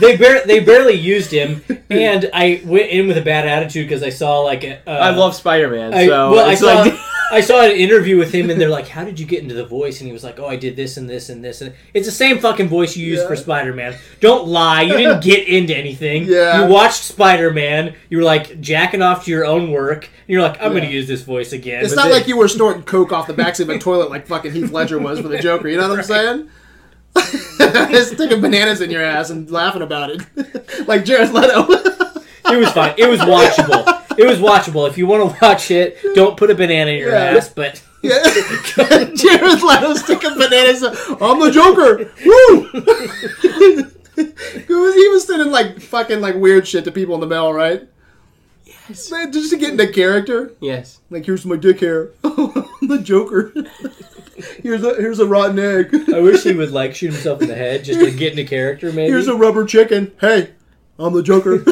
They bar- they barely used him, and I went in with a bad attitude because I saw like a, uh, I love Spider Man. I, So well, I it's saw, like, [laughs] I saw an interview with him, and they're like, "How did you get into the voice?" And he was like, "Oh, I did this and this and this." And it's the same fucking voice you used Yeah. for Spider Man. Don't lie, you didn't get into anything. Yeah. you watched Spider Man. You were like jacking off to your own work. And you're like, "I'm Yeah. gonna use this voice again." It's But not they- like you were snorting coke off the backseat of a toilet like fucking Heath Ledger was for the Joker. You know [laughs] what I'm saying? [laughs] It's sticking bananas in your ass and laughing about it, [laughs] like Jared Leto. [laughs] it was fine. It was watchable. It was watchable. If you want to watch it, don't put a banana in your Yeah. ass. But yeah, [laughs] Jared Leto sticking bananas. I'm the Joker. Woo! [laughs] He was- he was sending like fucking like weird shit to people in the mail, right? Yes. Man, just to get into character. [laughs] yes. Like here's my dick hair. [laughs] I'm the Joker. [laughs] here's a here's a rotten egg. I wish he would like shoot himself in the head just to get into [laughs] character. Maybe Here's a rubber chicken. Hey, I'm the Joker.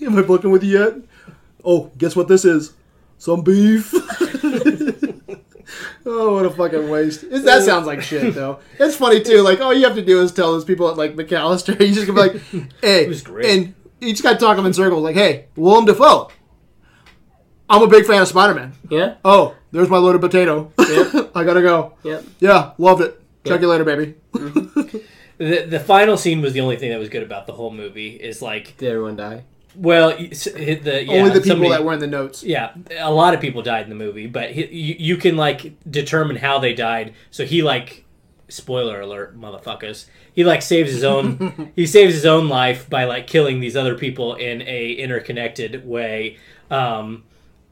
[laughs] Am I fucking with you yet? Oh, guess what this is? Some beef. [laughs] oh, what a fucking waste. It- that sounds like shit, though. It's funny, too. Like, all you have to do is tell those people at, like, McAllister, [laughs] you just gonna be like, hey. It was great. And you just gotta talk them in circles. Like, hey, Willem Dafoe. I'm a big fan of Spider-Man. Yeah. Oh, there's my loaded potato. Yeah. [laughs] I gotta go. Yep. Yeah, loved it. Check Yeah. you later, baby. the the final scene was the only thing that was good about the whole movie. Is like Did everyone die? Well, y- s- hit the yeah, Only the people somebody- that were in the notes. yeah, a lot of people died in the movie, but he, you, you can like determine how they died. So he like, spoiler alert, motherfuckers. He like saves [laughs] his own. he saves his own life by like killing these other people in a interconnected way. Um,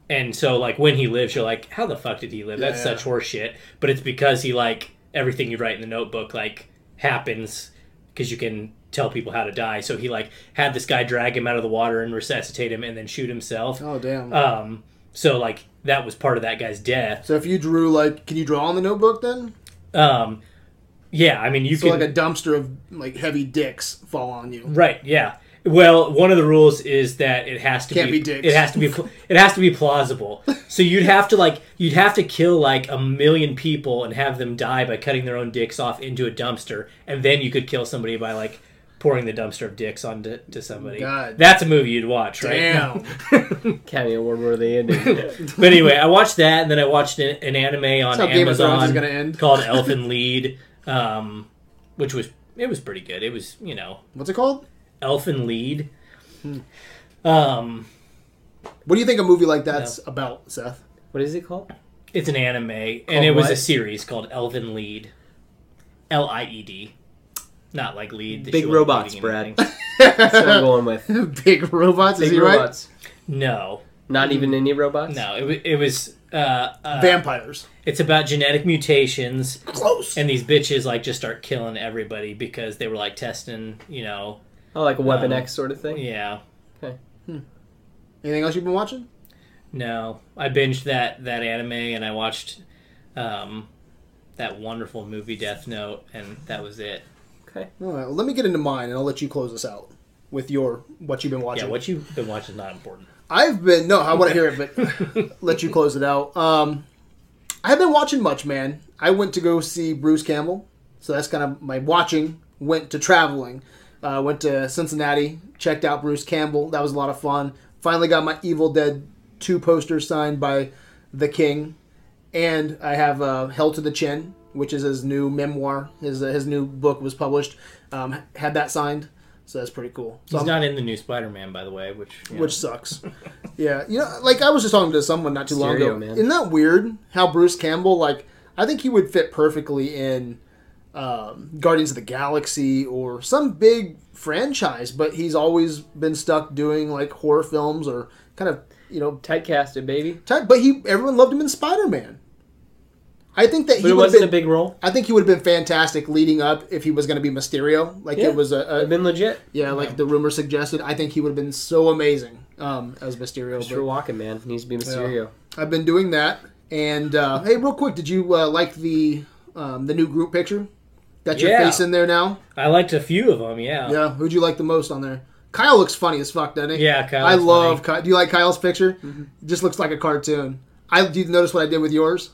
and so like when he lives, you're like, how the fuck did he live? That's Yeah. such horse shit. But it's because he like everything you write in the notebook like happens because you can tell people how to die. So he like had this guy drag him out of the water and resuscitate him and then shoot himself. Oh damn. Um, so like that was part of that guy's death. so if you drew like, can you draw on the notebook then? Um, yeah, I mean you So can like a dumpster of like heavy dicks fall on you. right, yeah, Well, one of the rules is that it has to Can't be, be dicks. it has to be pl- it has to [laughs] be plausible. So you'd have to like you'd have to kill like a million people and have them die by cutting their own dicks off into a dumpster, and then you could kill somebody by like pouring the dumpster of dicks onto to somebody. God. That's a movie you'd watch, right? [laughs] Damn. Academy Award worthy ending. But anyway, I watched that, and then I watched an, an anime on how Game of Thrones Amazon is gonna end. called Elfin Lead, um, which was it was pretty good. It was you know What's it called? Elfin Lead. Hmm. Um, What do you think a movie like that's about, Seth? what is it called? it's an anime, and Called it was what? a series called Elfin Lead, L I E D, not like lead. that Big you wouldn't be robots, leading Brad. [laughs] anything. That's what I'm going [laughs] with. Big robots. is Big he right? robots. No, Not even any robots. no, it, wa- it was. Uh, uh, Vampires. it's about genetic mutations Close. and these bitches like just start killing everybody because they were like testing you know Oh, like a Weapon Um, X sort of thing. yeah Anything else you've been watching? No, I binged that that anime and I watched um, that wonderful movie Death Note, and that was it. Okay. All right. Well, let me get into mine, and I'll let you close us out with your what you've been watching. Yeah, what you've been watching is not important. I've been no, I want to hear it, but let you close it out. Um, I have been watching much, man. I went to go see Bruce Campbell, so that's kind of my watching. Went to traveling, uh, went to Cincinnati, checked out Bruce Campbell. That was a lot of fun. Finally got my Evil Dead two poster signed by the King, and I have uh, Hell to the Chin, which is his new memoir. His uh, his new book was published. Um, had that signed, so that's pretty cool. So He's I'm- not in the new Spider-Man, by the way, which you know, Um, which sucks. yeah, you know, like I was just talking to someone not too long Stereo, ago. man. Isn't that weird? How Bruce Campbell, like, I think he would fit perfectly in um, Guardians of the Galaxy or some big franchise, but he's always been stuck doing like horror films or kind of you know. Typecasted, baby. Type, but he, everyone loved him in Spider Man. I think that he But it would have wasn't been. a big role. I think he would have been fantastic leading up if he was going to be Mysterio. Like Yeah. it was a, a I've been legit. yeah, like the rumor suggested. I think he would have been so amazing um, as Mysterio. Mr. Walken, man. Needs to be Mysterio. but I've been doing that. And uh, hey, real quick, did you uh, like the um, the new group picture? Got your Yeah. face in there now. I liked a few of them. Yeah, Yeah, who'd you like the most on there? Kyle looks funny as fuck, doesn't he? Yeah, Kyle I looks love. Kyle. Do you like Kyle's picture? Just looks like a cartoon. I do you notice what I did with yours?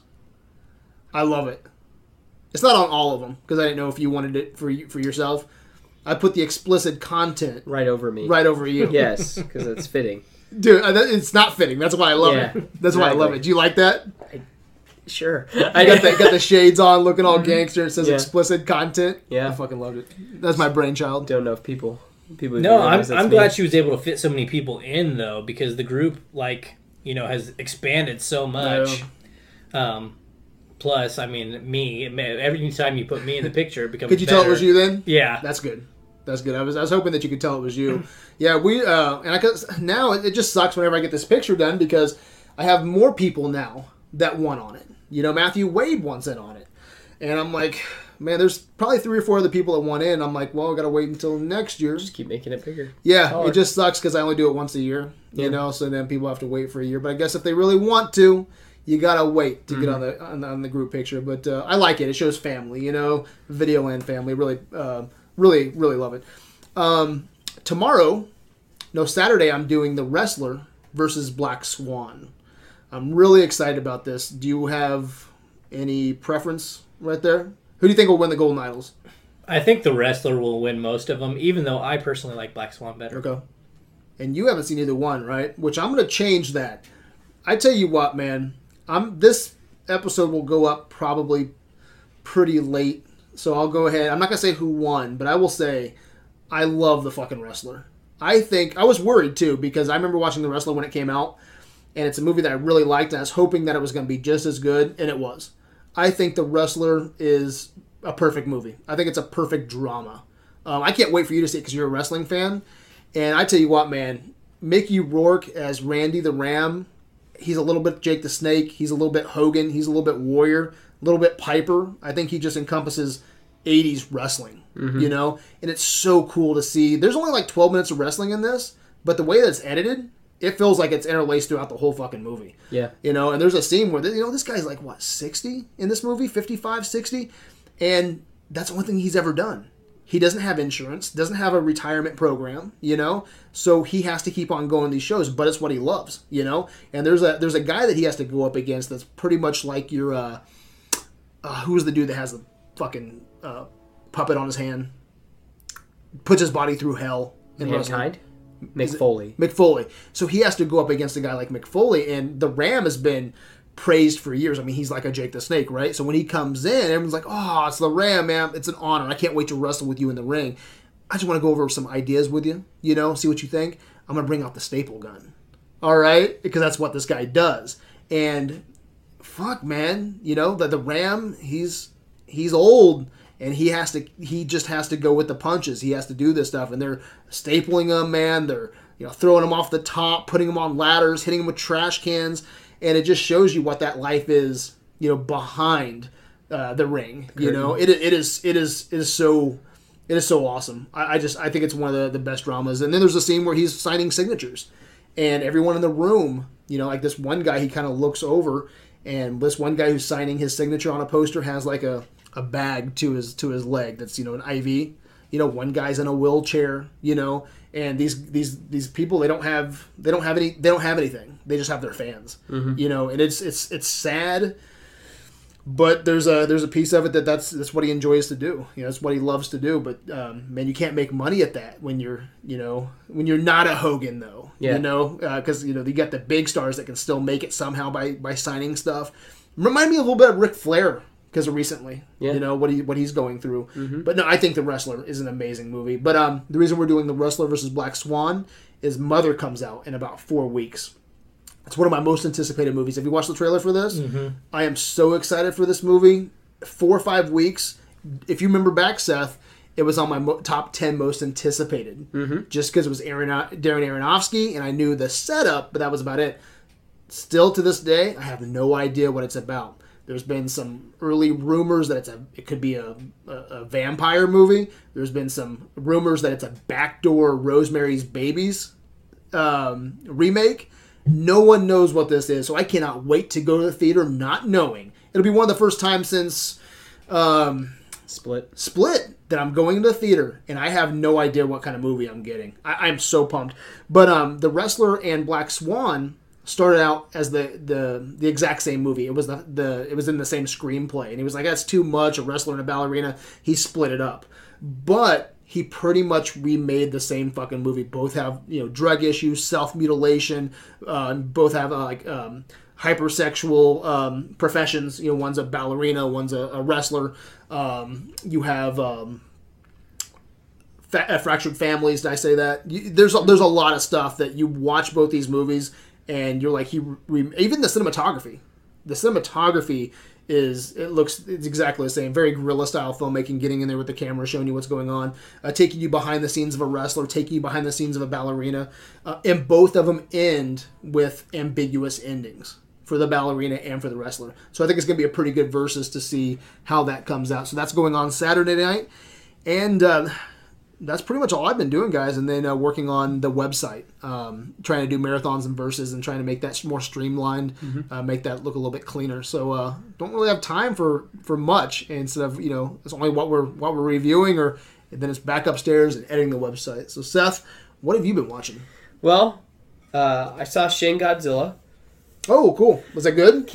I love it. It's not on all of them because I didn't know if you wanted it for you, for yourself. I put the explicit content Right over me. right over you. Yes, because that's fitting. Dude, I- that- it's not fitting. That's why I love Yeah, it. That's why I love exactly. it. Do you like that? Sure. I got the, got the shades on, looking all gangster. It says Mm-hmm. Yeah. explicit content. Yeah. I fucking loved it. That's my brainchild. [laughs] Don't know if people. People. even No, I'm realize that's I'm me. glad she was able to fit so many people in though, because the group like you know has expanded so much. Um, plus, I mean, me. Every time you put me in the picture, it becomes. Could you tell it was better. you then? Yeah, That's good. That's good. I was, I was hoping that you could tell it was [clears throat] you. yeah, we uh, and I cause now it, it just sucks whenever I get this picture done because I have more people now that want on it. You know, Matthew Wade wants in on it, and I'm like, man, there's probably three or four other people that want in. I'm like, well, I gotta wait until next year. Just keep making it bigger. Yeah, it hard. just sucks because I only do it once a year, Yeah. you know. So then people have to wait for a year. But I guess if they really want to, you gotta wait to get Mm-hmm. on the, on the on the group picture. But uh, I like it. It shows family, you know, video and family. Really, uh, really, really love it. Um, tomorrow, no Saturday, I'm doing the wrestler versus Black Swan. I'm really excited about this. Do you have any preference right there? Who do you think will win the Golden Idols? I think the wrestler will win most of them, even though I personally like Black Swan better. Okay. And you haven't seen either one, right? Which I'm going to change that. I tell you what, man. I'm this episode will go up probably pretty late, so I'll go ahead. I'm not going to say who won, but I will say I love the fucking wrestler. I think I was worried too because I remember watching the wrestler when it came out, and it's a movie that I really liked, and I was hoping that it was going to be just as good, and it was. I think the wrestler is a perfect movie. I think it's a perfect drama. Um, I can't wait for you to see it because you're a wrestling fan. And I tell you what, man, Mickey Rourke as Randy the Ram, he's a little bit Jake the Snake, he's a little bit Hogan, he's a little bit Warrior, a little bit Piper. I think he just encompasses 80s wrestling, you know? And it's so cool to see. There's only like 12 minutes of wrestling in this, but the way that it's edited, it feels like it's interlaced throughout the whole fucking movie. Yeah. You know, and there's a scene where, you know, this guy's like, what, 60 in this movie? 55, 60? And that's the only thing he's ever done. He doesn't have insurance, doesn't have a retirement program, you know. So he has to keep on going these shows, but it's what he loves, you know. And there's a there's a guy that he has to go up against that's pretty much like your uh, uh who's the dude that has the fucking uh, puppet on his hand, puts his body through hell. in wrestling. Mankind? Mick Foley. McFoley. So he has to go up against a guy like McFoley, and the Ram has been praised for years. I mean, he's like a Jake the Snake, right? So when he comes in, everyone's like, "Oh, it's the Ram, man! It's an honor. I can't wait to wrestle with you in the ring. I just want to go over some ideas with you. You know, see what you think. I'm gonna bring out the staple gun, all right? Because that's what this guy does. And fuck, man, you know the the Ram, he's he's old and he has to he just has to go with the punches. He has to do this stuff, and they're stapling him, man. They're you know throwing him off the top, putting him on ladders, hitting him with trash cans, and it just shows you what that life is, you know, behind uh, the ring. You know, it it is it is it is so. It is so awesome. I, I just I think it's one of the, the best dramas. And then there's a scene where he's signing signatures, and everyone in the room, you know, like this one guy, he kind of looks over, and this one guy who's signing his signature on a poster has like a, a bag to his to his leg that's you know an IV. You know, one guy's in a wheelchair. You know, and these these these people they don't have they don't have any they don't have anything. They just have their fans. You know, and it's it's it's sad but there's a there's a piece of it that that's that's what he enjoys to do. You know, that's what he loves to do. But um, man, you can't make money at that when you're you know when you're not a Hogan though. Yeah. You know, because you know you got the big stars that can still make it somehow by by signing stuff. Remind me a little bit of Ric Flair because of recently. Yeah. Mm-hmm. You know what he what he's going through. But no, I think the Wrestler is an amazing movie. But um, the reason we're doing the Wrestler versus Black Swan is Mother comes out in about four weeks. It's one of my most anticipated movies. Have you watched the trailer for this? I am so excited for this movie. Four or five weeks. If you remember back, Seth, it was on my mo- top ten most anticipated. Mm-hmm. Just because it was Aaron- Darren Aronofsky, and I knew the setup, but that was about it. Still to this day, I have no idea what it's about. There's been some early rumors that it's a it could be a, a, a vampire movie. There's been some rumors that it's a backdoor Rosemary's Babies um, remake. No one knows what this is, so I cannot wait to go to the theater not knowing. It'll be one of the first times since Split. Split that I'm going to the theater and I have no idea what kind of movie I'm getting. I, I'm so pumped. But um, The Wrestler and Black Swan started out as the, the the exact same movie. It was the, the it was in the same screenplay, and he was like, "That's too much." A wrestler and a ballerina. He split it up, but he pretty much remade the same fucking movie. Both have you know drug issues, self mutilation. Uh, and both have uh, like um, hypersexual um, professions. You know, one's a ballerina, one's a, a wrestler. Um, you have um, fa- uh, fractured families. Did I say that? You, there's a, there's a lot of stuff that you watch both these movies, and you're like he re- even the cinematography. The cinematography is it looks it's exactly the same. Very guerrilla style filmmaking, getting in there with the camera, showing you what's going on, uh, taking you behind the scenes of a wrestler, taking you behind the scenes of a ballerina, uh, and both of them end with ambiguous endings for the ballerina and for the wrestler. So I think it's going to be a pretty good versus to see how that comes out. So that's going on Saturday night, and uh, that's pretty much all I've been doing, guys. And then uh, working on the website, um, trying to do marathons and verses, and trying to make that s- more streamlined, uh, make that look a little bit cleaner. So uh, don't really have time for for much. And instead of you know, it's only what we're what we're reviewing, or and then it's back upstairs and editing the website. So Seth, what have you been watching? Well, uh, I saw Shin Godzilla. Oh, cool. Was that good?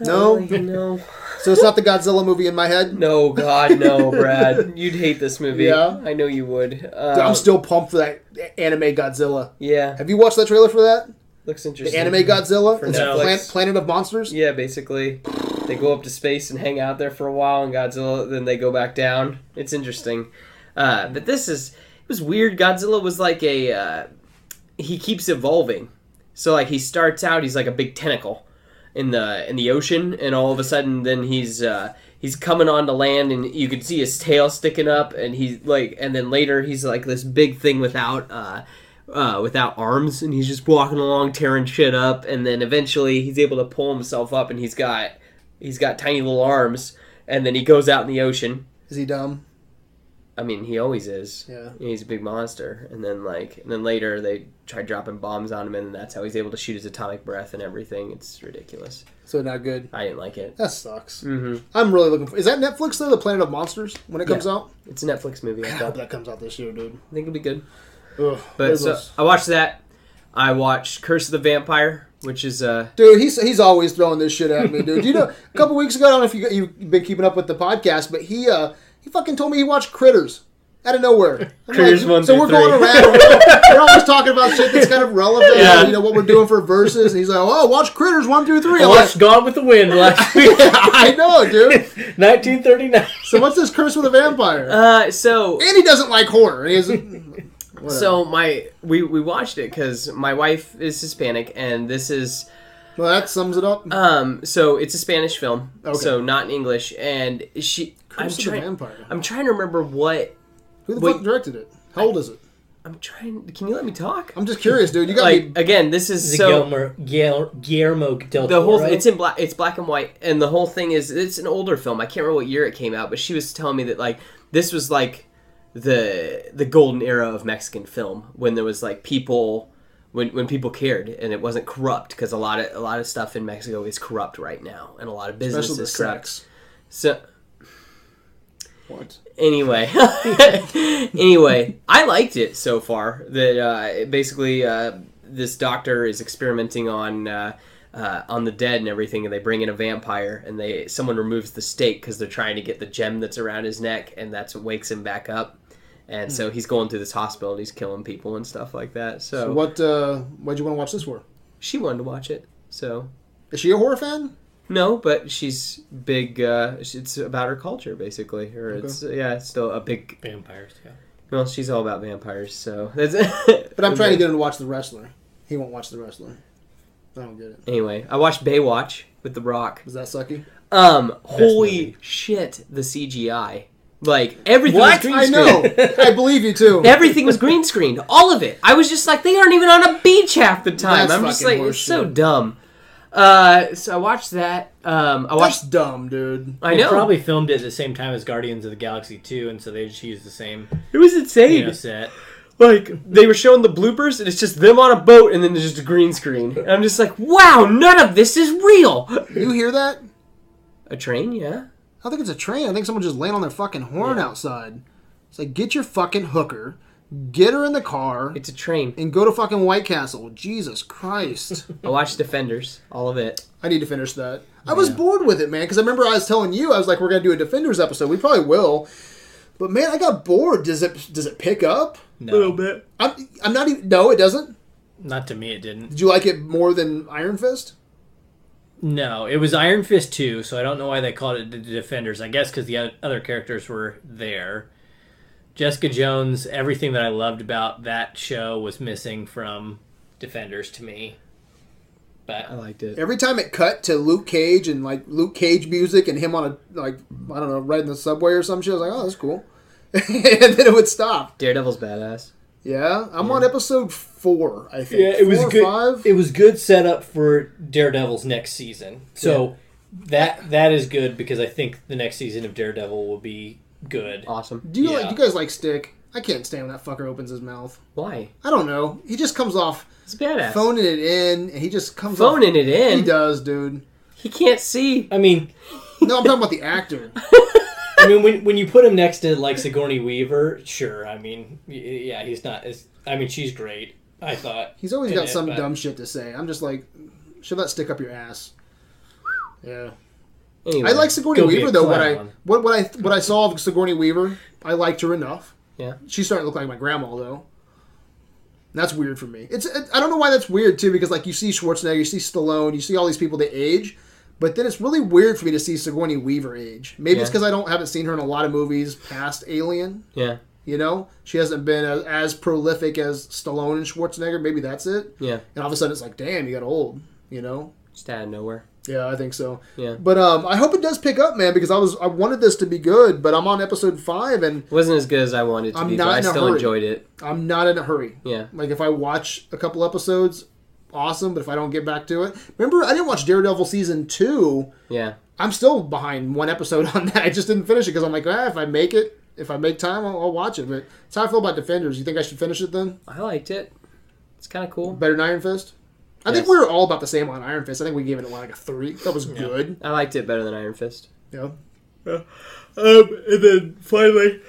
No, Really, no. [laughs] so it's not the Godzilla movie in my head. No, God, no, Brad. You'd hate this movie. Yeah. I know you would. Dude, Uh, I'm still pumped for that anime Godzilla. yeah, Have you watched that trailer for that? looks The interesting. anime Godzilla? It's Netflix. Plan- Planet of Monsters? Yeah, basically, they go up to space and hang out there for a while, and Godzilla. Then they go back down. It's interesting, uh, but this is it was weird. Godzilla was like a uh, he keeps evolving. So like he starts out, he's like a big tentacle in the in the ocean, and all of a sudden, then he's uh, he's coming onto land, and you can see his tail sticking up, and he's like, and then later he's like this big thing without. Uh, uh, without arms, and he's just walking along, tearing shit up, and then eventually he's able to pull himself up, and he's got he's got tiny little arms, and then he goes out in the ocean. Is he dumb? I mean, he always is. Yeah. He's a big monster. And then like, and then later they try dropping bombs on him, and that's how he's able to shoot his atomic breath and everything. It's ridiculous. So not good. I didn't like it. That sucks. Mhm. I'm really looking for. Is that Netflix though? The Planet of Monsters when it comes Yeah. out. It's a Netflix movie. I I hope thought. that comes out this year, dude. I think it'll be good. Ugh, But so Lizos. I watched that. I watched Curse of the Vampire, which is uh dude, he's he's always throwing this shit at me, dude. You know, a couple weeks ago, I don't know if you you've been keeping up with the podcast, but he uh he fucking told me he watched Critters out of nowhere. I'm Critters one so through we're three. going around. We're, we're always talking about shit that's kind of relevant. Yeah. You know what we're doing for verses, and he's like, "Oh, watch Critters one through three. [laughs] I I'm like, watched Gone with the Wind [laughs] [laughs] last week, I know, dude. 1939. So what's this curse with a vampire? uh so and he doesn't like horror. He isn't. so my we we watched it cuz my wife is Hispanic and this is Well, that sums it up. Um, so it's a Spanish film, Okay. so not in English, and she. I'm Curse of the trying. vampire. I'm trying to remember what Who the wait. fuck directed it? How old is it? I'm trying. Can you let me talk? I'm just curious, dude. You got Like me. again, this is Is it so Guillermo, Guil- Guillermo del the whole. Toro? It's in black. It's black and white, and the whole thing is it's an older film. I can't remember what year it came out, but she was telling me that like this was like the the golden era of Mexican film when there was like people. When, when people cared and it wasn't corrupt because a lot of a lot of stuff in Mexico is corrupt right now and a lot of business Special the is corrupt. sex. So What? anyway [laughs] anyway i liked it so far that uh, it basically uh, this doctor is experimenting on uh, uh, on the dead and everything and they bring in a vampire and they someone removes the stake because they're trying to get the gem that's around his neck and that's what wakes him back up and so he's going through this hospital and he's killing people and stuff like that so, So what? Uh, why'd you want to watch this for? she wanted to watch it so Is she a horror fan? no but she's big uh, it's about her culture basically or it's yeah it's still a big vampires. Yeah. Well, she's all about vampires, so [laughs] that's. But I'm trying to get him to watch The Wrestler. He won't watch The Wrestler. I don't get it. Anyway, I watched Baywatch with The Rock. Is that sucky? Um, holy movie. shit, the CGI! Like everything was green I screen. know. I believe you too. [laughs] Everything was green screened. All of it. I was just like, they aren't even on a beach half the time. That's I'm just like, fucking it's so horseshit. dumb. Uh, so I watched that. Um, I That's watched. dumb, dude. I They know. probably filmed it at the same time as Guardians of the Galaxy 2, and so they just used the same it was insane. you know, set. like they were showing the bloopers and it's just them on a boat and then there's just a green screen. And I'm just like, wow, none of this is real. You hear that? A train, yeah. I think it's a train. I think someone just laying on their fucking horn outside. It's like get your fucking hooker, get her in the car, It's a train. and go to fucking White Castle. Jesus Christ. I watched Defenders, all of it. I need to finish that. I was bored with it, man, because I remember I was telling you I was like, we're gonna do a Defenders episode. We probably will, but man, I got bored. Does it does it pick up? No, bit. I'm I'm not even. No, it doesn't. not to me. It didn't. Did you like it more than Iron Fist? No, it was Iron Fist 2, so I don't know why they called it the Defenders. I guess because the oth- other characters were there. Jessica Jones, everything that I loved about that show was missing from Defenders to me. I But liked it. Every time it cut to Luke Cage and like Luke Cage music and him on a like I don't know, riding the subway or some shit, I was like, oh, that's cool. [laughs] and then it would stop. Daredevil's badass. Yeah, I'm on episode four, I think. Four or Five. It was good setup for Daredevil's next season. So that that is good because I think the next season of Daredevil will be good. Awesome. do you yeah. like? Do you guys like Stick? I can't stand when that fucker opens his mouth. Why? I don't know. He just comes off It's badass. phoning it in, and he just comes Phoning it off. He in. does, dude. He can't see. I mean, No, I'm talking about the [laughs] actor. I mean, when when you put him next to like Sigourney Weaver, sure. I mean, y- yeah, he's not as. I mean, she's great. I thought He's always in got it, some but- dumb shit to say. I'm just like, shove that stick up your ass. Yeah. Anyway, I like Sigourney Go be Weaver a though. What I clown. what what I what I saw of Sigourney Weaver, I liked her enough. Yeah. she's starting to look like my grandma though. That's weird for me. It's it, I don't know why that's weird too because like you see Schwarzenegger, you see Stallone, you see all these people that age, but then it's really weird for me to see Sigourney Weaver age. Maybe it's Yeah. because I don't haven't seen her in a lot of movies past Alien. Yeah. You know, she hasn't been as, as prolific as Stallone and Schwarzenegger. Maybe that's it. Yeah. And all of a sudden, it's like, damn, you got old. You know, Just out of nowhere. yeah, I think so. Yeah. But um, I hope it does pick up, man, because I was I wanted this to be good, but I'm on episode five and Wasn't as good as I wanted it to I'm be, not but I in a still hurry. enjoyed it. I'm not in a hurry. Yeah. Like if I watch a couple episodes, awesome. But if I don't get back to it, remember I didn't watch Daredevil season two. Yeah. [laughs] I'm still behind one episode on that. I just didn't finish it because I'm like, ah, if I make it, if I make time, I'll, I'll watch it. But it's how I feel about Defenders. You think I should finish it then? I liked it. It's kind of cool. Better than Iron Fist. I think Yes. we were all about the same on Iron Fist. I think we gave it a, like a three. That was good. I liked it better than Iron Fist. Yeah. Um, and then finally,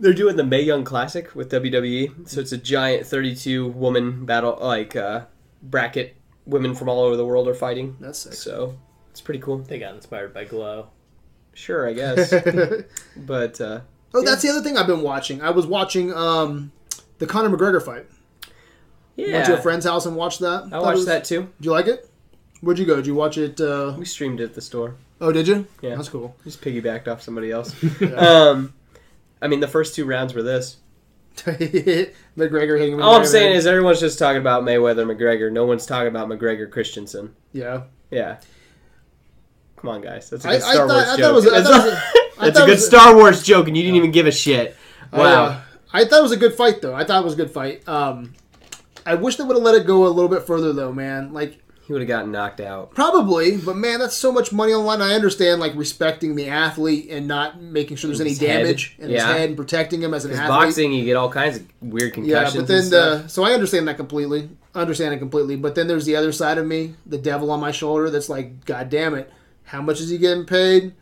they're doing the Mae Young Classic with WWE. So it's a giant 32 woman battle, like uh, bracket. Women from all over the world are fighting. That's sick. So it's pretty cool. They got inspired by Glow. Sure, I [laughs] guess. but uh, [laughs] Oh, that's the other thing I've been watching. I was watching um, the Conor McGregor fight. Went to a yeah, friend's house and watched that. I watched that too. Did you like it? Where'd you go? Did you watch it? Uh... We streamed it at the store. Oh, did you? Yeah. That's cool. [laughs] Just piggybacked off somebody else. um, I mean, the first two rounds were this. McGregor hitting. All I'm McGregor. saying is everyone's just talking about Mayweather McGregor. No one's talking about McGregor Christensen. yeah. Yeah. Come on, guys. That's a I, I thought, good Star Wars I joke. thought it was. I That's thought it [laughs] was a- I that's thought a it good was- Oh. Star Wars joke, and you didn't even give a shit. Wow. Uh, I thought it was a good fight, though. I thought it was a good fight. Um, I wish they would have let it go a little bit further, though, man. Like, he would have gotten knocked out. probably, but man, that's so much money on the line. I understand, like, respecting the athlete and not making sure there's any His head. damage in his Yeah. head and protecting him as an Because athlete. boxing, you get all kinds of weird Yeah, concussions. but and then stuff. the so I understand that completely. I understand it completely. But then there's the other side of me, the devil on my shoulder, that's like, God damn it, how much is he getting paid?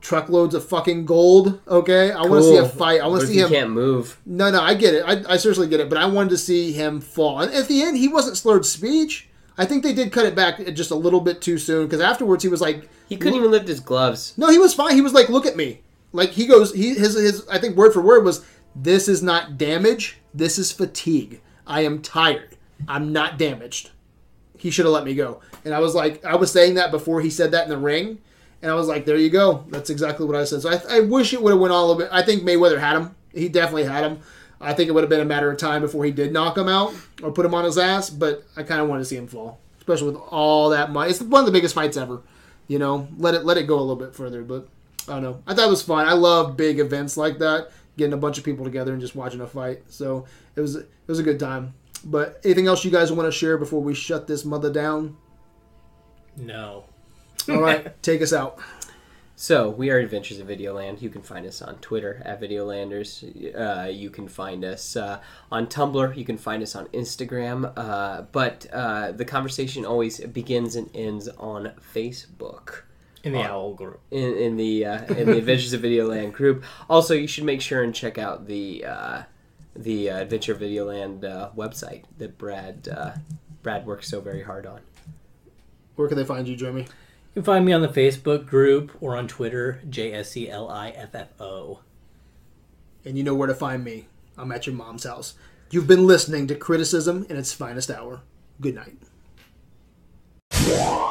Truckloads of fucking gold. Okay, I want to see a Cool. fight. I want What to if see he him. can't move. No, no, I get it. I, I seriously get it. But I wanted to see him fall. And at the end, he wasn't slurred speech. I think they did cut it back just a little bit too soon because afterwards he was like, He couldn't even lift his gloves. no, he was fine. He was like, look at me. Like he goes, he his his. I think word for word was, this is not damage. This is fatigue. I am tired. I'm not damaged. He should have let me go. And I was like, I was saying that before he said that in the ring, and I was like, there you go. That's exactly what I said. So I, I wish it would have went all of it. I think Mayweather had him. He definitely had him. I think it would have been a matter of time before he did knock him out or put him on his ass. But I kind of wanted to see him fall, especially with all that money. It's one of the biggest fights ever you know, let it let it go a little bit further. But I don't know. I thought it was fun. I love big events like that, getting a bunch of people together and just watching a fight. So it was it was a good time. But anything else you guys want to share before we shut this mother down? No. All right, take us out. So we are Adventures of Videoland. You can find us on Twitter at Videolanders. Uh, you can find us uh, on Tumblr. You can find us on Instagram. Uh, but uh, the conversation always begins and ends on Facebook In the owl group. in, in the uh, in the Adventures of Videoland group. Also, you should make sure and check out the uh, the uh, Adventure of Videoland uh, website that Brad uh, Brad works so very hard on. Where can they find you, Jeremy? You can find me on the Facebook group or on Twitter, J S E L I F F O. And you know where to find me. I'm at your mom's house. You've been listening to Criticism in its finest hour. Good night.